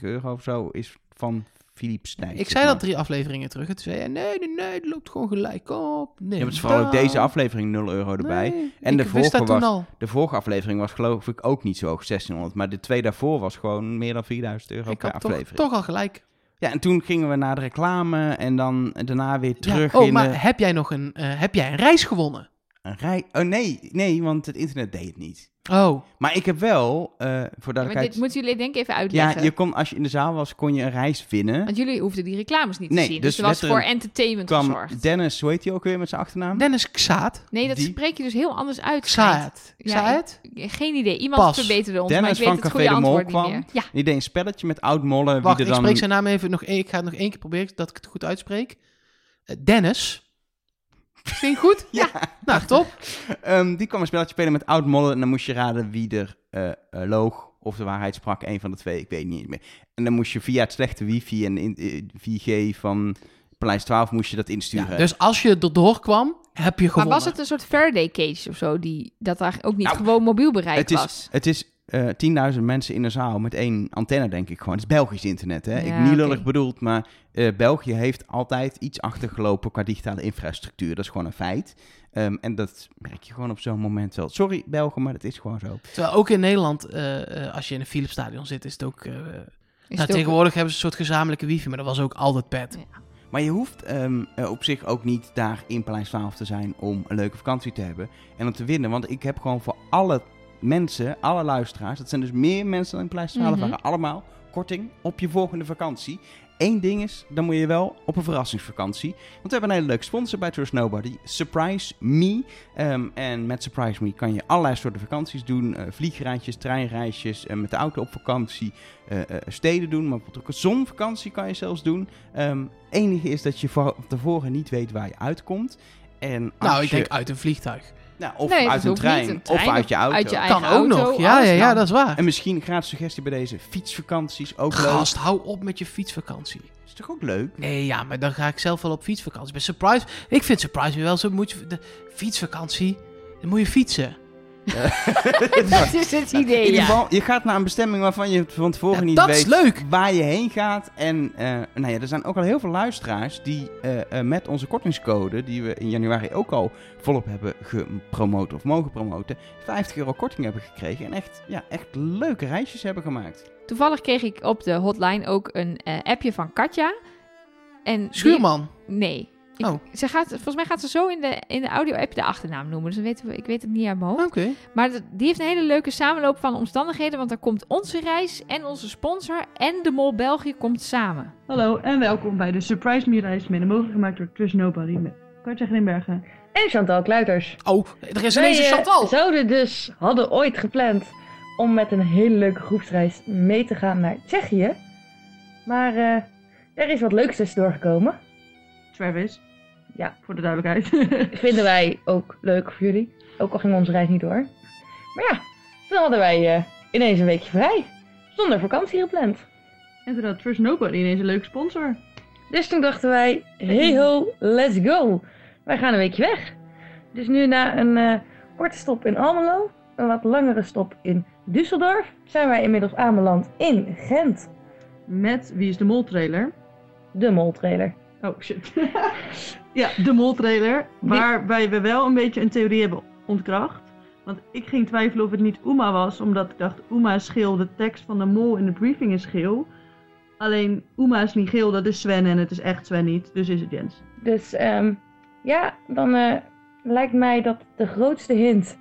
[SPEAKER 3] euro of zo is van Philips Stijn.
[SPEAKER 2] Ik zei dat drie afleveringen terug. En toen zei jij, nee, nee, nee, het loopt gewoon gelijk op. Nee,
[SPEAKER 3] Je hebt vooral ook deze aflevering 0 euro erbij. En de
[SPEAKER 2] ik wist dat
[SPEAKER 3] vorige
[SPEAKER 2] toen
[SPEAKER 3] was-
[SPEAKER 2] al.
[SPEAKER 3] De vorige aflevering was geloof ik ook niet zo hoog, 1600. Maar de twee daarvoor was gewoon meer dan 4000 euro
[SPEAKER 2] Ik
[SPEAKER 3] per
[SPEAKER 2] had toch,
[SPEAKER 3] aflevering.
[SPEAKER 2] toch al gelijk.
[SPEAKER 3] Ja, en toen gingen we naar de reclame en dan daarna weer terug
[SPEAKER 2] Ja, oh,
[SPEAKER 3] in
[SPEAKER 2] maar
[SPEAKER 3] de...
[SPEAKER 2] heb jij nog een, eh, heb jij een reis gewonnen?
[SPEAKER 3] een rij. Oh nee, nee, want het internet deed het niet.
[SPEAKER 2] Oh,
[SPEAKER 3] Maar ik heb wel, eh voor
[SPEAKER 1] Maar dit
[SPEAKER 3] duidelijkheid...
[SPEAKER 1] moeten jullie denk ik even
[SPEAKER 3] ja,
[SPEAKER 1] uitleggen.
[SPEAKER 3] je kon, als je in de zaal was, kon je een reis winnen.
[SPEAKER 1] Want jullie hoefden die reclames niet
[SPEAKER 3] Nee,
[SPEAKER 1] te zien.
[SPEAKER 3] dus
[SPEAKER 1] Dus, er was voor
[SPEAKER 3] letterlijk
[SPEAKER 1] entertainment
[SPEAKER 3] kwam
[SPEAKER 1] gezorgd.
[SPEAKER 3] Dennis, hoe heet hij ook weer met zijn achternaam?
[SPEAKER 2] Dennis Xaat.
[SPEAKER 1] nee, dat
[SPEAKER 3] die-
[SPEAKER 1] spreek je dus heel anders uit. schijnt.
[SPEAKER 2] Xaat.
[SPEAKER 1] Ja,
[SPEAKER 2] Xaat?
[SPEAKER 1] Geen idee. Iemand
[SPEAKER 2] Pas.
[SPEAKER 1] verbeterde ons, maar
[SPEAKER 3] Dennis
[SPEAKER 1] ik
[SPEAKER 3] van
[SPEAKER 1] weet het
[SPEAKER 3] Café
[SPEAKER 1] goede
[SPEAKER 3] de Mol
[SPEAKER 1] antwoord
[SPEAKER 3] kwam.
[SPEAKER 1] niet meer. Ja,
[SPEAKER 3] Die deed een spelletje met oud mollen.
[SPEAKER 2] Wacht,
[SPEAKER 3] wie er
[SPEAKER 2] ik
[SPEAKER 3] dan...
[SPEAKER 2] spreek zijn naam even nog één. Ik ga het nog één keer proberen dat ik het goed uitspreek. Eh, Dennis. Klinkt goed?
[SPEAKER 3] Ja.
[SPEAKER 2] Nou, top.
[SPEAKER 3] Ehm, die kwam een spelletje spelen met oud mollen. En dan moest je raden wie er eh, eh, loog of de waarheid sprak. Een van de twee, ik weet niet meer. En dan moest je via het slechte wifi en in, eh, 4G van Paleis 12 moest je dat insturen.
[SPEAKER 2] Ja, dus als je erdoor kwam, heb je
[SPEAKER 1] maar
[SPEAKER 2] gewonnen.
[SPEAKER 1] was het een soort Faraday cage of zo? Die, dat daar ook niet
[SPEAKER 3] Nou,
[SPEAKER 1] gewoon mobiel bereik
[SPEAKER 3] het is,
[SPEAKER 1] was?
[SPEAKER 3] het is eh 10.000 mensen in een zaal met één antenne, denk ik gewoon. Het is Belgisch internet, hè? ik,
[SPEAKER 1] Ja,
[SPEAKER 3] niet
[SPEAKER 1] oké.
[SPEAKER 3] lullig bedoeld, maar eh, België heeft altijd iets achtergelopen qua digitale infrastructuur. Dat is gewoon een feit. Ehm, en dat merk je gewoon op zo'n moment wel. Sorry Belgen, maar dat is gewoon zo.
[SPEAKER 2] Terwijl ook in Nederland, eh, eh, als je in een Philips stadion zit, is het ook... eh,
[SPEAKER 1] Is
[SPEAKER 2] nou,
[SPEAKER 1] het ook-
[SPEAKER 2] tegenwoordig hebben ze een soort gezamenlijke wifi, maar dat was ook altijd pet.
[SPEAKER 3] Maar je hoeft ehm, eh, op zich ook niet daar in Paleis 12 te zijn om een leuke vakantie te hebben en om te winnen. Want ik heb gewoon voor alle mensen, alle luisteraars, dat zijn dus meer mensen dan in Paleis 12
[SPEAKER 1] Mhm.
[SPEAKER 3] waren, allemaal korting op je volgende vakantie. Eén ding is, dan moet je wel op een verrassingsvakantie. Want we hebben een hele leuke sponsor bij Trust Nobody, Surprise Me. Ehm, en met Surprise Me kan je allerlei soorten vakanties doen. eh vliegreisjes, treinreisjes, eh, met de auto op vakantie, eh, eh, steden doen. Maar bijvoorbeeld ook een zonvakantie kan je zelfs doen. Ehm enige is dat je van tevoren niet weet waar je uitkomt. En als
[SPEAKER 2] Nou, ik
[SPEAKER 3] je-
[SPEAKER 2] denk uit een vliegtuig.
[SPEAKER 3] nou, of
[SPEAKER 1] Nee, dat
[SPEAKER 3] uit een
[SPEAKER 1] hoeft
[SPEAKER 3] trein,
[SPEAKER 1] niet. Een
[SPEAKER 3] of
[SPEAKER 1] trein
[SPEAKER 3] uit je auto.
[SPEAKER 1] uit je
[SPEAKER 2] Kan
[SPEAKER 1] Eigen
[SPEAKER 2] ook
[SPEAKER 1] auto,
[SPEAKER 2] nog. Ja,
[SPEAKER 1] alles
[SPEAKER 2] ja, ja,
[SPEAKER 1] dan.
[SPEAKER 2] dat is waar.
[SPEAKER 3] En misschien een gratis suggestie bij deze fietsvakanties ook leuk.
[SPEAKER 2] Gast, hou op met je fietsvakantie.
[SPEAKER 3] Is toch ook leuk?
[SPEAKER 2] Nee, ja, maar dan ga ik zelf wel op fietsvakantie. Bij Surprise, ik vind Surprise weer wel zo. Moet je, de fietsvakantie, dan moet je fietsen.
[SPEAKER 1] dat is het
[SPEAKER 3] In
[SPEAKER 1] idee,
[SPEAKER 3] ieder
[SPEAKER 1] ja.
[SPEAKER 3] geval, je gaat naar een bestemming waarvan je van tevoren
[SPEAKER 2] Ja,
[SPEAKER 3] niet
[SPEAKER 2] dat
[SPEAKER 3] weet
[SPEAKER 2] is leuk.
[SPEAKER 3] waar je heen gaat. En eh, nou ja, er zijn ook al heel veel luisteraars die eh, eh, met onze kortingscode, die we in januari ook al volop hebben gepromoot of mogen promoten, 50 euro korting hebben gekregen. En echt, ja, echt leuke reisjes hebben gemaakt.
[SPEAKER 1] Toevallig kreeg ik op de hotline ook een eh, appje van Katja. En die-
[SPEAKER 2] Schuurman.
[SPEAKER 1] nee. Ik-
[SPEAKER 2] Oh.
[SPEAKER 1] Ze gaat, volgens mij gaat ze zo in de, in de audio-app de achternaam noemen. Dus dan weten we, ik weet het niet uit mijn hoofd.
[SPEAKER 2] Oké.
[SPEAKER 1] Maar d- die heeft een hele leuke samenloop van omstandigheden. Want daar komt onze reis en onze sponsor en de Mol België komt samen.
[SPEAKER 4] Hallo en welkom bij de Surprise Me Reis, mede mogelijk gemaakt door Trust Nobody met Kartje Grimbergen.
[SPEAKER 5] en Chantal Kluiters.
[SPEAKER 2] Oh, er is ineens een
[SPEAKER 5] Wij, eh,
[SPEAKER 2] Chantal.
[SPEAKER 5] zouden dus, hadden ooit gepland om met een hele leuke groepsreis mee te gaan naar Tsjechië. Maar eh, er is wat leuks dus doorgekomen.
[SPEAKER 4] Travis.
[SPEAKER 5] Ja.
[SPEAKER 4] Voor de duidelijkheid.
[SPEAKER 5] Vinden wij ook leuk voor jullie. Ook al ging onze reis niet door. Maar ja, toen hadden wij eh, ineens een weekje vrij. Zonder vakantie gepland.
[SPEAKER 4] en toen had Trust Nobody ineens een leuke sponsor.
[SPEAKER 5] Dus toen dachten wij, hey ho, let's go. Wij gaan een weekje weg. Dus nu na een eh, korte stop in Almelo, een wat langere stop in Düsseldorf, zijn wij inmiddels aanbeland in Gent.
[SPEAKER 4] Met Wie is de Mol trailer.
[SPEAKER 5] De moltrailer.
[SPEAKER 4] Oh shit. ja, de Mol trailer. Waarbij we wel een beetje een theorie hebben ontkracht. Want ik ging twijfelen of het niet Oema was, omdat ik dacht Oema is geel, de tekst van de Mol in de briefing is geel. Alleen Oema is niet geel, dat is Sven en het is echt Sven niet, dus is het Jens.
[SPEAKER 5] Dus ehm, ja, dan eh, lijkt mij dat de grootste hint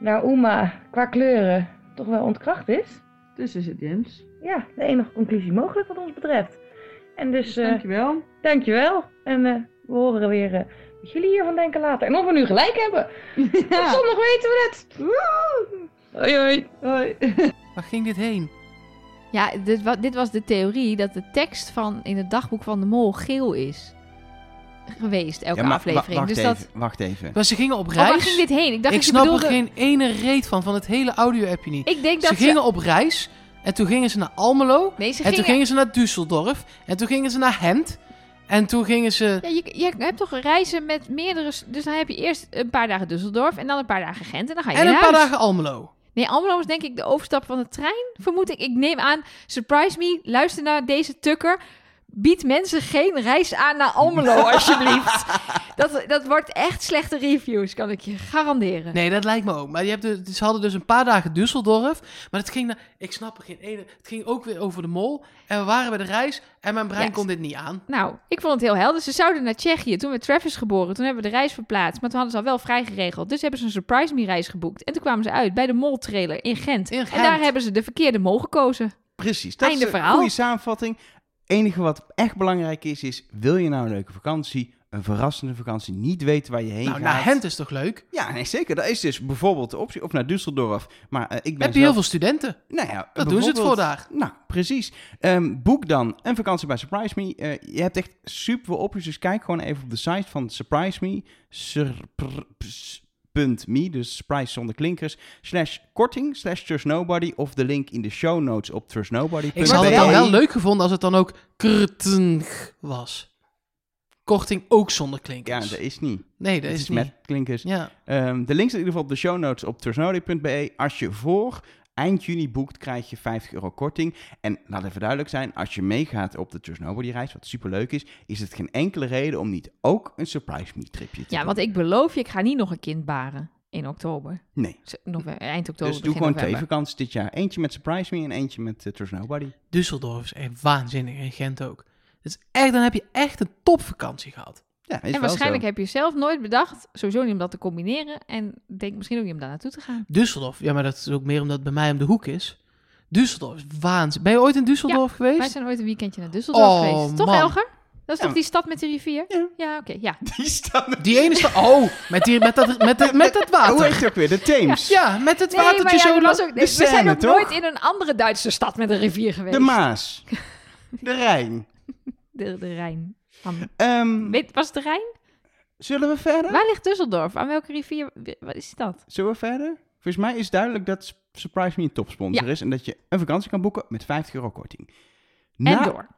[SPEAKER 5] naar Uma qua kleuren toch wel ontkracht is.
[SPEAKER 4] Dus is het Jens.
[SPEAKER 5] Ja, de enige conclusie mogelijk wat ons betreft. En dus... eh,
[SPEAKER 4] Dankjewel.
[SPEAKER 5] Dankjewel. En eh, we horen weer eh, wat jullie hiervan denken later. En of we nu gelijk hebben. Op
[SPEAKER 4] Ja.
[SPEAKER 5] zondag weten we het. Hoi hoi.
[SPEAKER 4] Hoi.
[SPEAKER 2] Waar ging dit heen?
[SPEAKER 1] Ja, dit, wa- dit was de theorie dat de tekst van in het dagboek van de Mol geel is. geweest, elke
[SPEAKER 3] Ja, maar wa-
[SPEAKER 1] aflevering.
[SPEAKER 3] Wacht
[SPEAKER 1] dus
[SPEAKER 3] even,
[SPEAKER 1] dat...
[SPEAKER 3] wacht even.
[SPEAKER 2] Maar ze gingen op
[SPEAKER 1] Oh,
[SPEAKER 2] reis.
[SPEAKER 1] waar ging dit heen? Ik dacht
[SPEAKER 2] ik
[SPEAKER 1] dat je
[SPEAKER 2] snap
[SPEAKER 1] bedoelde...
[SPEAKER 2] er geen ene reet van, van het hele audio-appje niet.
[SPEAKER 1] Ik denk dat
[SPEAKER 2] Ze
[SPEAKER 1] ze...
[SPEAKER 2] gingen op reis en toen gingen ze naar Almelo.
[SPEAKER 1] Nee, ze
[SPEAKER 2] En
[SPEAKER 1] gingen...
[SPEAKER 2] toen gingen ze naar Düsseldorf. En toen gingen ze naar Hent. En toen gingen ze...
[SPEAKER 1] Ja, je, je hebt toch reizen met meerdere... s- Dus dan heb je eerst een paar dagen Düsseldorf en dan een paar dagen Gent en dan ga je
[SPEAKER 2] En
[SPEAKER 1] naar
[SPEAKER 2] een paar
[SPEAKER 1] huis.
[SPEAKER 2] dagen Almelo.
[SPEAKER 1] Nee, Almelo is denk ik de overstap van de trein, vermoed ik. Ik neem aan, surprise me, luister naar deze tukker. Bied mensen geen reis aan naar Almelo, alsjeblieft. dat, dat wordt echt slechte reviews, kan ik je garanderen.
[SPEAKER 2] Nee, dat lijkt me ook. Maar je hebt de, ze hadden dus een paar dagen Düsseldorf. Maar het ging naar... Ik snap er geen ene... Het ging ook weer over de mol. En we waren bij de reis. En mijn brein
[SPEAKER 1] Ja.
[SPEAKER 2] kon dit niet aan.
[SPEAKER 1] Nou, ik vond het heel helder. Ze zouden naar Tsjechië. Toen werd Travis geboren. Toen hebben we de reis verplaatst. Maar toen hadden ze al wel vrij geregeld. Dus hebben ze een Surprise Me reis geboekt. En toen kwamen ze uit bij de Mol trailer in Gent.
[SPEAKER 2] In
[SPEAKER 1] En
[SPEAKER 2] Gent.
[SPEAKER 1] daar hebben ze de verkeerde mol gekozen.
[SPEAKER 3] Precies, dat
[SPEAKER 1] Einde
[SPEAKER 3] is een
[SPEAKER 1] verhaal.
[SPEAKER 3] goede samenvatting. enige wat echt belangrijk is, is wil je nou een leuke vakantie, een verrassende vakantie, niet weten waar je heen
[SPEAKER 2] Nou,
[SPEAKER 3] gaat.
[SPEAKER 2] naar Hent is toch leuk?
[SPEAKER 3] Ja, nee, zeker. Dat is dus bijvoorbeeld de optie. Of naar Düsseldorf. Maar eh, ik ben
[SPEAKER 2] Heb je heel
[SPEAKER 3] zelf-
[SPEAKER 2] veel studenten.
[SPEAKER 3] Nou ja,
[SPEAKER 2] Dat doen ze het
[SPEAKER 3] bijvoorbeeld-
[SPEAKER 2] voor daar.
[SPEAKER 3] Nou, precies. Ehm, boek dan een vakantie bij Surprise Me. Eh, je hebt echt super veel opties, dus kijk gewoon even op de site van Surprise Me. surpr- ps- punt me, dus surprise zonder klinkers, slash korting, slash Trust Nobody, of de link in de show notes op trustnobody.nl.
[SPEAKER 2] Ik zou het
[SPEAKER 1] ben
[SPEAKER 2] dan
[SPEAKER 1] jij-
[SPEAKER 2] wel leuk gevonden als het dan ook krting was. Korting ook zonder
[SPEAKER 3] Ja,
[SPEAKER 2] klinkers.
[SPEAKER 3] dat is niet.
[SPEAKER 2] nee, dat
[SPEAKER 3] Dat
[SPEAKER 2] is,
[SPEAKER 3] is
[SPEAKER 2] niet.
[SPEAKER 3] met klinkers.
[SPEAKER 2] Ja.
[SPEAKER 3] Ehm, de link is in ieder geval op de show notes op trustnody.be. Als je voor eind juni boekt, krijg je 50 euro korting. En laat even duidelijk zijn, als je meegaat op de Trustnobody reis, wat superleuk is, is het geen enkele reden om niet ook een surprise meet tripje te
[SPEAKER 1] Ja,
[SPEAKER 3] doen.
[SPEAKER 1] want ik beloof je, ik ga niet nog een kind baren in oktober.
[SPEAKER 3] Nee.
[SPEAKER 1] Z- nove- eind oktober,
[SPEAKER 3] dus doe
[SPEAKER 1] begin
[SPEAKER 3] gewoon twee
[SPEAKER 1] november.
[SPEAKER 3] vakanties dit jaar. Eentje met Surprise Me en eentje met uh, Nobody.
[SPEAKER 2] Düsseldorf is echt waanzinnig en Gent ook. Dus echt, dan heb je echt een topvakantie gehad.
[SPEAKER 3] Ja, is
[SPEAKER 1] En waarschijnlijk heb je zelf nooit bedacht, sowieso niet om dat te combineren. En denk misschien ook niet om daar naartoe te gaan.
[SPEAKER 2] Düsseldorf, ja, maar dat is ook meer omdat het bij mij om de hoek is. Düsseldorf is waanzinnig. Ben je ooit in Düsseldorf geweest?
[SPEAKER 1] Wij zijn ooit een weekendje naar Düsseldorf
[SPEAKER 2] Oh,
[SPEAKER 1] geweest. Toch,
[SPEAKER 2] man.
[SPEAKER 1] Elger? Dat is
[SPEAKER 3] Ja.
[SPEAKER 1] toch die stad met de rivier?
[SPEAKER 3] Ja.
[SPEAKER 1] oké. ja.
[SPEAKER 3] Die staan...
[SPEAKER 2] Die ene stad. Oh, met, die, met, dat, met, dat- met dat
[SPEAKER 3] Hoe
[SPEAKER 2] water.
[SPEAKER 3] heet het ook weer? De Thames.
[SPEAKER 2] Ja, met het
[SPEAKER 1] Nee,
[SPEAKER 2] watertje
[SPEAKER 1] maar ja,
[SPEAKER 2] zo
[SPEAKER 1] dat
[SPEAKER 2] lang.
[SPEAKER 1] was ook,
[SPEAKER 3] de
[SPEAKER 1] we zijn
[SPEAKER 3] Seine,
[SPEAKER 1] ook
[SPEAKER 3] toch?
[SPEAKER 1] nooit in een andere Duitse stad met een rivier geweest.
[SPEAKER 3] De Maas. De Rijn.
[SPEAKER 1] De, de Rijn. Am-
[SPEAKER 3] Ehm,
[SPEAKER 1] Weet, was het de Rijn?
[SPEAKER 3] zullen we verder?
[SPEAKER 1] Waar ligt Düsseldorf? Aan welke rivier? Wat is dat?
[SPEAKER 3] Zullen we verder? Volgens mij is duidelijk dat Sup- Surprise Me een topsponsor is. En dat je een vakantie kan boeken met 50 euro korting.
[SPEAKER 1] en
[SPEAKER 3] Na,
[SPEAKER 1] door.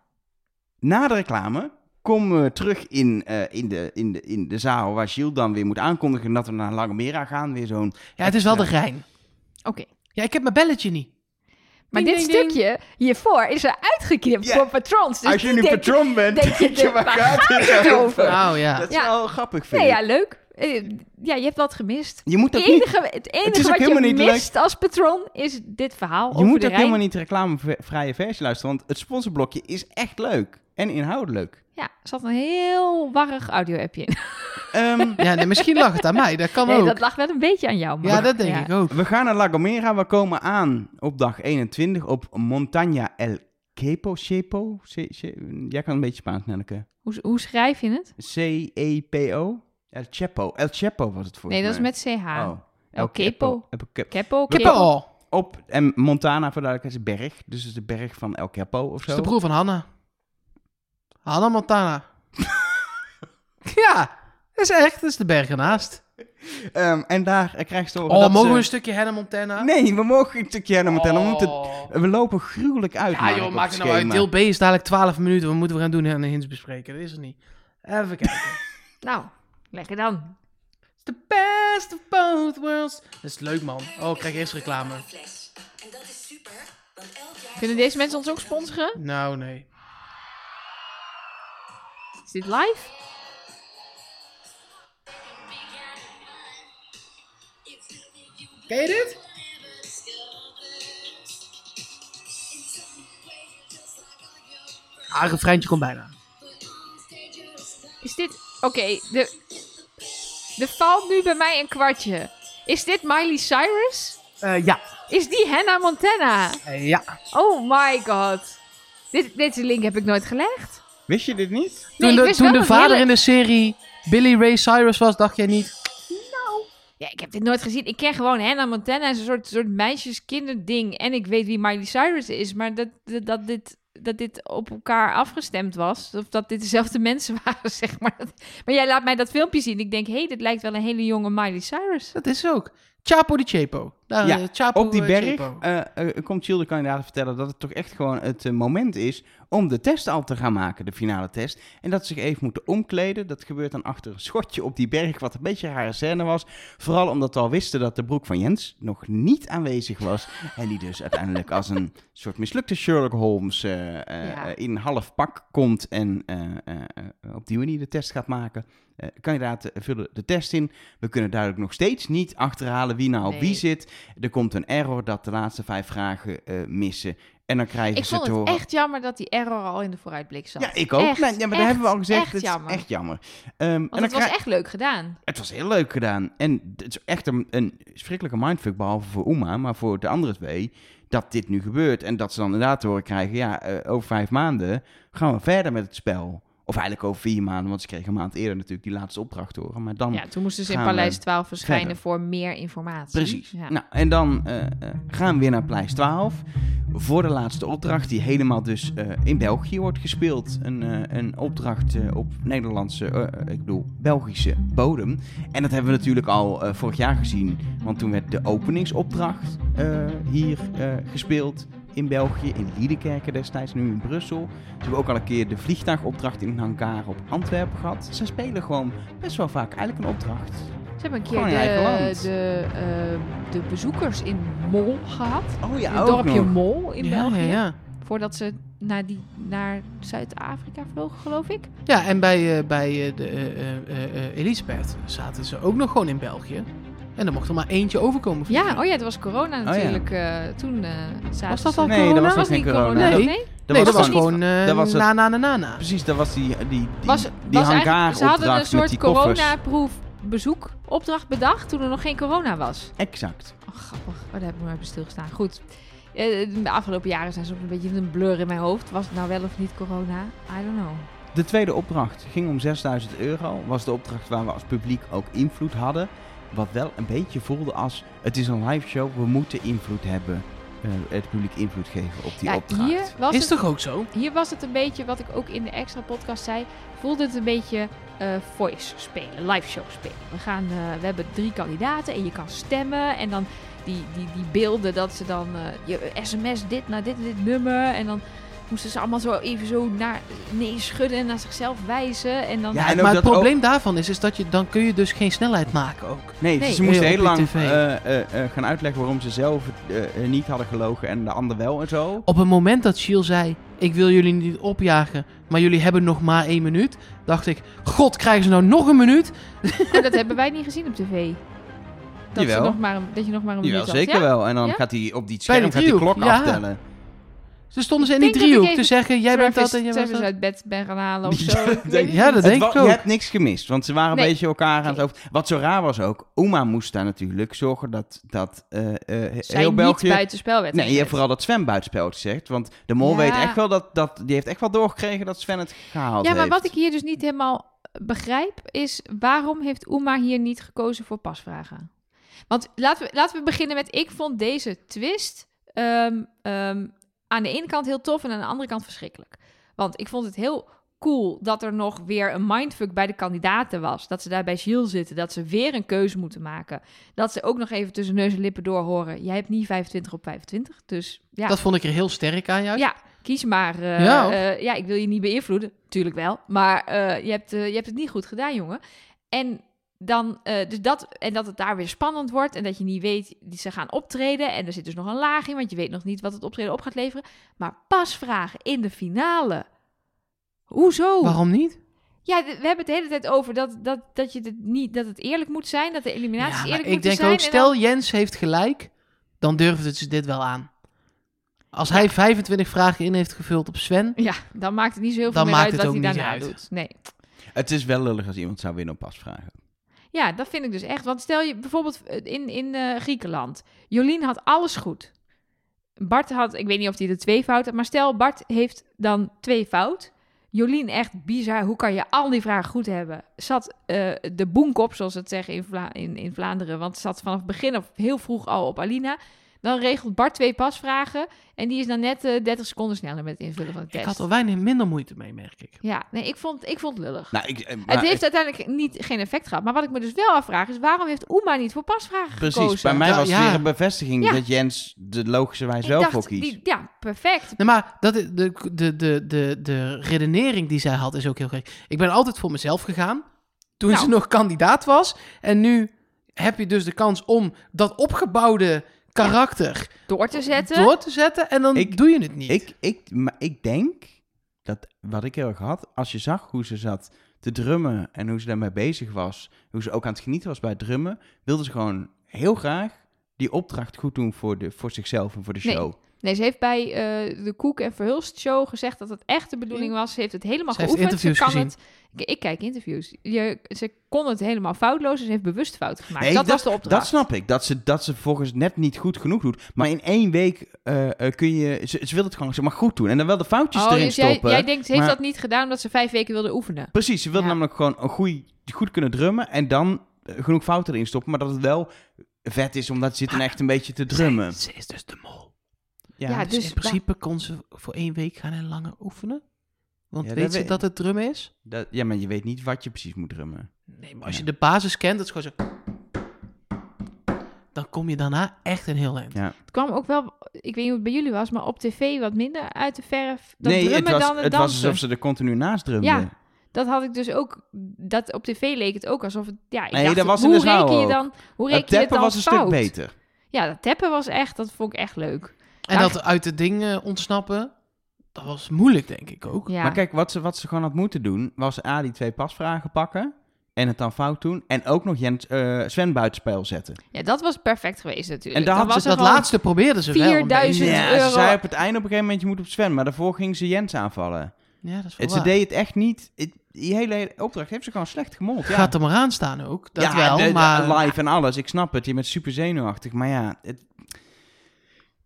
[SPEAKER 3] na de reclame komen we terug in, eh, in, de, in, de, in de zaal waar Gilles dan weer moet aankondigen dat we naar Langemera gaan. Weer zo'n...
[SPEAKER 1] Dus
[SPEAKER 2] Ja, het is wel de Rijn.
[SPEAKER 1] Oké.
[SPEAKER 2] Ja, ik heb mijn belletje niet.
[SPEAKER 1] Maar
[SPEAKER 2] Ding,
[SPEAKER 1] dit
[SPEAKER 2] ding, ding.
[SPEAKER 1] stukje hiervoor is er uitgeknipt
[SPEAKER 3] Ja.
[SPEAKER 1] voor patrons. Dus
[SPEAKER 3] Als je
[SPEAKER 1] die
[SPEAKER 3] nu
[SPEAKER 1] denken-
[SPEAKER 3] patroon bent,
[SPEAKER 1] denk
[SPEAKER 3] denk
[SPEAKER 1] je,
[SPEAKER 3] je, waar
[SPEAKER 1] waar
[SPEAKER 3] gaat
[SPEAKER 1] het
[SPEAKER 3] dit
[SPEAKER 1] over?
[SPEAKER 3] over?
[SPEAKER 2] Nou ja.
[SPEAKER 3] Dat is
[SPEAKER 1] Ja.
[SPEAKER 3] wel grappig, vind
[SPEAKER 1] Nee,
[SPEAKER 3] ik.
[SPEAKER 1] ja, leuk. Eh, Ja, je hebt dat gemist.
[SPEAKER 3] Je moet
[SPEAKER 1] Het
[SPEAKER 3] ook niet...
[SPEAKER 1] enige, het enige
[SPEAKER 3] is ook
[SPEAKER 1] wat je
[SPEAKER 3] helemaal niet leuk.
[SPEAKER 1] mist als patron is dit verhaal
[SPEAKER 3] Je
[SPEAKER 1] over
[SPEAKER 3] moet
[SPEAKER 1] de
[SPEAKER 3] ook
[SPEAKER 1] Rijn.
[SPEAKER 3] helemaal niet de reclamevrije versie luisteren, want het sponsorblokje is echt leuk. En inhoudelijk.
[SPEAKER 1] Ja, er zat een heel warrig audio-appje in.
[SPEAKER 3] Ehm,
[SPEAKER 2] Ja, nee, misschien lag het aan mij. Dat
[SPEAKER 3] Oh,
[SPEAKER 2] kan
[SPEAKER 1] Nee,
[SPEAKER 2] ook.
[SPEAKER 1] dat lag wel een beetje aan jou. Maar
[SPEAKER 2] Ja, dat denk ik ook.
[SPEAKER 3] We gaan naar La Gomera. We komen aan op dag 21 op Montaña El Cepo. Chepo? Ce- ce- Jij kan een beetje Spaans, Nelleke.
[SPEAKER 1] Hoe, hoe schrijf je het?
[SPEAKER 3] C-E-P-O? El Chepo. El Chepo was het voor
[SPEAKER 1] Nee, dat is met CH.
[SPEAKER 3] Oh.
[SPEAKER 1] El Cepo.
[SPEAKER 3] El Cepo.
[SPEAKER 1] Keppo,
[SPEAKER 2] Ik heb er
[SPEAKER 1] Keppo.
[SPEAKER 2] al.
[SPEAKER 3] Op, en Montana voor duidelijkheid is een berg. Dus het is de berg van El Capo of
[SPEAKER 2] Dat is
[SPEAKER 3] zo.
[SPEAKER 2] de broer van Hanna. Hanna Montana. ja, dat is echt. Dat is de berg ernaast.
[SPEAKER 3] Ehm, en daar eh, krijg je te horen
[SPEAKER 2] Oh,
[SPEAKER 3] dat
[SPEAKER 2] mogen
[SPEAKER 3] ze-
[SPEAKER 2] we een stukje Hanna Montana?
[SPEAKER 3] Nee, we mogen een stukje naar Montana. We, moeten...
[SPEAKER 2] Oh.
[SPEAKER 3] we lopen gruwelijk uit.
[SPEAKER 2] Ja joh, maak het nou uit. Deel B is dadelijk 12 minuten. Wat moeten we gaan doen en de hints bespreken? Dat is er niet. Even kijken.
[SPEAKER 1] Nou, lekker dan.
[SPEAKER 2] It's the best of both worlds. Dat is leuk man. Oh, ik krijg eerst reclame.
[SPEAKER 6] En dat is super, want elk jaar...
[SPEAKER 1] Kunnen deze mensen ons ook sponsoren?
[SPEAKER 2] Nou nee.
[SPEAKER 1] Is dit live?
[SPEAKER 2] Ken je dit? Ah, een refreintje komt bijna.
[SPEAKER 1] Is dit... Oké, de... Er valt nu bij mij een kwartje. Is dit Miley Cyrus?
[SPEAKER 2] Eh, ja.
[SPEAKER 1] Is die Hannah Montana?
[SPEAKER 2] Eh, ja.
[SPEAKER 1] Oh my god. Dit, deze link heb ik nooit gelegd.
[SPEAKER 3] Wist je dit niet?
[SPEAKER 1] Nee,
[SPEAKER 2] Toen
[SPEAKER 1] ik
[SPEAKER 2] de,
[SPEAKER 1] wist wel
[SPEAKER 2] toen de
[SPEAKER 1] dat
[SPEAKER 2] vader
[SPEAKER 1] hele-
[SPEAKER 2] in de serie Billy Ray Cyrus was, dacht jij niet?
[SPEAKER 1] Ja, ik heb dit nooit gezien. Ik ken gewoon Hannah Montana. is een soort, soort meisjeskinderding. En ik weet wie Miley Cyrus is. Maar dat, dat, dat dit dat dit op elkaar afgestemd was. Of dat dit dezelfde mensen waren, zeg maar. Maar jij laat mij dat filmpje zien. Ik denk, hé, hey, dit lijkt wel een hele jonge Miley Cyrus.
[SPEAKER 2] Dat is ook. Chapo di Chepo. Daar,
[SPEAKER 3] Ja,
[SPEAKER 2] eh, Chapo,
[SPEAKER 3] Op die
[SPEAKER 2] eh,
[SPEAKER 3] berg
[SPEAKER 2] Chepo.
[SPEAKER 3] eh, eh, komt Childe kandidaten vertellen dat het toch echt gewoon het eh, moment is om de test al te gaan maken, de finale test. En dat ze zich even moeten omkleden. Dat gebeurt dan achter een schotje op die berg, wat een beetje haar scène was. Vooral omdat we al wisten dat de broek van Jens nog niet aanwezig was. En die dus uiteindelijk als een soort mislukte Sherlock Holmes eh, eh,
[SPEAKER 1] Ja.
[SPEAKER 3] eh, in half pak komt en eh, eh, eh, op die manier de test gaat maken. Eh, kandidaten vullen de test in. We kunnen duidelijk nog steeds niet achterhalen wie nou op
[SPEAKER 1] Nee.
[SPEAKER 3] wie zit. Er komt een error dat de laatste vijf vragen eh, missen. En dan krijgen
[SPEAKER 1] Ik
[SPEAKER 3] ze
[SPEAKER 1] vond
[SPEAKER 3] te
[SPEAKER 1] het
[SPEAKER 3] horen.
[SPEAKER 1] echt jammer dat die error al in de vooruitblik zat.
[SPEAKER 3] Ja, ik ook.
[SPEAKER 1] Echt,
[SPEAKER 3] nee, ja, maar dat
[SPEAKER 1] echt,
[SPEAKER 3] hebben we al gezegd.
[SPEAKER 1] echt
[SPEAKER 3] het is
[SPEAKER 1] jammer.
[SPEAKER 3] echt jammer. Ehm, en dan
[SPEAKER 1] Want het was
[SPEAKER 3] krijg-
[SPEAKER 1] echt leuk gedaan.
[SPEAKER 3] het was heel leuk gedaan. En het is echt een, een schrikkelijke mindfuck, behalve voor Uma, maar voor de andere twee, dat dit nu gebeurt. En dat ze dan inderdaad te horen krijgen, ja, eh, over vijf maanden gaan we verder met het spel. Of eigenlijk over vier maanden, want ze kregen een maand eerder natuurlijk die laatste opdracht te horen. Maar dan
[SPEAKER 1] Ja, toen moesten ze in
[SPEAKER 3] gaan we
[SPEAKER 1] Paleis 12 verschijnen
[SPEAKER 3] verder.
[SPEAKER 1] voor meer informatie.
[SPEAKER 3] Precies.
[SPEAKER 1] Ja.
[SPEAKER 3] Nou, en dan eh, eh, gaan we weer naar Pleis 12. Voor de laatste opdracht, die helemaal dus eh, in België wordt gespeeld. Een, eh, een opdracht eh, op Nederlandse, eh, eh, ik bedoel, Belgische bodem. En dat hebben we natuurlijk al eh, vorig jaar gezien. Want toen werd de openingsopdracht eh, hier eh, gespeeld. In België, in Liedekerken destijds, nu in Brussel. Toen hebben we ook al een keer de vliegtuigopdracht in een hangar op Antwerpen gehad. Ze spelen gewoon best wel vaak eigenlijk een opdracht.
[SPEAKER 1] Ze hebben een keer
[SPEAKER 3] Gewoon in eigen
[SPEAKER 1] de,
[SPEAKER 3] land.
[SPEAKER 1] de, eh, de bezoekers in Mol gehad.
[SPEAKER 3] Oh ja,
[SPEAKER 1] het dorpje Mol in
[SPEAKER 2] ja,
[SPEAKER 1] België.
[SPEAKER 2] ja, ja.
[SPEAKER 1] Voordat ze naar, die, naar Zuid-Afrika vlogen, geloof ik.
[SPEAKER 2] Ja, en bij, eh, bij eh, de, eh, eh, eh, eh, Elisabeth zaten ze ook nog gewoon in België. En er mocht er maar eentje overkomen.
[SPEAKER 1] Ja, oh ja, het was corona
[SPEAKER 3] ja.
[SPEAKER 1] natuurlijk. eh, toen eh zaten
[SPEAKER 2] Was dat
[SPEAKER 1] ze-
[SPEAKER 2] al
[SPEAKER 3] Nee,
[SPEAKER 2] corona?
[SPEAKER 3] dat was
[SPEAKER 1] was
[SPEAKER 3] nog
[SPEAKER 1] niet
[SPEAKER 3] geen corona.
[SPEAKER 1] corona.
[SPEAKER 2] Nee.
[SPEAKER 1] Nee.
[SPEAKER 3] Dat
[SPEAKER 2] nee, dat
[SPEAKER 3] was
[SPEAKER 2] was
[SPEAKER 3] dan-
[SPEAKER 2] gewoon eh,
[SPEAKER 3] dat was het-
[SPEAKER 2] na, na, na, na, na.
[SPEAKER 3] Precies, dat was die, die, die,
[SPEAKER 1] Was,
[SPEAKER 3] die
[SPEAKER 1] was eigenlijk- ze hadden een
[SPEAKER 3] hangaar-opdracht met
[SPEAKER 1] soort
[SPEAKER 3] die koffers.
[SPEAKER 1] coronaproef bezoekopdracht bedacht toen er nog geen corona was.
[SPEAKER 3] Exact.
[SPEAKER 1] Oh, grappig. Oh, daar heb ik nog even stilgestaan. Goed. Eh, De afgelopen jaren zijn soms een beetje een blur in mijn hoofd. Was het nou wel of niet corona? I don't know.
[SPEAKER 3] De tweede opdracht ging om 6000 euro. Was de opdracht waar we als publiek ook invloed hadden. Wat wel een beetje voelde als: het is een live show, we moeten invloed hebben. eh, het publiek invloed geven op die
[SPEAKER 1] ja,
[SPEAKER 3] opdracht.
[SPEAKER 1] hier was, het,
[SPEAKER 2] Is toch ook zo?
[SPEAKER 1] hier was het een beetje, wat ik ook in de extra podcast zei, voelde het een beetje eh, voice spelen, live show spelen. We, gaan, eh, we hebben drie kandidaten en je kan stemmen en dan die, die, die beelden dat ze dan eh, je sms dit naar dit en dit nummer en dan moesten ze allemaal zo even zo naar nee schudden en naar zichzelf wijzen en dan
[SPEAKER 3] Ja, en ook
[SPEAKER 2] maar het
[SPEAKER 3] dat ook-
[SPEAKER 2] probleem daarvan is, is dat je, dan kun je dus geen snelheid maken ook.
[SPEAKER 3] Nee,
[SPEAKER 1] Nee.
[SPEAKER 3] ze moesten
[SPEAKER 2] Heel
[SPEAKER 3] heel
[SPEAKER 2] op
[SPEAKER 3] lang
[SPEAKER 2] die TV.
[SPEAKER 3] eh, eh, eh, gaan uitleggen waarom ze zelf eh, eh, niet hadden gelogen en de ander wel en zo.
[SPEAKER 2] Op het moment dat Shiel zei, ik wil jullie niet opjagen, maar jullie hebben nog maar één minuut, dacht ik, god, krijgen ze nou nog een minuut?
[SPEAKER 1] Maar Oh, dat hebben wij niet gezien op tv. Dat, ze
[SPEAKER 3] Jawel.
[SPEAKER 1] nog maar een, dat je nog maar een
[SPEAKER 3] Jawel,
[SPEAKER 1] minuut had.
[SPEAKER 3] zeker
[SPEAKER 1] Ja?
[SPEAKER 3] wel. En dan
[SPEAKER 1] Ja?
[SPEAKER 3] gaat hij op die
[SPEAKER 2] Bij die
[SPEAKER 3] scherm gaat die
[SPEAKER 2] driehoek,
[SPEAKER 3] klok
[SPEAKER 2] ja.
[SPEAKER 3] aftellen.
[SPEAKER 2] Ze stonden ze in die
[SPEAKER 1] Ik denk dat ik
[SPEAKER 2] driehoek te
[SPEAKER 1] even
[SPEAKER 2] zeggen, jij bent
[SPEAKER 1] Travis-
[SPEAKER 2] dat en jij bent
[SPEAKER 1] Travis
[SPEAKER 2] dat.
[SPEAKER 1] uit bed ben gaan halen of
[SPEAKER 3] Ja,
[SPEAKER 1] zo.
[SPEAKER 3] dat
[SPEAKER 1] Ik weet
[SPEAKER 3] denk
[SPEAKER 1] het
[SPEAKER 2] Ja,
[SPEAKER 1] niet.
[SPEAKER 2] dat
[SPEAKER 3] Het
[SPEAKER 2] denk ik
[SPEAKER 3] wa-
[SPEAKER 2] ook.
[SPEAKER 3] Je hebt niks gemist, want ze waren een
[SPEAKER 1] Nee.
[SPEAKER 3] beetje elkaar aan het
[SPEAKER 1] Nee.
[SPEAKER 3] over. Wat zo raar was ook, Oma moest daar natuurlijk zorgen dat, dat eh, eh,
[SPEAKER 1] Zij
[SPEAKER 3] heel België...
[SPEAKER 1] niet buitenspel werd
[SPEAKER 3] Nee, je hebt
[SPEAKER 1] gezet.
[SPEAKER 3] vooral dat Sven buitenspel gezegd. Want de mol
[SPEAKER 1] Ja.
[SPEAKER 3] weet echt wel dat, dat... Die heeft echt wel doorgekregen dat Sven het gehaald
[SPEAKER 1] Ja, maar
[SPEAKER 3] heeft.
[SPEAKER 1] wat ik hier dus niet helemaal begrijp is... waarom heeft Uma hier niet gekozen voor pasvragen? Want laten we, laten we beginnen met... ik vond deze twist ehm, ehm, aan de ene kant heel tof... en aan de andere kant verschrikkelijk. Want ik vond het heel cool dat er nog weer een mindfuck bij de kandidaten was. Dat ze daar bij Gilles zitten, dat ze weer een keuze moeten maken. Dat ze ook nog even tussen neus en lippen door horen... jij hebt niet 25 op 25, dus ja.
[SPEAKER 2] Dat vond ik er heel sterk aan juist.
[SPEAKER 1] Ja, kies maar. eh,
[SPEAKER 2] Ja.
[SPEAKER 1] eh, ja, ik wil je niet beïnvloeden. Tuurlijk wel. Maar eh, je, hebt, eh, je hebt het niet goed gedaan, jongen. En, dan, eh, dus dat, en dat het daar weer spannend wordt. En dat je niet weet, die ze gaan optreden. En er zit dus nog een laag in, want je weet nog niet wat het optreden op gaat leveren. Maar pas vragen in de finale. Hoezo?
[SPEAKER 2] Waarom niet?
[SPEAKER 1] Ja, d- we hebben het de hele tijd over dat, dat, dat, je het niet, dat het eerlijk moet zijn. Dat de eliminaties
[SPEAKER 2] maar
[SPEAKER 1] eerlijk
[SPEAKER 2] ik
[SPEAKER 1] moeten
[SPEAKER 2] denk
[SPEAKER 1] zijn.
[SPEAKER 2] ook,
[SPEAKER 1] en
[SPEAKER 2] stel Jens heeft gelijk, dan durfden ze dit wel aan. Als hij 25 vragen in heeft gevuld op Sven,
[SPEAKER 1] dan, ja, dan maakt het niet zo heel veel
[SPEAKER 2] Dan
[SPEAKER 1] meer
[SPEAKER 2] maakt
[SPEAKER 1] uit
[SPEAKER 2] het
[SPEAKER 1] wat
[SPEAKER 2] ook
[SPEAKER 1] hij
[SPEAKER 2] niet
[SPEAKER 1] daarna
[SPEAKER 2] uit.
[SPEAKER 1] doet. Nee.
[SPEAKER 3] Het is wel lullig als iemand zou winnen op pasvragen.
[SPEAKER 1] Ja, dat vind ik dus echt. Want stel je bijvoorbeeld eh, in, in eh, Griekenland. Jolien had alles goed. Bart had, ik weet niet of hij de twee fout had, maar stel Bart heeft dan twee fout. Jolien echt bizar, hoe kan je al die vragen goed hebben? Zat eh, de boenkop, zoals ze het zeggen in, Vla- in, in Vlaanderen, want ze zat vanaf het begin of heel vroeg al op Alina. Dan regelt Bart twee pasvragen. En die is dan net eh, 30 seconden sneller met het invullen van de
[SPEAKER 2] Ik
[SPEAKER 1] test.
[SPEAKER 2] had er weinig minder moeite mee, merk ik.
[SPEAKER 1] Ja, nee, ik vond, ik vond het lullig.
[SPEAKER 3] Nou, ik, eh, maar
[SPEAKER 1] het heeft uiteindelijk niet, geen effect gehad. Maar wat ik me dus wel afvraag is... waarom heeft Oema niet voor pasvragen
[SPEAKER 3] Precies,
[SPEAKER 1] gekozen?
[SPEAKER 3] bij mij
[SPEAKER 2] Ja,
[SPEAKER 3] was het
[SPEAKER 2] ja.
[SPEAKER 3] weer een bevestiging
[SPEAKER 1] Ja.
[SPEAKER 3] dat Jens de logische wijze
[SPEAKER 1] Ik
[SPEAKER 3] zelf
[SPEAKER 1] dacht,
[SPEAKER 3] voor kiest.
[SPEAKER 1] die- ja, perfect.
[SPEAKER 2] Nee, maar dat, is- de, de, de, de, de redenering die zij had is ook heel gek. Ik ben altijd voor mezelf gegaan toen
[SPEAKER 1] Nou.
[SPEAKER 2] ze nog kandidaat was. En nu heb je dus de kans om dat opgebouwde karakter
[SPEAKER 1] Door te zetten.
[SPEAKER 2] door te zetten. En dan
[SPEAKER 3] Ik-
[SPEAKER 2] doe je het niet.
[SPEAKER 3] Ik, ik, maar ik denk dat wat ik heel erg had, als je zag hoe ze zat te drummen en hoe ze daarmee bezig was, hoe ze ook aan het genieten was bij het drummen, wilde ze gewoon heel graag die opdracht goed doen voor, de, voor zichzelf en voor de
[SPEAKER 1] Nee,
[SPEAKER 3] show.
[SPEAKER 1] Nee, ze heeft bij eh, de Koek en Verhulst show gezegd dat het echt de bedoeling was. Ze heeft het helemaal
[SPEAKER 2] Ze heeft
[SPEAKER 1] geoefend.
[SPEAKER 2] interviews
[SPEAKER 1] ze kan
[SPEAKER 2] gezien.
[SPEAKER 1] het. Ik, ik kijk interviews. Je, ze kon het helemaal foutloos. en Ze heeft bewust fout gemaakt.
[SPEAKER 3] Nee,
[SPEAKER 1] dat, was de opdracht.
[SPEAKER 3] Dat snap ik. Dat ze, dat ze volgens net niet goed genoeg doet. Maar in één week eh, eh, kun je... Ze, ze wil het gewoon zeg maar goed doen. En dan wel de foutjes
[SPEAKER 1] Oh,
[SPEAKER 3] erin
[SPEAKER 1] dus jij,
[SPEAKER 3] stoppen.
[SPEAKER 1] jij denkt, ze heeft
[SPEAKER 3] maar-
[SPEAKER 1] dat niet gedaan omdat ze vijf weken wilde oefenen.
[SPEAKER 3] Precies, ze wil
[SPEAKER 1] Ja.
[SPEAKER 3] namelijk gewoon een goeie, goed kunnen drummen en dan eh, genoeg fouten erin stoppen, maar dat het wel vet is omdat ze zit dan
[SPEAKER 1] Ah,
[SPEAKER 3] echt een beetje te drummen.
[SPEAKER 2] Ze, ze is dus de mol.
[SPEAKER 3] Ja,
[SPEAKER 1] Ja,
[SPEAKER 2] Dus,
[SPEAKER 1] Dus
[SPEAKER 2] in principe kon ze voor één week gaan en langer oefenen. Want
[SPEAKER 3] Ja, dat
[SPEAKER 2] weet ze
[SPEAKER 3] weet-
[SPEAKER 2] dat het drummen is?
[SPEAKER 3] dat, ja, maar je weet niet wat je precies moet drummen.
[SPEAKER 2] Nee, maar als je
[SPEAKER 3] Ja.
[SPEAKER 2] de basis kent, dat is gewoon zo... Dan kom je daarna echt een heel eind.
[SPEAKER 3] Ja.
[SPEAKER 1] Het kwam ook wel, ik weet niet hoe het bij jullie was, maar op tv wat minder uit de verf. Dan
[SPEAKER 3] nee, het
[SPEAKER 1] drummen
[SPEAKER 3] was,
[SPEAKER 1] dan het
[SPEAKER 3] het was
[SPEAKER 1] dansen.
[SPEAKER 3] alsof ze er continu naast drumde.
[SPEAKER 1] Ja, Dat had ik dus ook, dat op tv leek het ook alsof het, ja, ik
[SPEAKER 3] Nee,
[SPEAKER 1] dacht,
[SPEAKER 3] dat was in
[SPEAKER 1] hoe
[SPEAKER 3] de zaal
[SPEAKER 1] reken je
[SPEAKER 3] ook.
[SPEAKER 1] dan, hoe reken je
[SPEAKER 3] het
[SPEAKER 1] het
[SPEAKER 3] tappen
[SPEAKER 1] dan
[SPEAKER 3] was een
[SPEAKER 1] fout?
[SPEAKER 3] stuk beter.
[SPEAKER 1] Ja, dat teppen was echt, dat vond ik echt leuk.
[SPEAKER 2] En dat uit de dingen ontsnappen, dat was moeilijk, denk ik ook.
[SPEAKER 1] Ja.
[SPEAKER 3] Maar kijk, wat ze, wat ze gewoon had moeten doen, was A, die twee pasvragen pakken en het dan fout doen en ook nog Jens, eh Sven buitenspel zetten.
[SPEAKER 1] Ja, dat was perfect geweest natuurlijk.
[SPEAKER 3] En daar
[SPEAKER 1] Dan
[SPEAKER 3] had
[SPEAKER 1] was
[SPEAKER 3] ze
[SPEAKER 1] er
[SPEAKER 2] Dus dat
[SPEAKER 1] gewoon-
[SPEAKER 2] laatste probeerden ze wel. een
[SPEAKER 1] 4000
[SPEAKER 2] beetje.
[SPEAKER 1] Ja.
[SPEAKER 3] ze
[SPEAKER 1] euro.
[SPEAKER 3] zei op het einde op een gegeven moment, je moet op Sven, maar daarvoor ging ze Jens aanvallen.
[SPEAKER 2] Ja, dat is wel
[SPEAKER 3] Het, ze
[SPEAKER 2] waar.
[SPEAKER 3] deed het echt niet. Het- die hele opdracht heeft ze gewoon slecht gemold. Ja.
[SPEAKER 2] Gaat er maar aan staan ook, dat
[SPEAKER 3] Ja,
[SPEAKER 2] wel.
[SPEAKER 3] de- de-
[SPEAKER 2] maar
[SPEAKER 3] live en alles. Ik snap het. Je bent super zenuwachtig. Maar ja, het,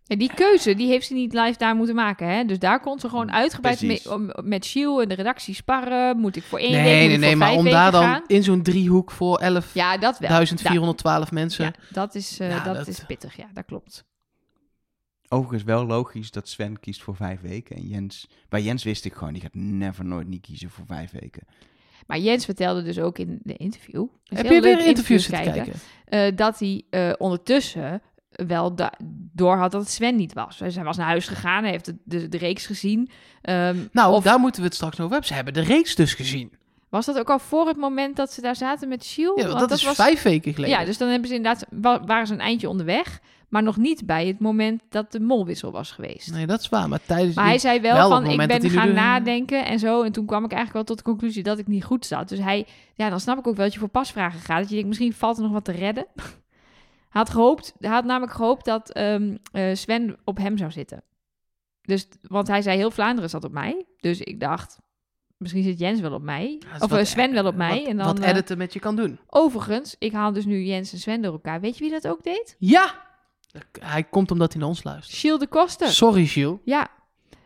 [SPEAKER 1] Ja, die keuze die heeft ze niet live daar moeten maken. Hè? Dus daar kon ze gewoon uitgebreid
[SPEAKER 3] Mm, Precies.
[SPEAKER 1] mee, om- met Shiel en de redactie sparren. Moet ik voor één
[SPEAKER 2] nee,
[SPEAKER 1] week,
[SPEAKER 2] nee,
[SPEAKER 1] moet
[SPEAKER 2] nee,
[SPEAKER 1] ik voor
[SPEAKER 2] maar
[SPEAKER 1] vijf
[SPEAKER 2] om
[SPEAKER 1] weken
[SPEAKER 2] daar dan
[SPEAKER 1] gaan?
[SPEAKER 2] in zo'n driehoek voor 11.412
[SPEAKER 1] Ja, dat wel.
[SPEAKER 2] mensen.
[SPEAKER 1] Ja, dat is, eh,
[SPEAKER 2] Ja,
[SPEAKER 1] dat
[SPEAKER 2] dat-
[SPEAKER 1] is pittig. Ja, dat klopt.
[SPEAKER 3] overigens wel logisch dat Sven kiest voor vijf weken. En Jens, bij Jens wist ik gewoon, die gaat never nooit niet kiezen voor vijf weken.
[SPEAKER 1] Maar Jens vertelde dus ook in de interview. Het is
[SPEAKER 2] Heb
[SPEAKER 1] heel
[SPEAKER 2] je
[SPEAKER 1] leuk
[SPEAKER 2] weer interviews te kijken?
[SPEAKER 1] eh, dat hij eh, ondertussen wel da- door had dat het Sven niet was. Dus hij was naar huis gegaan, hij heeft de, de, de reeks gezien. Ehm,
[SPEAKER 2] Nou,
[SPEAKER 1] of
[SPEAKER 2] daar moeten we het straks nog over hebben. Ze hebben de reeks dus gezien.
[SPEAKER 1] was dat ook al voor het moment dat ze daar zaten met Shiel?
[SPEAKER 2] Ja, want dat, is
[SPEAKER 1] was
[SPEAKER 2] vijf weken geleden.
[SPEAKER 1] Ja, dus dan hebben ze inderdaad, wa- waren ze een eindje onderweg, maar nog niet bij het moment dat de molwissel was geweest.
[SPEAKER 2] Nee, dat is waar. Maar tijdens
[SPEAKER 1] Maar
[SPEAKER 2] die-
[SPEAKER 1] hij zei wel,
[SPEAKER 2] Dus wel op het
[SPEAKER 1] van, ik ben
[SPEAKER 2] moment dat hij
[SPEAKER 1] gaan
[SPEAKER 2] nu de-
[SPEAKER 1] nadenken en zo. En toen kwam ik eigenlijk wel tot de conclusie dat ik niet goed zat. Dus hij, ja, dan snap ik ook wel dat je voor pasvragen gaat. Dat je denkt, misschien valt er nog wat te redden. Hij had, gehoopt, hij had namelijk gehoopt dat ehm, eh, Sven op hem zou zitten. Dus, want hij zei, heel Vlaanderen zat op mij. Dus ik dacht, misschien zit Jens wel op mij.
[SPEAKER 2] Ja, dat is
[SPEAKER 1] of
[SPEAKER 2] wat- e-
[SPEAKER 1] eh, Sven wel op mij.
[SPEAKER 2] Wat,
[SPEAKER 1] en dan,
[SPEAKER 2] wat
[SPEAKER 1] eh,
[SPEAKER 2] editen met je kan doen.
[SPEAKER 1] Overigens, ik haal dus nu Jens en Sven door elkaar. Weet je wie dat ook deed?
[SPEAKER 2] Ja! Hij komt omdat hij naar ons luistert.
[SPEAKER 1] Shield de Koster.
[SPEAKER 2] Sorry, Gilles.
[SPEAKER 1] Ja.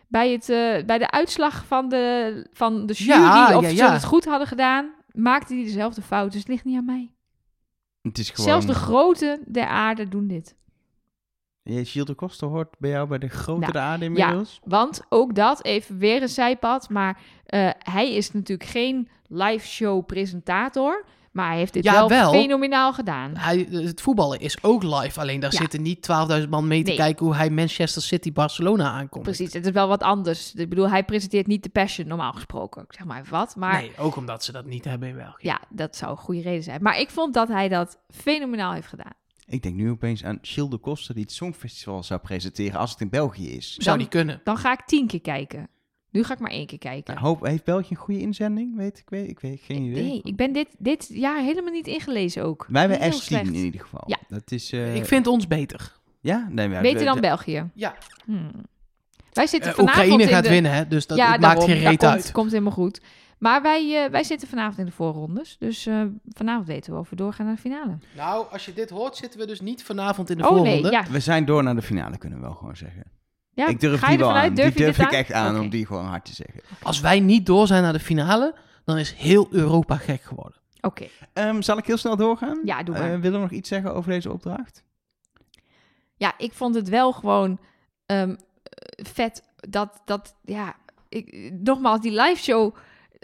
[SPEAKER 1] Bij, het, eh, bij de uitslag van de, van de jury,
[SPEAKER 2] Ja,
[SPEAKER 1] of
[SPEAKER 2] ja,
[SPEAKER 1] ze
[SPEAKER 2] ja.
[SPEAKER 1] het goed hadden gedaan, maakte die dezelfde fout. Dus het ligt niet aan mij.
[SPEAKER 3] Het is gewoon...
[SPEAKER 1] Zelfs de groten der aarde doen dit.
[SPEAKER 3] Ja, Gilles de Koster hoort bij jou bij de grotere
[SPEAKER 1] Nou,
[SPEAKER 3] aarde inmiddels.
[SPEAKER 1] Want ook dat, even weer een zijpad, maar eh, hij is natuurlijk geen live show presentator, maar hij heeft dit
[SPEAKER 2] Ja,
[SPEAKER 1] wel,
[SPEAKER 2] wel.
[SPEAKER 1] fenomenaal gedaan.
[SPEAKER 2] Hij, het voetballen is ook live, alleen daar
[SPEAKER 1] Ja.
[SPEAKER 2] zitten niet 12.000 man mee te
[SPEAKER 1] Nee.
[SPEAKER 2] kijken hoe hij Manchester City Barcelona aankomt.
[SPEAKER 1] Precies, het is wel wat anders. Ik bedoel, hij presenteert niet de Passion normaal gesproken, ik zeg maar even wat. Maar
[SPEAKER 2] Nee, ook omdat ze dat niet hebben in België.
[SPEAKER 1] ja, dat zou een goede reden zijn. Maar ik vond dat hij dat fenomenaal heeft gedaan.
[SPEAKER 3] Ik denk nu opeens aan Gilles de Koster die het Songfestival zou presenteren als het in België is.
[SPEAKER 2] Zou
[SPEAKER 1] Dan-
[SPEAKER 2] niet kunnen.
[SPEAKER 1] Dan ga ik tien keer kijken. Nu ga ik maar één keer kijken. Eh,
[SPEAKER 3] Nou, hoop, heeft België een goede inzending? Weet ik, weet ik, weet, geen idee.
[SPEAKER 1] Nee, ik ben dit, dit jaar helemaal niet ingelezen ook.
[SPEAKER 3] Wij hebben
[SPEAKER 1] Heel
[SPEAKER 3] S10
[SPEAKER 1] slecht.
[SPEAKER 3] in ieder geval.
[SPEAKER 1] Ja.
[SPEAKER 3] Dat is... eh,
[SPEAKER 2] Ik vind ons beter.
[SPEAKER 3] Ja? Nee, maar-
[SPEAKER 1] Beter dan België.
[SPEAKER 2] Ja.
[SPEAKER 1] Hmm. Wij zitten
[SPEAKER 2] Eh,
[SPEAKER 1] vanavond
[SPEAKER 2] Oekraïne
[SPEAKER 1] in
[SPEAKER 2] gaat
[SPEAKER 1] de...
[SPEAKER 2] winnen, hè? dus dat
[SPEAKER 1] ja,
[SPEAKER 2] het maakt
[SPEAKER 1] daarom.
[SPEAKER 2] geen reet
[SPEAKER 1] Dat komt-
[SPEAKER 2] uit.
[SPEAKER 1] Komt, helemaal goed. Maar wij, eh, wij zitten vanavond in de voorrondes. Dus eh, vanavond weten we of we doorgaan naar de finale.
[SPEAKER 2] Nou, als je dit hoort, zitten we dus niet vanavond in de
[SPEAKER 1] oh
[SPEAKER 2] voorronde.
[SPEAKER 1] nee, ja.
[SPEAKER 3] We zijn door naar de finale, kunnen we wel gewoon zeggen.
[SPEAKER 1] ja.
[SPEAKER 3] ik durf
[SPEAKER 1] ga
[SPEAKER 3] die
[SPEAKER 1] je
[SPEAKER 3] wel
[SPEAKER 1] ervan
[SPEAKER 3] aan.
[SPEAKER 1] uit? Durf
[SPEAKER 3] die durf
[SPEAKER 1] je dit
[SPEAKER 3] ik echt aan
[SPEAKER 1] Oké.
[SPEAKER 3] om die gewoon hard te zeggen.
[SPEAKER 2] Als wij niet door zijn naar de finale, dan is heel Europa gek geworden.
[SPEAKER 1] Oké,
[SPEAKER 3] Ehm, zal ik heel snel doorgaan?
[SPEAKER 1] ja, doe maar.
[SPEAKER 3] Eh, willen we nog iets zeggen over deze opdracht?
[SPEAKER 1] Ja, ik vond het wel gewoon ehm, vet dat, dat ja, ik, nogmaals, die live show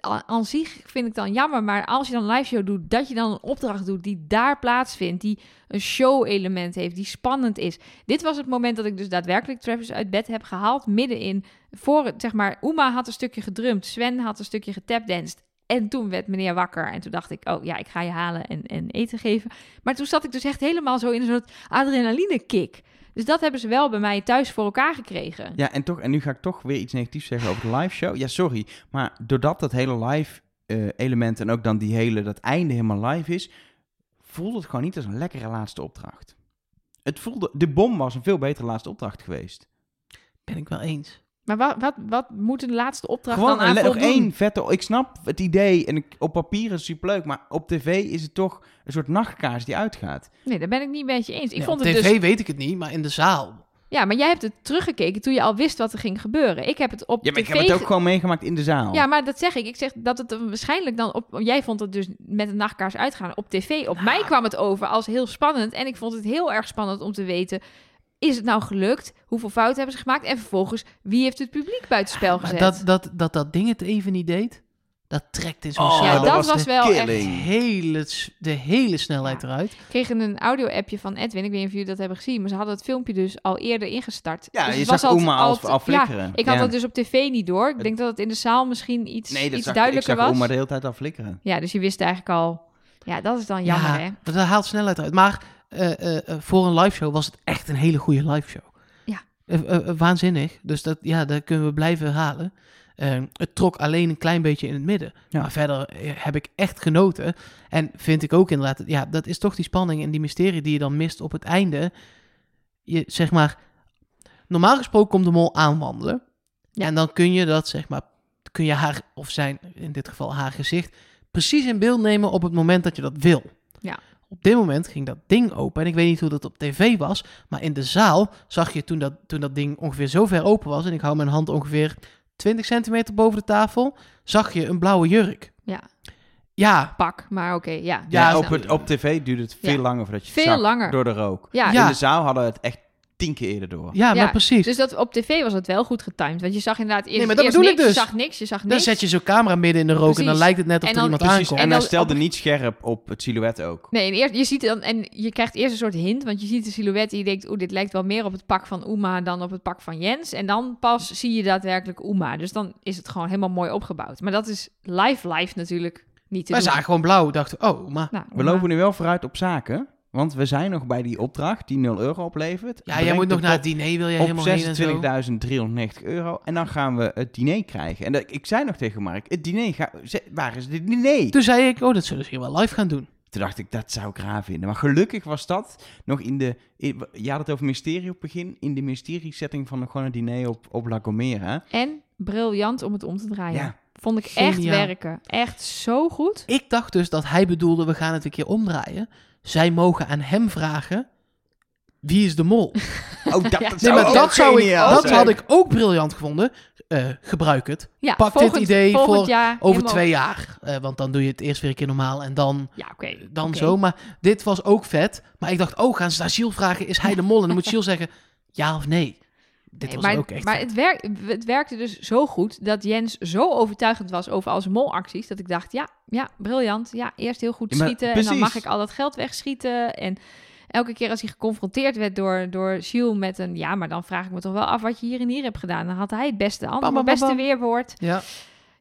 [SPEAKER 1] a- aan zich vind ik dan jammer. Maar als je dan een live show doet, dat je dan een opdracht doet die daar plaatsvindt, die een show-element heeft, die spannend is. Dit was het moment dat ik dus daadwerkelijk Travis uit bed heb gehaald, middenin. Voor, het, zeg maar, Uma had een stukje gedrumd, Sven had een stukje getapdanced. En toen werd meneer wakker en toen dacht ik, oh ja, ik ga je halen en, en eten geven. Maar toen zat ik dus echt helemaal zo in een soort adrenaline kick. Dus dat hebben ze wel bij mij thuis voor elkaar gekregen.
[SPEAKER 3] Ja, en, toch, en nu ga ik toch weer iets negatiefs zeggen over de live show. Ja, sorry. Maar doordat dat hele live eh, element en ook dan die hele, dat einde helemaal live is, voelde het gewoon niet als een lekkere laatste opdracht. Het voelde, de bom was een veel betere laatste opdracht geweest.
[SPEAKER 2] Ben ik wel eens.
[SPEAKER 1] Maar wat, wat, wat moet een laatste opdracht
[SPEAKER 3] gewoon
[SPEAKER 1] dan
[SPEAKER 3] een,
[SPEAKER 1] aan
[SPEAKER 3] le- nog
[SPEAKER 1] voldoen?
[SPEAKER 3] één vette. Ik snap het idee en ik- op papier is het superleuk, maar op tv is het toch een soort nachtkaars die uitgaat.
[SPEAKER 1] Nee, daar ben ik niet met je eens. Ik
[SPEAKER 2] Nee,
[SPEAKER 1] vond
[SPEAKER 2] op
[SPEAKER 1] het
[SPEAKER 2] tv
[SPEAKER 1] dus...
[SPEAKER 2] Nou, weet ik het niet, maar in de zaal.
[SPEAKER 1] Ja, maar jij hebt het teruggekeken toen je al wist wat er ging gebeuren. Ik heb het op
[SPEAKER 3] Ja, maar ik
[SPEAKER 1] tv
[SPEAKER 3] heb het ook
[SPEAKER 1] ge-
[SPEAKER 3] gewoon meegemaakt in de zaal.
[SPEAKER 1] Ja, maar dat zeg ik. Ik zeg dat het er waarschijnlijk dan op. Jij vond het dus met een nachtkaars uitgaan op tv. Op mij kwam het over als heel spannend. En ik vond het heel erg spannend om te weten. Is het nou gelukt? Hoeveel fouten hebben ze gemaakt? En vervolgens, wie heeft het publiek buitenspel
[SPEAKER 2] Maar
[SPEAKER 1] gezet?
[SPEAKER 2] dat dat, dat dat ding het even niet deed, dat trekt in zo'n
[SPEAKER 3] Oh,
[SPEAKER 2] zaal.
[SPEAKER 1] ja, dat,
[SPEAKER 3] dat was
[SPEAKER 1] was,
[SPEAKER 3] de
[SPEAKER 1] wel
[SPEAKER 2] de,
[SPEAKER 3] killing.
[SPEAKER 1] echt...
[SPEAKER 2] hele, s- de hele snelheid
[SPEAKER 1] Ja.
[SPEAKER 2] eruit.
[SPEAKER 1] Ik kreeg een audio-appje van Edwin. Ik weet niet of jullie dat hebben gezien. Maar ze hadden het filmpje dus al eerder ingestart.
[SPEAKER 3] Ja,
[SPEAKER 1] Dus
[SPEAKER 3] je
[SPEAKER 1] het was
[SPEAKER 3] zag
[SPEAKER 1] al-
[SPEAKER 3] Oema
[SPEAKER 1] al-
[SPEAKER 3] al, al
[SPEAKER 1] ja,
[SPEAKER 3] flikkeren.
[SPEAKER 1] ik had
[SPEAKER 3] Ja.
[SPEAKER 1] dat dus op tv niet door. Ik
[SPEAKER 3] Het-
[SPEAKER 1] denk dat het in de zaal misschien iets,
[SPEAKER 3] Nee, dat
[SPEAKER 1] iets
[SPEAKER 3] zag,
[SPEAKER 1] duidelijker
[SPEAKER 3] ik zag
[SPEAKER 1] was.
[SPEAKER 3] Oma de hele tijd al flikkeren.
[SPEAKER 1] Ja, dus je wist eigenlijk al... Ja, dat is dan jammer,
[SPEAKER 2] ja,
[SPEAKER 1] hè?
[SPEAKER 2] Dat haalt snelheid uit. Maar eh, eh, eh, voor een live show was het echt een hele goede live show. Eh,
[SPEAKER 1] Ja.
[SPEAKER 2] waanzinnig. Dus dat, ja, dat kunnen we blijven herhalen. Eh, het trok alleen een klein beetje in het midden.
[SPEAKER 3] Ja.
[SPEAKER 2] Maar verder eh, heb ik echt genoten. En vind ik ook inderdaad, ja, dat is toch die spanning en die mysterie die je dan mist op het einde. Je, zeg maar, normaal gesproken komt de mol aanwandelen.
[SPEAKER 1] Ja.
[SPEAKER 2] En dan kun je dat, zeg maar, kun je haar, of zijn, in dit geval haar gezicht, precies in beeld nemen op het moment dat je dat wil.
[SPEAKER 1] Ja.
[SPEAKER 2] Op dit moment ging dat ding open. En ik weet niet hoe dat op tv was. Maar in de zaal zag je toen dat, toen dat ding ongeveer zo ver open was. En ik hou mijn hand ongeveer 20 centimeter boven de tafel. Zag je een blauwe jurk.
[SPEAKER 1] Ja.
[SPEAKER 2] Ja.
[SPEAKER 1] Pak, maar oké, ja.
[SPEAKER 3] Ja,
[SPEAKER 2] Ja,
[SPEAKER 1] snap
[SPEAKER 3] op, het, op tv duurde het veel
[SPEAKER 1] Ja.
[SPEAKER 3] langer voordat je het
[SPEAKER 1] Veel
[SPEAKER 3] zag
[SPEAKER 1] langer.
[SPEAKER 3] door de rook.
[SPEAKER 1] Ja,
[SPEAKER 2] Ja.
[SPEAKER 3] In de zaal hadden we het echt tien keer eerder door.
[SPEAKER 2] Ja,
[SPEAKER 1] Ja,
[SPEAKER 2] maar precies.
[SPEAKER 1] dus dat, op tv was dat wel goed getimed. Want je zag inderdaad eerst,
[SPEAKER 2] Nee, maar dat
[SPEAKER 1] eerst
[SPEAKER 2] bedoel
[SPEAKER 1] niks,
[SPEAKER 2] ik
[SPEAKER 1] je
[SPEAKER 2] dus.
[SPEAKER 1] zag niks, je zag
[SPEAKER 2] dan
[SPEAKER 1] niks.
[SPEAKER 2] zet je zo'n camera midden in de rook en dan
[SPEAKER 1] Precies.
[SPEAKER 2] lijkt het net of
[SPEAKER 1] En
[SPEAKER 2] er
[SPEAKER 1] dan-
[SPEAKER 2] iemand
[SPEAKER 3] Precies, en,
[SPEAKER 2] aankomt.
[SPEAKER 1] en
[SPEAKER 3] hij
[SPEAKER 1] dan-
[SPEAKER 3] stelde niet scherp op het silhouet ook.
[SPEAKER 1] Nee, en eerst, je ziet dan, en je krijgt eerst een soort hint, want je ziet de silhouet en je denkt, oeh, dit lijkt wel meer op het pak van Uma dan op het pak van Jens. En dan pas zie je daadwerkelijk Uma. Dus dan is het gewoon helemaal mooi opgebouwd. Maar dat is live, live natuurlijk niet te
[SPEAKER 2] Wij
[SPEAKER 1] doen.
[SPEAKER 2] zagen gewoon blauw. Dachten, oh, maar...
[SPEAKER 1] Nou,
[SPEAKER 3] We
[SPEAKER 1] Uma.
[SPEAKER 3] lopen nu wel vooruit op zaken, want we zijn nog bij die opdracht die 0 euro oplevert.
[SPEAKER 2] Ja, jij
[SPEAKER 3] Brengt
[SPEAKER 2] moet nog
[SPEAKER 3] de
[SPEAKER 2] naar het
[SPEAKER 3] pot
[SPEAKER 2] diner, wil jij
[SPEAKER 3] op
[SPEAKER 2] helemaal heen en zo.
[SPEAKER 3] 26.390 euro. En dan gaan we het diner krijgen. En dat, ik zei nog tegen Mark, het diner, ga, ze- waar is dit diner?
[SPEAKER 2] Toen zei ik, oh, dat zullen ze hier wel live gaan doen.
[SPEAKER 3] Toen dacht ik, dat zou ik raar vinden. Maar gelukkig was dat nog in de... In, je had het over mysterie op het begin. In de mysterie-setting van gewoon een diner op, op La Gomera.
[SPEAKER 1] En briljant om het om te
[SPEAKER 2] Ah,
[SPEAKER 1] draaien.
[SPEAKER 3] Ja.
[SPEAKER 1] Vond ik echt
[SPEAKER 2] Geniaal.
[SPEAKER 1] werken. Echt zo goed.
[SPEAKER 2] Ik dacht dus dat hij bedoelde, we gaan het een keer omdraaien. Zij mogen aan hem vragen, wie is de mol?
[SPEAKER 3] Oh, dat, dat
[SPEAKER 2] Nee, maar
[SPEAKER 3] ook
[SPEAKER 2] dat, zou ik,
[SPEAKER 3] geniaal
[SPEAKER 2] dat
[SPEAKER 3] zijn.
[SPEAKER 2] had ik ook briljant gevonden. Eh, gebruik het.
[SPEAKER 1] Ja,
[SPEAKER 2] Pak dit
[SPEAKER 1] volgend,
[SPEAKER 2] idee
[SPEAKER 1] volgend
[SPEAKER 2] voor
[SPEAKER 1] jaar
[SPEAKER 2] Over
[SPEAKER 1] helemaal-
[SPEAKER 2] twee jaar. Eh, want dan doe je het eerst weer een keer normaal en dan,
[SPEAKER 1] Ja, oké.
[SPEAKER 2] dan
[SPEAKER 1] oké.
[SPEAKER 2] zo. Maar dit was ook vet. Maar ik dacht, oh, gaan ze daar Giel vragen? Is hij de mol? En dan moet Giel zeggen, ja of nee. Dit
[SPEAKER 1] Nee,
[SPEAKER 2] was
[SPEAKER 1] maar
[SPEAKER 2] ook echt
[SPEAKER 1] maar
[SPEAKER 2] vet.
[SPEAKER 1] het, werk, het werkte dus zo goed dat Jens zo overtuigend was over al zijn molacties. Dat ik dacht, ja, ja, briljant. Ja, eerst heel goed
[SPEAKER 3] Ja, maar
[SPEAKER 1] schieten en dan
[SPEAKER 3] precies.
[SPEAKER 1] mag ik al dat geld wegschieten. En elke keer als hij geconfronteerd werd door, door Gilles met een... Ja, maar dan vraag ik me toch wel af wat je hier en hier hebt gedaan. Dan had hij het beste antwoord,
[SPEAKER 2] Bam, bam, bam,
[SPEAKER 1] beste
[SPEAKER 2] bam.
[SPEAKER 1] weerwoord.
[SPEAKER 2] Ja,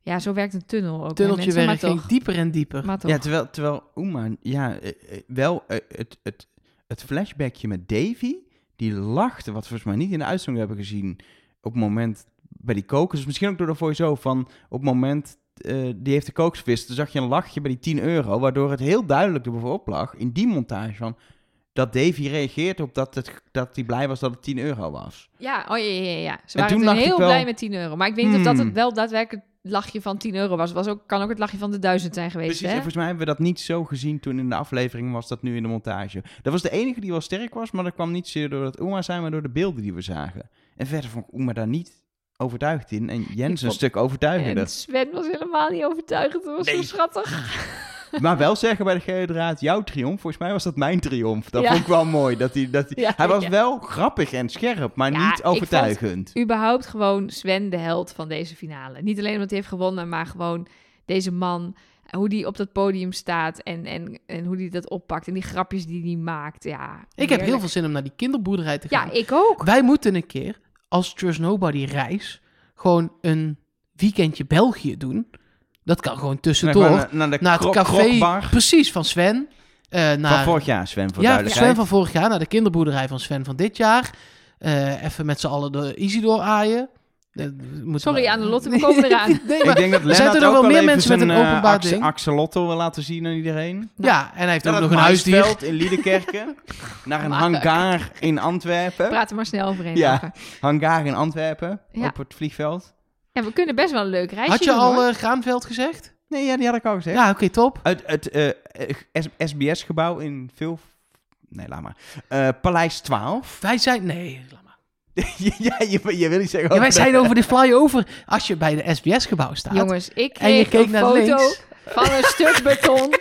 [SPEAKER 1] Ja, zo werkt een tunnel ook. hè,
[SPEAKER 2] tunneltje
[SPEAKER 1] mensen,
[SPEAKER 2] werk
[SPEAKER 1] maar
[SPEAKER 2] ging
[SPEAKER 1] toch.
[SPEAKER 2] dieper en dieper.
[SPEAKER 1] Maar toch.
[SPEAKER 3] Ja, terwijl, terwijl Oema, ja, eh, eh, wel eh, het, het, het flashbackje met Davy, die lachte, wat we volgens mij niet in de uitzending hebben gezien, op het moment bij die kokers. Misschien ook door de voice-over van, op het moment, eh, die heeft de kokersvis, toen zag je een lachje bij die 10 euro, waardoor het heel duidelijk erbovenop lag, in die montage van, dat Davy reageert op dat, het, dat hij blij was dat het 10 euro was.
[SPEAKER 1] Ja, oh ja, ja, ja, ja. Ze
[SPEAKER 3] En
[SPEAKER 1] waren
[SPEAKER 3] toen
[SPEAKER 1] toen
[SPEAKER 3] dacht ik
[SPEAKER 1] heel
[SPEAKER 3] wel-
[SPEAKER 1] blij met 10 euro. Maar ik weet niet of dat
[SPEAKER 3] Hmm.
[SPEAKER 1] het wel daadwerkelijk het lachje van 10 euro was. was ook, kan ook het lachje van de duizend zijn geweest,
[SPEAKER 3] Precies, en
[SPEAKER 1] hè?
[SPEAKER 3] volgens mij hebben we dat niet zo gezien toen in de aflevering was dat nu in de montage. Dat was de enige die wel sterk was, maar dat kwam niet zozeer door dat Oema zijn, maar door de beelden die we zagen. En verder vond ik Oema daar niet overtuigd in en Jens
[SPEAKER 1] Ik
[SPEAKER 3] een
[SPEAKER 1] vond-
[SPEAKER 3] stuk overtuigender.
[SPEAKER 1] En Sven was helemaal niet overtuigend. Dat was
[SPEAKER 3] Nee.
[SPEAKER 1] zo schattig.
[SPEAKER 3] Maar wel zeggen bij de gele draad, jouw triomf, volgens mij was dat mijn triomf. Dat
[SPEAKER 1] Ja.
[SPEAKER 3] vond ik wel mooi. Dat hij, dat hij,
[SPEAKER 1] Ja,
[SPEAKER 3] hij was
[SPEAKER 1] ja.
[SPEAKER 3] wel grappig en scherp, maar
[SPEAKER 1] Ja, ik
[SPEAKER 3] niet
[SPEAKER 1] vond-
[SPEAKER 3] overtuigend.
[SPEAKER 1] Überhaupt gewoon Sven de held van deze finale. Niet alleen omdat hij heeft gewonnen, maar gewoon deze man. Hoe die op dat podium staat en, en, en hoe die dat oppakt. En die grapjes die hij maakt. Ja,
[SPEAKER 2] Ik heb
[SPEAKER 1] heerlijk.
[SPEAKER 2] heel veel zin om naar die kinderboerderij te gaan.
[SPEAKER 1] Ja, ik ook.
[SPEAKER 2] Wij moeten een keer, als Trust Nobody reis, gewoon een weekendje België doen. Dat kan gewoon tussendoor.
[SPEAKER 3] Nee, gewoon naar, de
[SPEAKER 2] naar het
[SPEAKER 3] krok-
[SPEAKER 2] café,
[SPEAKER 3] krokbar
[SPEAKER 2] precies, van Sven. eh,
[SPEAKER 3] van
[SPEAKER 2] naar,
[SPEAKER 3] vorig jaar, Sven, voor
[SPEAKER 2] ja,
[SPEAKER 3] duidelijkheid.
[SPEAKER 2] Sven van vorig jaar, naar de kinderboerderij van Sven van dit jaar. Eh, even met z'n allen de Isidor aaien. Eh, moeten
[SPEAKER 1] Sorry,
[SPEAKER 2] we-
[SPEAKER 1] Anne-Lotte, we komen eraan.
[SPEAKER 2] nee, maar-
[SPEAKER 3] ik denk dat
[SPEAKER 2] er
[SPEAKER 3] Lennart
[SPEAKER 2] nog wel
[SPEAKER 3] ook
[SPEAKER 2] meer
[SPEAKER 3] even
[SPEAKER 2] mensen met
[SPEAKER 3] zijn,
[SPEAKER 2] een
[SPEAKER 3] eh,
[SPEAKER 2] openbaar
[SPEAKER 3] axe-
[SPEAKER 2] ding?
[SPEAKER 3] axolotl wil laten zien aan iedereen.
[SPEAKER 2] ja, en hij heeft
[SPEAKER 3] Naar
[SPEAKER 2] ook
[SPEAKER 3] het
[SPEAKER 2] nog een huisdier.
[SPEAKER 3] maisveld in Liedekerken. naar een
[SPEAKER 1] Maar-
[SPEAKER 3] hangar in Antwerpen.
[SPEAKER 1] Praat er maar snel overheen.
[SPEAKER 3] Ja.
[SPEAKER 1] Alger.
[SPEAKER 3] Hangar in Antwerpen,
[SPEAKER 1] Ja.
[SPEAKER 3] op het vliegveld.
[SPEAKER 1] ja, we kunnen best wel een leuk reisje
[SPEAKER 2] Had je
[SPEAKER 1] doen,
[SPEAKER 2] al
[SPEAKER 1] hoor.
[SPEAKER 2] eh, Graanveld gezegd?
[SPEAKER 3] Nee, ja, die had ik al gezegd.
[SPEAKER 2] Ja, oké, top.
[SPEAKER 3] Uit het eh, eh, S- SBS-gebouw in veel... Nee, laat maar. Eh, Paleis 12.
[SPEAKER 2] Wij zijn... Nee, laat maar.
[SPEAKER 3] ja, je, je wil niet zeggen...
[SPEAKER 2] Ja, wij zijn over de flyover. Als je bij de SBS-gebouw staat.
[SPEAKER 1] Jongens, ik kreeg
[SPEAKER 2] En je keek
[SPEAKER 1] een
[SPEAKER 2] naar
[SPEAKER 1] foto
[SPEAKER 2] links.
[SPEAKER 1] van een stuk beton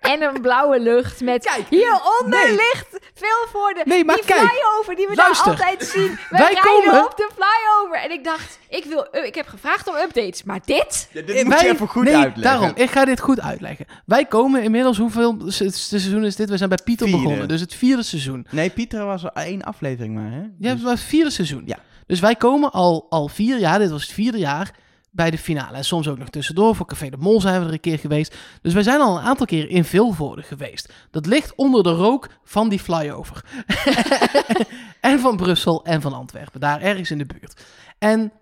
[SPEAKER 1] en een blauwe lucht met hieronder
[SPEAKER 2] Nee.
[SPEAKER 1] ligt veel voor de
[SPEAKER 2] Nee, maar
[SPEAKER 1] die
[SPEAKER 2] kijk.
[SPEAKER 1] flyover die we
[SPEAKER 2] Luister.
[SPEAKER 1] daar altijd zien. We
[SPEAKER 2] Wij
[SPEAKER 1] rijden
[SPEAKER 2] komen.
[SPEAKER 1] op de flyover en ik dacht, ik wil, eh, ik heb gevraagd om updates, maar dit?
[SPEAKER 3] Ja, dit moet je even goed
[SPEAKER 2] Eh, nee,
[SPEAKER 3] uitleggen.
[SPEAKER 2] daarom. Ik ga dit goed uitleggen. Wij komen inmiddels... Hoeveel se- seizoen is dit? We zijn bij Pieter
[SPEAKER 3] Vierde.
[SPEAKER 2] begonnen. Dus het vierde seizoen.
[SPEAKER 3] Nee, Pieter was er één aflevering maar, hè?
[SPEAKER 2] Ja,
[SPEAKER 3] Dus-
[SPEAKER 2] het was het vierde seizoen.
[SPEAKER 3] Ja.
[SPEAKER 2] Dus wij komen al, al vier jaar, dit was het vierde jaar, bij de finale. En soms ook nog tussendoor. Voor Café de Mol zijn we er een keer geweest. Dus wij zijn al een aantal keer in Vilvoorde geweest. Dat ligt onder de rook van die flyover. en van Brussel en van Antwerpen. Daar ergens in de buurt. En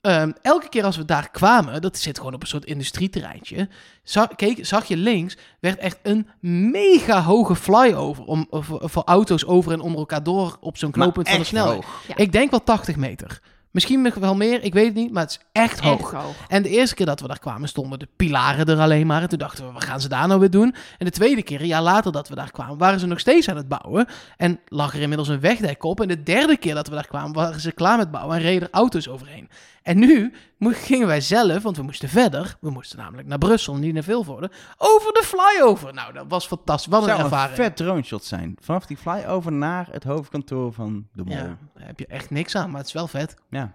[SPEAKER 2] ehm, elke keer als we daar kwamen, dat zit gewoon op een soort industrieterreintje. Zag, keek, zag je links, werd echt een mega hoge flyover. Om, voor, voor auto's over en onder elkaar door op zo'n
[SPEAKER 3] Maar
[SPEAKER 2] knooppunt van de
[SPEAKER 3] echt
[SPEAKER 2] snelweg.
[SPEAKER 3] hoog.
[SPEAKER 1] Ja.
[SPEAKER 2] Ik denk wel 80 meter. Misschien nog wel meer, ik weet het niet, maar het is echt hoog.
[SPEAKER 1] Echt hoog.
[SPEAKER 2] En de eerste keer dat we daar kwamen, stonden de pilaren er alleen maar. En toen dachten we, wat gaan ze daar nou weer doen? En de tweede keer, een jaar later dat we daar kwamen, waren ze nog steeds aan het bouwen. En lag er inmiddels een wegdek op. En de derde keer dat we daar kwamen, waren ze klaar met bouwen en reden er auto's overheen. En nu mo- gingen wij zelf, want we moesten verder. We moesten namelijk naar Brussel, niet naar Vilvoorde. Over de flyover. Nou, dat was fantastisch. Wat een
[SPEAKER 3] zou
[SPEAKER 2] ervaring.
[SPEAKER 3] een vet drone shot zijn. Vanaf die flyover naar het hoofdkantoor van de mol.
[SPEAKER 2] Ja,
[SPEAKER 3] Ja.
[SPEAKER 2] daar heb je echt niks aan, maar het is wel vet. Ja,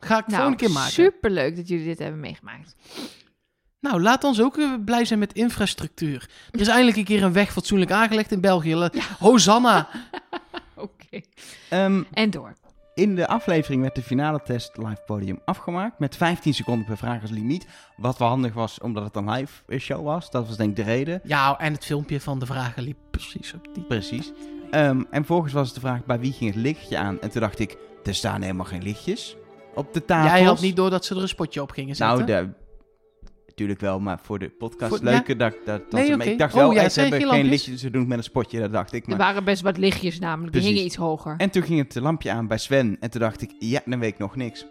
[SPEAKER 2] ga
[SPEAKER 1] Nou,
[SPEAKER 2] ik volgende keer maken.
[SPEAKER 1] superleuk dat jullie dit hebben meegemaakt.
[SPEAKER 2] Nou, laat ons ook eh, blij zijn met infrastructuur. Er is eindelijk een keer een weg fatsoenlijk aangelegd in België. La- Hosanna!
[SPEAKER 1] Oké.
[SPEAKER 3] Ehm,
[SPEAKER 1] En door.
[SPEAKER 3] in de aflevering werd de finale test live podium afgemaakt. Met 15 seconden per vraag als limiet. Wat wel handig was, omdat het een live eh, show was. Dat was denk ik de reden.
[SPEAKER 2] Ja, en het filmpje van de vragen liep precies op die.
[SPEAKER 3] Precies. Ehm, en volgens was het de vraag, bij wie ging het lichtje aan? En toen dacht ik, er staan helemaal geen lichtjes op de tafel.
[SPEAKER 2] Jij had niet door dat ze er een spotje op gingen zetten.
[SPEAKER 3] Nou, de, natuurlijk wel, maar voor de podcast
[SPEAKER 2] Voor-
[SPEAKER 3] leuker dat, dat, dat
[SPEAKER 2] Nee,
[SPEAKER 3] ze-
[SPEAKER 2] oké.
[SPEAKER 3] Ik dacht
[SPEAKER 2] Oh,
[SPEAKER 3] wel,
[SPEAKER 2] ja,
[SPEAKER 3] eh,
[SPEAKER 2] het
[SPEAKER 3] ze
[SPEAKER 2] zijn
[SPEAKER 3] hebben
[SPEAKER 2] geen
[SPEAKER 3] geen
[SPEAKER 2] lampjes.
[SPEAKER 3] lichtjes, ze doen het met een spotje. Dat dacht ik,
[SPEAKER 1] Er
[SPEAKER 3] maar...
[SPEAKER 1] waren best wat lichtjes namelijk. Die
[SPEAKER 3] Precies.
[SPEAKER 1] gingen iets hoger.
[SPEAKER 3] En toen ging het lampje aan bij Sven. En toen dacht ik, ja, dan weet ik nog niks.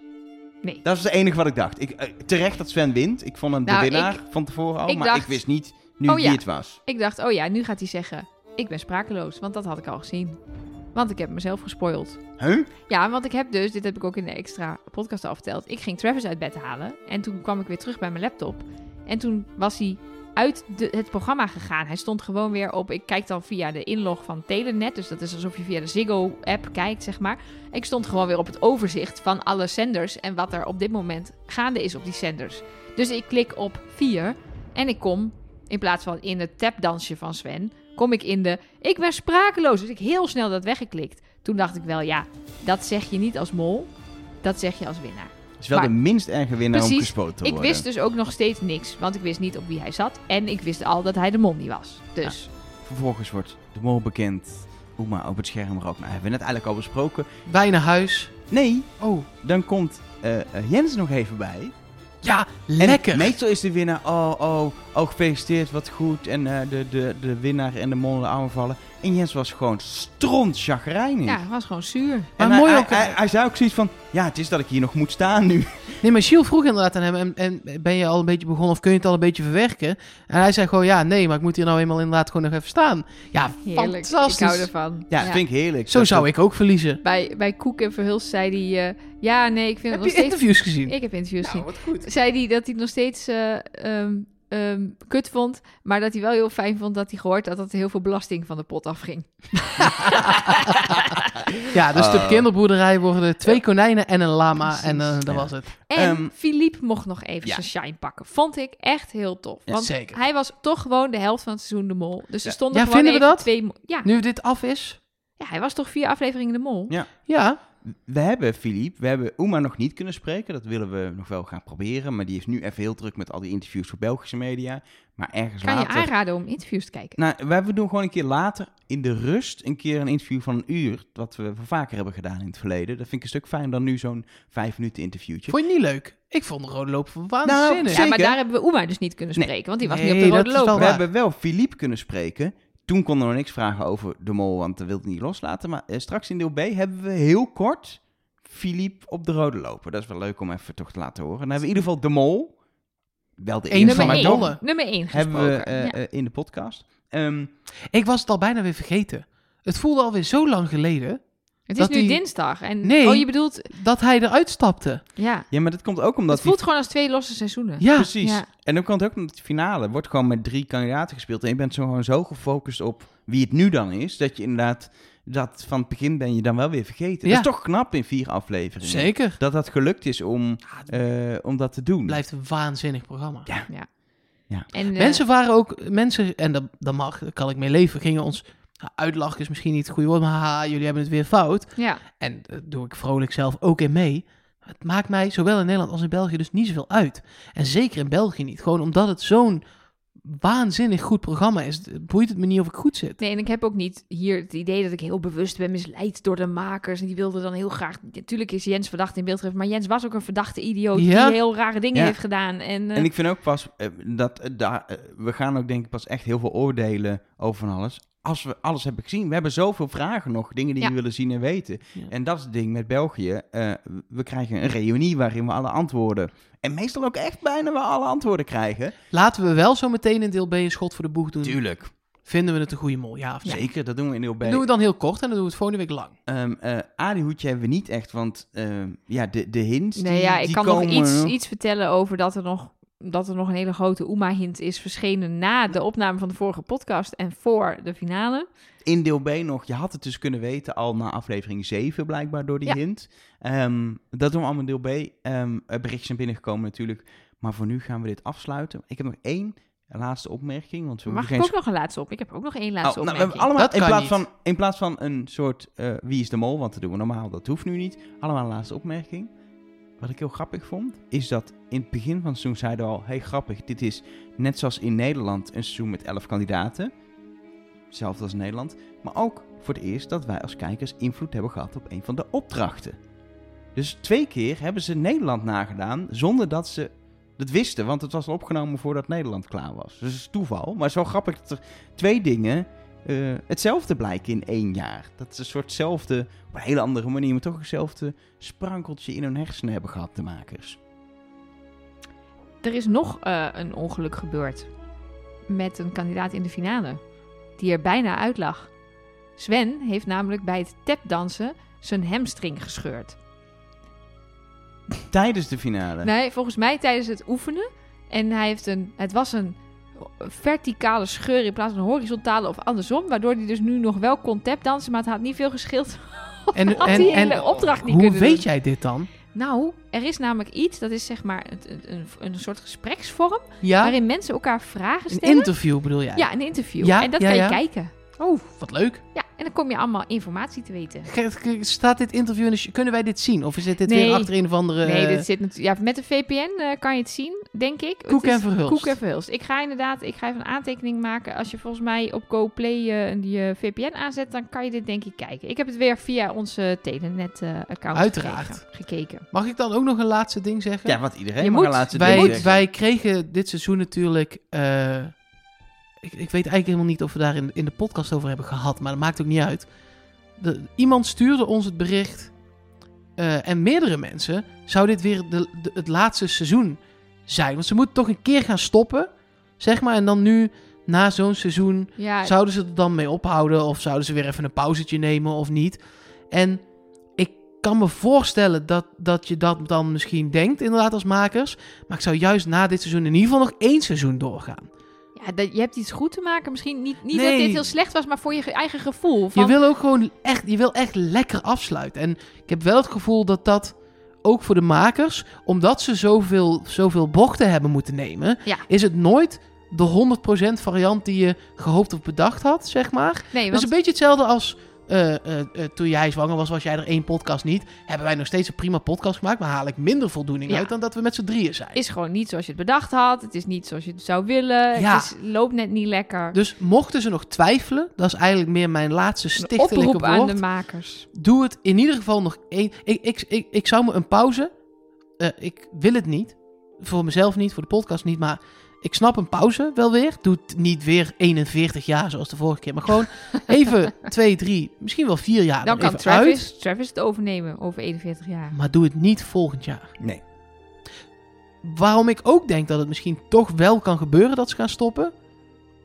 [SPEAKER 1] Nee.
[SPEAKER 3] Dat was het enige wat ik dacht. Ik, eh, terecht dat Sven wint. Ik vond hem
[SPEAKER 1] Nou,
[SPEAKER 3] de winnaar van tevoren al.
[SPEAKER 1] ik
[SPEAKER 3] maar
[SPEAKER 1] dacht-
[SPEAKER 3] ik wist niet nu
[SPEAKER 1] Oh,
[SPEAKER 3] wie
[SPEAKER 1] ja.
[SPEAKER 3] het was.
[SPEAKER 1] Ik dacht, oh ja, nu gaat hij zeggen, ik ben sprakeloos. Want dat had ik al gezien. Want ik heb mezelf gespoild.
[SPEAKER 3] Huh?
[SPEAKER 1] Ja, want ik heb dus, dit heb ik ook in de extra podcast al verteld. Ik ging Travis uit bed halen. En toen kwam ik weer terug bij mijn laptop. En toen was hij uit de, het programma gegaan. Hij stond gewoon weer op. Ik kijk dan via de inlog van Telenet. Dus dat is alsof je via de Ziggo-app kijkt, zeg maar. Ik stond gewoon weer op het overzicht van alle zenders. En wat er op dit moment gaande is op die zenders. Dus ik klik op 4. En ik kom, in plaats van in het tapdansje van Sven, kom ik in de. Ik ben sprakeloos. Dus ik heel snel dat weggeklikt. Toen dacht ik wel, ja, dat zeg je niet als mol, dat zeg je als winnaar.
[SPEAKER 3] Het is wel
[SPEAKER 1] Maar-
[SPEAKER 3] de minst erge winnaar om
[SPEAKER 1] Precies,
[SPEAKER 3] gespoten te
[SPEAKER 1] Ik
[SPEAKER 3] worden.
[SPEAKER 1] wist dus ook nog steeds niks, want ik wist niet op wie hij zat en ik wist al dat hij de mol niet was. Dus
[SPEAKER 3] Vervolgens wordt de mol bekend. Oema op het scherm rookt. Nou, hebben we net eigenlijk al besproken.
[SPEAKER 2] Wij naar huis.
[SPEAKER 3] Nee,
[SPEAKER 2] Oh,
[SPEAKER 3] dan komt eh, eh, Jens nog even bij.
[SPEAKER 2] ja, lekker.
[SPEAKER 3] En meestal is de winnaar, oh, oh, oh, gefeliciteerd, wat goed. En eh, de, de, de winnaar en de mol de aanvallen. En Jens was gewoon stront chagrijnig.
[SPEAKER 1] ja, hij was gewoon zuur.
[SPEAKER 2] Maar
[SPEAKER 3] En hij-
[SPEAKER 2] mooi
[SPEAKER 3] hij,
[SPEAKER 2] ook-
[SPEAKER 3] Hij, hij zei ook zoiets van: Ja, het is dat ik hier nog moet staan nu.
[SPEAKER 2] Nee, maar Shiel vroeg inderdaad aan hem: en, en ben je al een beetje begonnen of kun je het al een beetje verwerken? En hij zei gewoon: ja, nee, maar ik moet hier nou eenmaal inderdaad gewoon nog even staan. Ja,
[SPEAKER 1] Heerlijk,
[SPEAKER 2] fantastisch.
[SPEAKER 1] ik hou ervan.
[SPEAKER 3] Ja, dat vind ik heerlijk.
[SPEAKER 2] Zo
[SPEAKER 3] Dat-
[SPEAKER 2] zou ik ook verliezen.
[SPEAKER 1] Bij, bij Koek en Verhulst zei hij, eh, ja nee, ik vind het
[SPEAKER 2] Heb je
[SPEAKER 1] nog steeds...
[SPEAKER 2] interviews gezien? Nou,
[SPEAKER 1] Ik heb interviews gezien.
[SPEAKER 2] wat goed.
[SPEAKER 1] Zei hij dat hij nog steeds eh, ehm, eh, ehm, kut vond. Maar dat hij wel heel fijn vond dat hij gehoord had dat er heel veel belasting van de pot afging.
[SPEAKER 2] Ja, dus op
[SPEAKER 3] Oh.
[SPEAKER 2] de kinderboerderij worden er twee konijnen en een lama
[SPEAKER 3] Precies,
[SPEAKER 2] en eh, dat
[SPEAKER 3] ja.
[SPEAKER 2] was het.
[SPEAKER 1] En
[SPEAKER 3] Ehm,
[SPEAKER 1] Philippe mocht nog even
[SPEAKER 3] ja.
[SPEAKER 1] zijn shine pakken. Vond ik echt heel tof.
[SPEAKER 3] Ja,
[SPEAKER 1] Want
[SPEAKER 2] zeker.
[SPEAKER 1] hij was toch gewoon de helft van het seizoen de mol. Dus ze
[SPEAKER 3] Ja.
[SPEAKER 1] stonden
[SPEAKER 2] Ja,
[SPEAKER 1] gewoon
[SPEAKER 2] vinden we
[SPEAKER 1] even
[SPEAKER 2] dat?
[SPEAKER 1] twee... mo- Ja.
[SPEAKER 2] Nu dit af is,
[SPEAKER 1] ja, hij was toch vier afleveringen de mol?
[SPEAKER 3] Ja.
[SPEAKER 2] ja,
[SPEAKER 3] We hebben Filip, we hebben Oema nog niet kunnen spreken. Dat willen we nog wel gaan proberen. Maar die heeft nu even heel druk met al die interviews voor Belgische media. Maar ergens
[SPEAKER 1] Kan je
[SPEAKER 3] later...
[SPEAKER 1] aanraden om interviews te kijken?
[SPEAKER 3] Nou, wij we doen gewoon een keer later in de rust een keer een interview van een uur. Wat we vaker hebben gedaan in het verleden. Dat vind ik een stuk fijner dan nu zo'n vijf minuten interviewtje.
[SPEAKER 2] vond je het niet leuk? Ik vond de rode loop
[SPEAKER 3] Nou,
[SPEAKER 2] waanzinnig.
[SPEAKER 1] Ja, maar
[SPEAKER 3] zeker.
[SPEAKER 1] daar hebben we Oema dus niet kunnen
[SPEAKER 3] Nee.
[SPEAKER 1] spreken, want die was
[SPEAKER 2] Nee,
[SPEAKER 1] niet op de
[SPEAKER 2] dat
[SPEAKER 1] rode
[SPEAKER 2] is wel
[SPEAKER 1] loper.
[SPEAKER 3] We
[SPEAKER 2] waar.
[SPEAKER 3] hebben wel Filip kunnen spreken. Toen konden we niks vragen over de mol, want dat wilde hij niet loslaten. Maar eh, straks in deel B hebben we heel kort Filip op de rode lopen. Dat is wel leuk om even toch te laten horen. Dan hebben we in ieder geval de mol. Wel de
[SPEAKER 2] Eén
[SPEAKER 3] eerste,
[SPEAKER 1] Nummer
[SPEAKER 2] van
[SPEAKER 3] maar
[SPEAKER 2] mijn
[SPEAKER 1] één.
[SPEAKER 2] dolle.
[SPEAKER 3] dan
[SPEAKER 1] Nummer één
[SPEAKER 3] hebben we
[SPEAKER 1] gesproken.
[SPEAKER 3] eh,
[SPEAKER 1] Ja.
[SPEAKER 3] eh, in de podcast. Ehm,
[SPEAKER 2] Ik was het al bijna weer vergeten. Het voelde alweer zo lang geleden
[SPEAKER 1] Het is
[SPEAKER 2] dat
[SPEAKER 1] nu
[SPEAKER 2] die-
[SPEAKER 1] dinsdag. En...
[SPEAKER 2] Nee.
[SPEAKER 1] Oh, je bedoelt...
[SPEAKER 2] dat hij eruit stapte.
[SPEAKER 1] Ja.
[SPEAKER 3] ja, maar dat komt ook omdat...
[SPEAKER 1] Het voelt gewoon als twee losse seizoenen.
[SPEAKER 2] Ja,
[SPEAKER 3] Precies.
[SPEAKER 1] Ja.
[SPEAKER 3] En dan komt het ook omdat de finale wordt gewoon met drie kandidaten gespeeld. En je bent zo gewoon zo gefocust op wie het nu dan is, dat je inderdaad dat van het begin ben je dan wel weer vergeten.
[SPEAKER 2] Ja.
[SPEAKER 3] Dat is toch knap in vier afleveringen.
[SPEAKER 2] zeker.
[SPEAKER 3] dat dat gelukt is om,
[SPEAKER 2] het
[SPEAKER 1] Ah,
[SPEAKER 3] eh, om dat te doen.
[SPEAKER 2] blijft een waanzinnig programma.
[SPEAKER 1] En, eh,
[SPEAKER 2] Mensen waren ook, mensen, en dat, dat mag, daar kan ik mee leven, gingen ons, nou, uitlachen is misschien niet het goede woord, maar haha, jullie hebben het weer fout.
[SPEAKER 1] Ja.
[SPEAKER 2] En daar doe ik vrolijk zelf ook in mee. Het maakt mij zowel in Nederland als in België dus niet zoveel uit. En zeker in België niet. Gewoon omdat het zo'n waanzinnig goed programma is, boeit het me niet of ik goed zit.
[SPEAKER 1] Nee, en ik heb ook niet hier het idee dat ik heel bewust ben misleid door de makers. En die wilden dan heel graag... Natuurlijk is Jens verdacht in beeld gegeven, maar Jens was ook een verdachte idioot
[SPEAKER 2] Ja.
[SPEAKER 1] die heel rare dingen
[SPEAKER 3] Ja.
[SPEAKER 1] heeft gedaan. En, eh,
[SPEAKER 3] En ik vind ook pas eh, dat eh, daar, eh, we gaan ook denk ik pas echt heel veel oordelen over van alles. Als we alles hebben gezien, we hebben zoveel vragen nog, dingen die
[SPEAKER 1] Ja.
[SPEAKER 3] we willen zien en weten.
[SPEAKER 2] Ja.
[SPEAKER 3] En dat is het ding met België. eh, we krijgen een reunie waarin we alle antwoorden. En meestal ook echt bijna we alle antwoorden krijgen.
[SPEAKER 2] Laten we wel zo meteen in deel B een schot voor de boeg doen.
[SPEAKER 3] Tuurlijk.
[SPEAKER 2] Vinden we het een goede mol, ja of nee?
[SPEAKER 3] Zeker, dat doen we in deel B.
[SPEAKER 2] Dat doen we dan heel kort en dan doen we het volgende week lang.
[SPEAKER 3] Ehm, eh, Aluhoedje hebben we niet echt, want ehm, ja, de, de hints
[SPEAKER 1] nee,
[SPEAKER 3] die,
[SPEAKER 1] ja, ik
[SPEAKER 3] die
[SPEAKER 1] kan
[SPEAKER 3] komen...
[SPEAKER 1] nog iets, iets vertellen over dat er nog, dat er nog een hele grote Oema-hint is verschenen na de opname van de vorige podcast en voor de finale.
[SPEAKER 3] in deel B nog. Je had het dus kunnen weten al na aflevering 7 blijkbaar door die
[SPEAKER 1] Ja.
[SPEAKER 3] hint. Ehm, dat doen we allemaal in deel B. Ehm er berichten zijn binnengekomen natuurlijk. Maar voor nu gaan we dit afsluiten. Ik heb nog één laatste opmerking. Want we
[SPEAKER 1] Mag
[SPEAKER 3] moeten
[SPEAKER 1] ik ook
[SPEAKER 3] geen...
[SPEAKER 1] nog een laatste op? Ik heb ook nog één
[SPEAKER 3] Oh,
[SPEAKER 1] laatste
[SPEAKER 3] nou, we
[SPEAKER 1] opmerking.
[SPEAKER 3] hebben allemaal
[SPEAKER 2] Dat
[SPEAKER 3] in
[SPEAKER 2] kan
[SPEAKER 3] plaats,
[SPEAKER 2] niet.
[SPEAKER 3] van, in plaats van een soort eh, wie is de mol, want dat doen we normaal, dat hoeft nu niet. Allemaal een laatste opmerking. Wat ik heel grappig vond, is dat in het begin van het seizoen zeiden we al: hey, grappig, dit is net zoals in Nederland een seizoen met 11 kandidaten. Hetzelfde als in Nederland. Maar ook voor het eerst dat wij als kijkers invloed hebben gehad op een van de opdrachten. Dus twee keer hebben ze Nederland nagedaan zonder dat ze dat wisten, want het was al opgenomen voordat Nederland klaar was. Dus het is toeval. Maar zo grappig dat er twee dingen eh, hetzelfde blijken in één jaar. Dat is een soortzelfde, op een hele andere manier, maar toch hetzelfde sprankeltje in hun hersenen hebben gehad, de makers.
[SPEAKER 1] Er is nog eh, een ongeluk gebeurd met een kandidaat in de finale, die er bijna uit lag. Sven heeft namelijk bij het tapdansen zijn hamstring gescheurd.
[SPEAKER 3] Tijdens de finale.
[SPEAKER 2] Nou,
[SPEAKER 1] Nee, volgens mij tijdens het oefenen. En hij heeft een, het was een verticale scheur in plaats van een horizontale of andersom, waardoor hij dus nu nog wel kon tapdansen, maar het had niet veel geschild.
[SPEAKER 2] En,
[SPEAKER 1] Had die hele opdracht niet
[SPEAKER 2] hoe
[SPEAKER 1] kunnen
[SPEAKER 2] weet
[SPEAKER 1] doen.
[SPEAKER 2] jij dit dan?
[SPEAKER 1] Nou, er is namelijk iets, dat is zeg maar een, een- een, een soort gespreksvorm,
[SPEAKER 2] Ja,
[SPEAKER 1] waarin mensen elkaar vragen
[SPEAKER 2] een
[SPEAKER 1] stellen.
[SPEAKER 2] interview bedoel jij?
[SPEAKER 1] ja, een interview.
[SPEAKER 2] Ja,
[SPEAKER 1] en dat
[SPEAKER 2] ja,
[SPEAKER 1] kan je
[SPEAKER 2] ja.
[SPEAKER 1] kijken.
[SPEAKER 2] Oh, wat leuk.
[SPEAKER 1] Ja, en dan kom je allemaal informatie te weten.
[SPEAKER 2] Ge- ge- Staat dit interview in de... sh- Kunnen wij dit zien? Of is dit, dit
[SPEAKER 1] Nee.
[SPEAKER 2] weer achter een of andere... eh,
[SPEAKER 1] nee, dit zit natuurlijk. Ja, met de VPN eh, kan je het zien, denk ik. Het
[SPEAKER 2] Koek
[SPEAKER 1] is
[SPEAKER 2] en verhulst.
[SPEAKER 1] Koek en verhulst. Ik ga inderdaad, ik ga even een aantekening maken. Als je volgens mij op GoPlay eh, die eh, VPN aanzet, dan kan je dit denk ik kijken. Ik heb het weer via onze Telenet-account
[SPEAKER 2] Uiteraard.
[SPEAKER 1] gekeken.
[SPEAKER 2] Mag ik dan ook nog een laatste ding zeggen?
[SPEAKER 3] Ja, wat iedereen
[SPEAKER 1] Je
[SPEAKER 3] mag
[SPEAKER 1] moet.
[SPEAKER 3] een laatste
[SPEAKER 2] wij,
[SPEAKER 3] ding zeggen.
[SPEAKER 2] wij kregen dit seizoen natuurlijk... eh, ik, ik weet eigenlijk helemaal niet of we daar in, in de podcast over hebben gehad. Maar dat maakt ook niet uit. De, iemand stuurde ons het bericht... eh, en meerdere mensen... Zou dit weer de, de- het laatste seizoen zijn? Want ze moeten toch een keer gaan stoppen. Zeg maar. En dan nu... Na zo'n seizoen
[SPEAKER 1] Ja,
[SPEAKER 2] Zouden ze er dan mee ophouden of zouden ze weer even een pauzetje nemen of niet? En ik kan me voorstellen dat, dat je dat dan misschien denkt, inderdaad, als makers. Maar ik zou juist na dit seizoen in ieder geval nog één seizoen doorgaan.
[SPEAKER 1] Ja, dat, je hebt iets goed te maken. Misschien niet, niet dat
[SPEAKER 2] Nee.
[SPEAKER 1] dit heel slecht was, maar voor je ge- eigen gevoel. Van,
[SPEAKER 2] Je wil ook gewoon echt, je wil echt lekker afsluiten. En ik heb wel het gevoel dat dat ook voor de makers, omdat ze zoveel, zoveel bochten hebben moeten nemen,
[SPEAKER 1] Ja.
[SPEAKER 2] is het nooit de 100% variant die je gehoopt of bedacht had, zeg maar.
[SPEAKER 1] nee,
[SPEAKER 2] Dat
[SPEAKER 1] want
[SPEAKER 2] is een beetje hetzelfde als eh, eh, eh, toen jij zwanger was, was jij er één podcast niet. Hebben wij nog steeds een prima podcast gemaakt, maar haal ik minder voldoening
[SPEAKER 1] Ja.
[SPEAKER 2] uit dan dat we met z'n drieën zijn.
[SPEAKER 1] is gewoon niet zoals je het bedacht had. Het is niet zoals je het zou willen.
[SPEAKER 2] Ja.
[SPEAKER 1] Het is, loopt net niet lekker.
[SPEAKER 2] Dus mochten ze nog twijfelen, dat is eigenlijk meer mijn laatste
[SPEAKER 1] Een
[SPEAKER 2] stichtelijke
[SPEAKER 1] oproep
[SPEAKER 2] woord.
[SPEAKER 1] aan de makers.
[SPEAKER 2] Doe het in ieder geval nog één. Ik, ik, ik, ik zou me een pauze. eh, ik wil het niet. Voor mezelf niet, voor de podcast niet. Maar ik snap een pauze wel weer. Doe het niet weer 41 jaar zoals de vorige keer. Maar gewoon even 2, 3, misschien wel 4 jaar.
[SPEAKER 1] Dan
[SPEAKER 2] er
[SPEAKER 1] kan
[SPEAKER 2] even uit.
[SPEAKER 1] Travis, Travis het overnemen over 41 jaar.
[SPEAKER 2] Maar doe het niet volgend jaar.
[SPEAKER 3] Nee.
[SPEAKER 2] Waarom ik ook denk dat het misschien toch wel kan gebeuren dat ze gaan stoppen.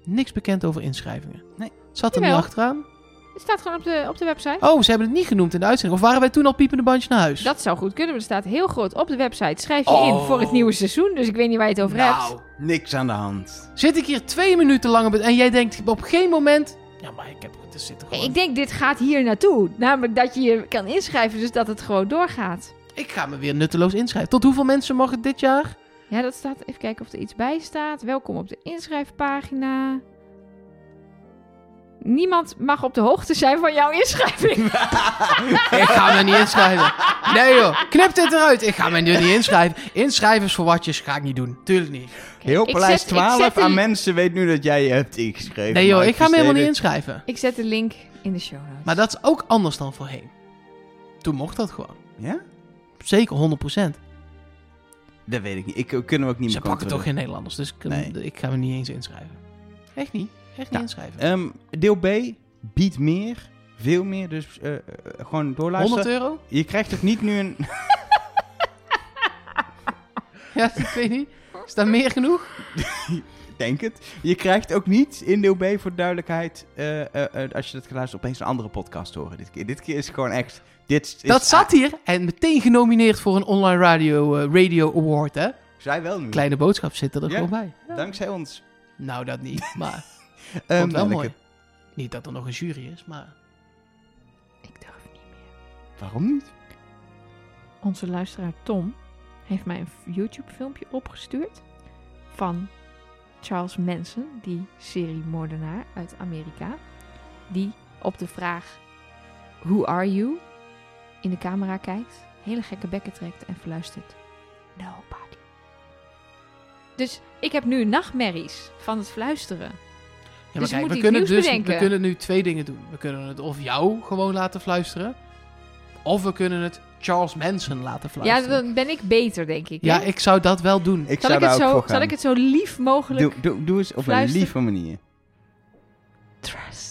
[SPEAKER 2] Niks bekend over inschrijvingen.
[SPEAKER 3] Nee.
[SPEAKER 2] Het Zat er nu
[SPEAKER 1] Jawel.
[SPEAKER 2] achteraan.
[SPEAKER 1] Het staat gewoon op de, op de website.
[SPEAKER 2] Oh, ze hebben het niet genoemd in de uitzending. Of waren wij toen al piepende bandje naar
[SPEAKER 3] Ah.
[SPEAKER 2] huis?
[SPEAKER 1] Dat zou goed kunnen, maar er staat heel groot op de website. Schrijf je
[SPEAKER 3] Oh.
[SPEAKER 1] in voor het nieuwe seizoen, dus ik weet niet waar je het over hebt.
[SPEAKER 2] nou,
[SPEAKER 3] Niks aan de hand.
[SPEAKER 2] zit ik hier twee minuten lang op het- en jij denkt op geen moment... Ja, maar ik heb het zitten gewoon...
[SPEAKER 1] Ik
[SPEAKER 2] Ik,
[SPEAKER 1] denk, dit gaat hier naartoe. Namelijk dat je je kan inschrijven, dus dat het gewoon doorgaat.
[SPEAKER 2] ga me weer nutteloos inschrijven. Tot hoeveel mensen mag het dit jaar?
[SPEAKER 1] Ja, dat staat. Even kijken of er iets bij staat. Welkom op de inschrijfpagina. Niemand mag op de hoogte zijn van jouw inschrijving.
[SPEAKER 2] Ik ga me niet inschrijven. Nee joh, knip dit eruit. Ik ga me nu niet inschrijven. Inschrijvers voor watjes ga ik niet doen. Tuurlijk niet.
[SPEAKER 3] Heel
[SPEAKER 1] Ik
[SPEAKER 3] Paleis
[SPEAKER 1] zet- ik
[SPEAKER 3] 12
[SPEAKER 1] zet
[SPEAKER 3] aan
[SPEAKER 1] die-
[SPEAKER 3] mensen weet nu dat jij je hebt ingeschreven.
[SPEAKER 2] Nee joh,
[SPEAKER 3] maar
[SPEAKER 2] ik ga me helemaal niet
[SPEAKER 3] versteer
[SPEAKER 2] inschrijven.
[SPEAKER 1] Ik zet de link in de show notes.
[SPEAKER 2] Maar dat is ook anders dan voorheen. Toen mocht dat gewoon.
[SPEAKER 3] het. Ja?
[SPEAKER 2] Zeker 100%.
[SPEAKER 3] Dat weet ik niet. Ik, eh, kunnen we ook niet
[SPEAKER 2] Ze
[SPEAKER 3] meer
[SPEAKER 2] pakken toch
[SPEAKER 3] controleren.
[SPEAKER 2] geen Nederlanders, dus ik,
[SPEAKER 3] Nee.
[SPEAKER 2] ik ga me niet eens inschrijven. Echt niet. Echt niet
[SPEAKER 3] Ja.
[SPEAKER 2] inschrijven.
[SPEAKER 3] Ehm, deel B biedt meer. Veel meer. Dus eh, eh, gewoon
[SPEAKER 2] 100
[SPEAKER 3] doorluisteren.
[SPEAKER 2] euro?
[SPEAKER 3] Je krijgt toch niet nu een...
[SPEAKER 2] Ja, ik weet niet. Is dat meer genoeg?
[SPEAKER 3] denk het. Je krijgt ook niet in deel B voor de duidelijkheid, eh, eh, eh, als je dat geluisterd opeens een andere podcast horen. Dit keer, dit keer is gewoon echt. Dit is,
[SPEAKER 2] dat zat hier en meteen genomineerd voor een online radio, eh, radio award, hè?
[SPEAKER 3] Zij wel nu.
[SPEAKER 2] Kleine boodschap zit er
[SPEAKER 3] Hm. Ja.
[SPEAKER 2] gewoon bij.
[SPEAKER 3] Dankzij ons.
[SPEAKER 2] Nou, dat niet, maar
[SPEAKER 3] Ehm,
[SPEAKER 2] vond het wel
[SPEAKER 3] nou,
[SPEAKER 2] mooi.
[SPEAKER 3] lekker.
[SPEAKER 2] Niet dat er nog een jury is, maar...
[SPEAKER 1] Ik durf niet meer.
[SPEAKER 3] Waarom niet?
[SPEAKER 1] Onze luisteraar Tom heeft mij een YouTube-filmpje opgestuurd van Charles Manson, die seriemoordenaar uit Amerika, die op de vraag Who are you? in de camera kijkt, hele gekke bekken trekt en fluistert Nobody. Dus ik heb nu nachtmerries van het fluisteren.
[SPEAKER 2] Ja, maar
[SPEAKER 1] Dus je moet
[SPEAKER 2] we,
[SPEAKER 1] iets
[SPEAKER 2] kunnen
[SPEAKER 1] nieuws
[SPEAKER 2] dus, we
[SPEAKER 1] bedenken.
[SPEAKER 2] kunnen nu twee dingen doen. We kunnen het of jou gewoon laten fluisteren... of we kunnen het Charles Manson laten
[SPEAKER 1] Ja,
[SPEAKER 2] fluisteren.
[SPEAKER 1] dan ben ik beter, denk ik.
[SPEAKER 2] Ja,
[SPEAKER 1] hè?
[SPEAKER 2] ik zou dat wel doen.
[SPEAKER 3] Ik
[SPEAKER 1] zal,
[SPEAKER 3] zou
[SPEAKER 1] ik
[SPEAKER 3] daar
[SPEAKER 1] het
[SPEAKER 3] ook
[SPEAKER 1] zo,
[SPEAKER 3] voor gaan.
[SPEAKER 1] zal ik het zo lief mogelijk
[SPEAKER 3] doe, doe, doe eens op
[SPEAKER 1] fluisteren?
[SPEAKER 3] een lieve manier.
[SPEAKER 1] Trust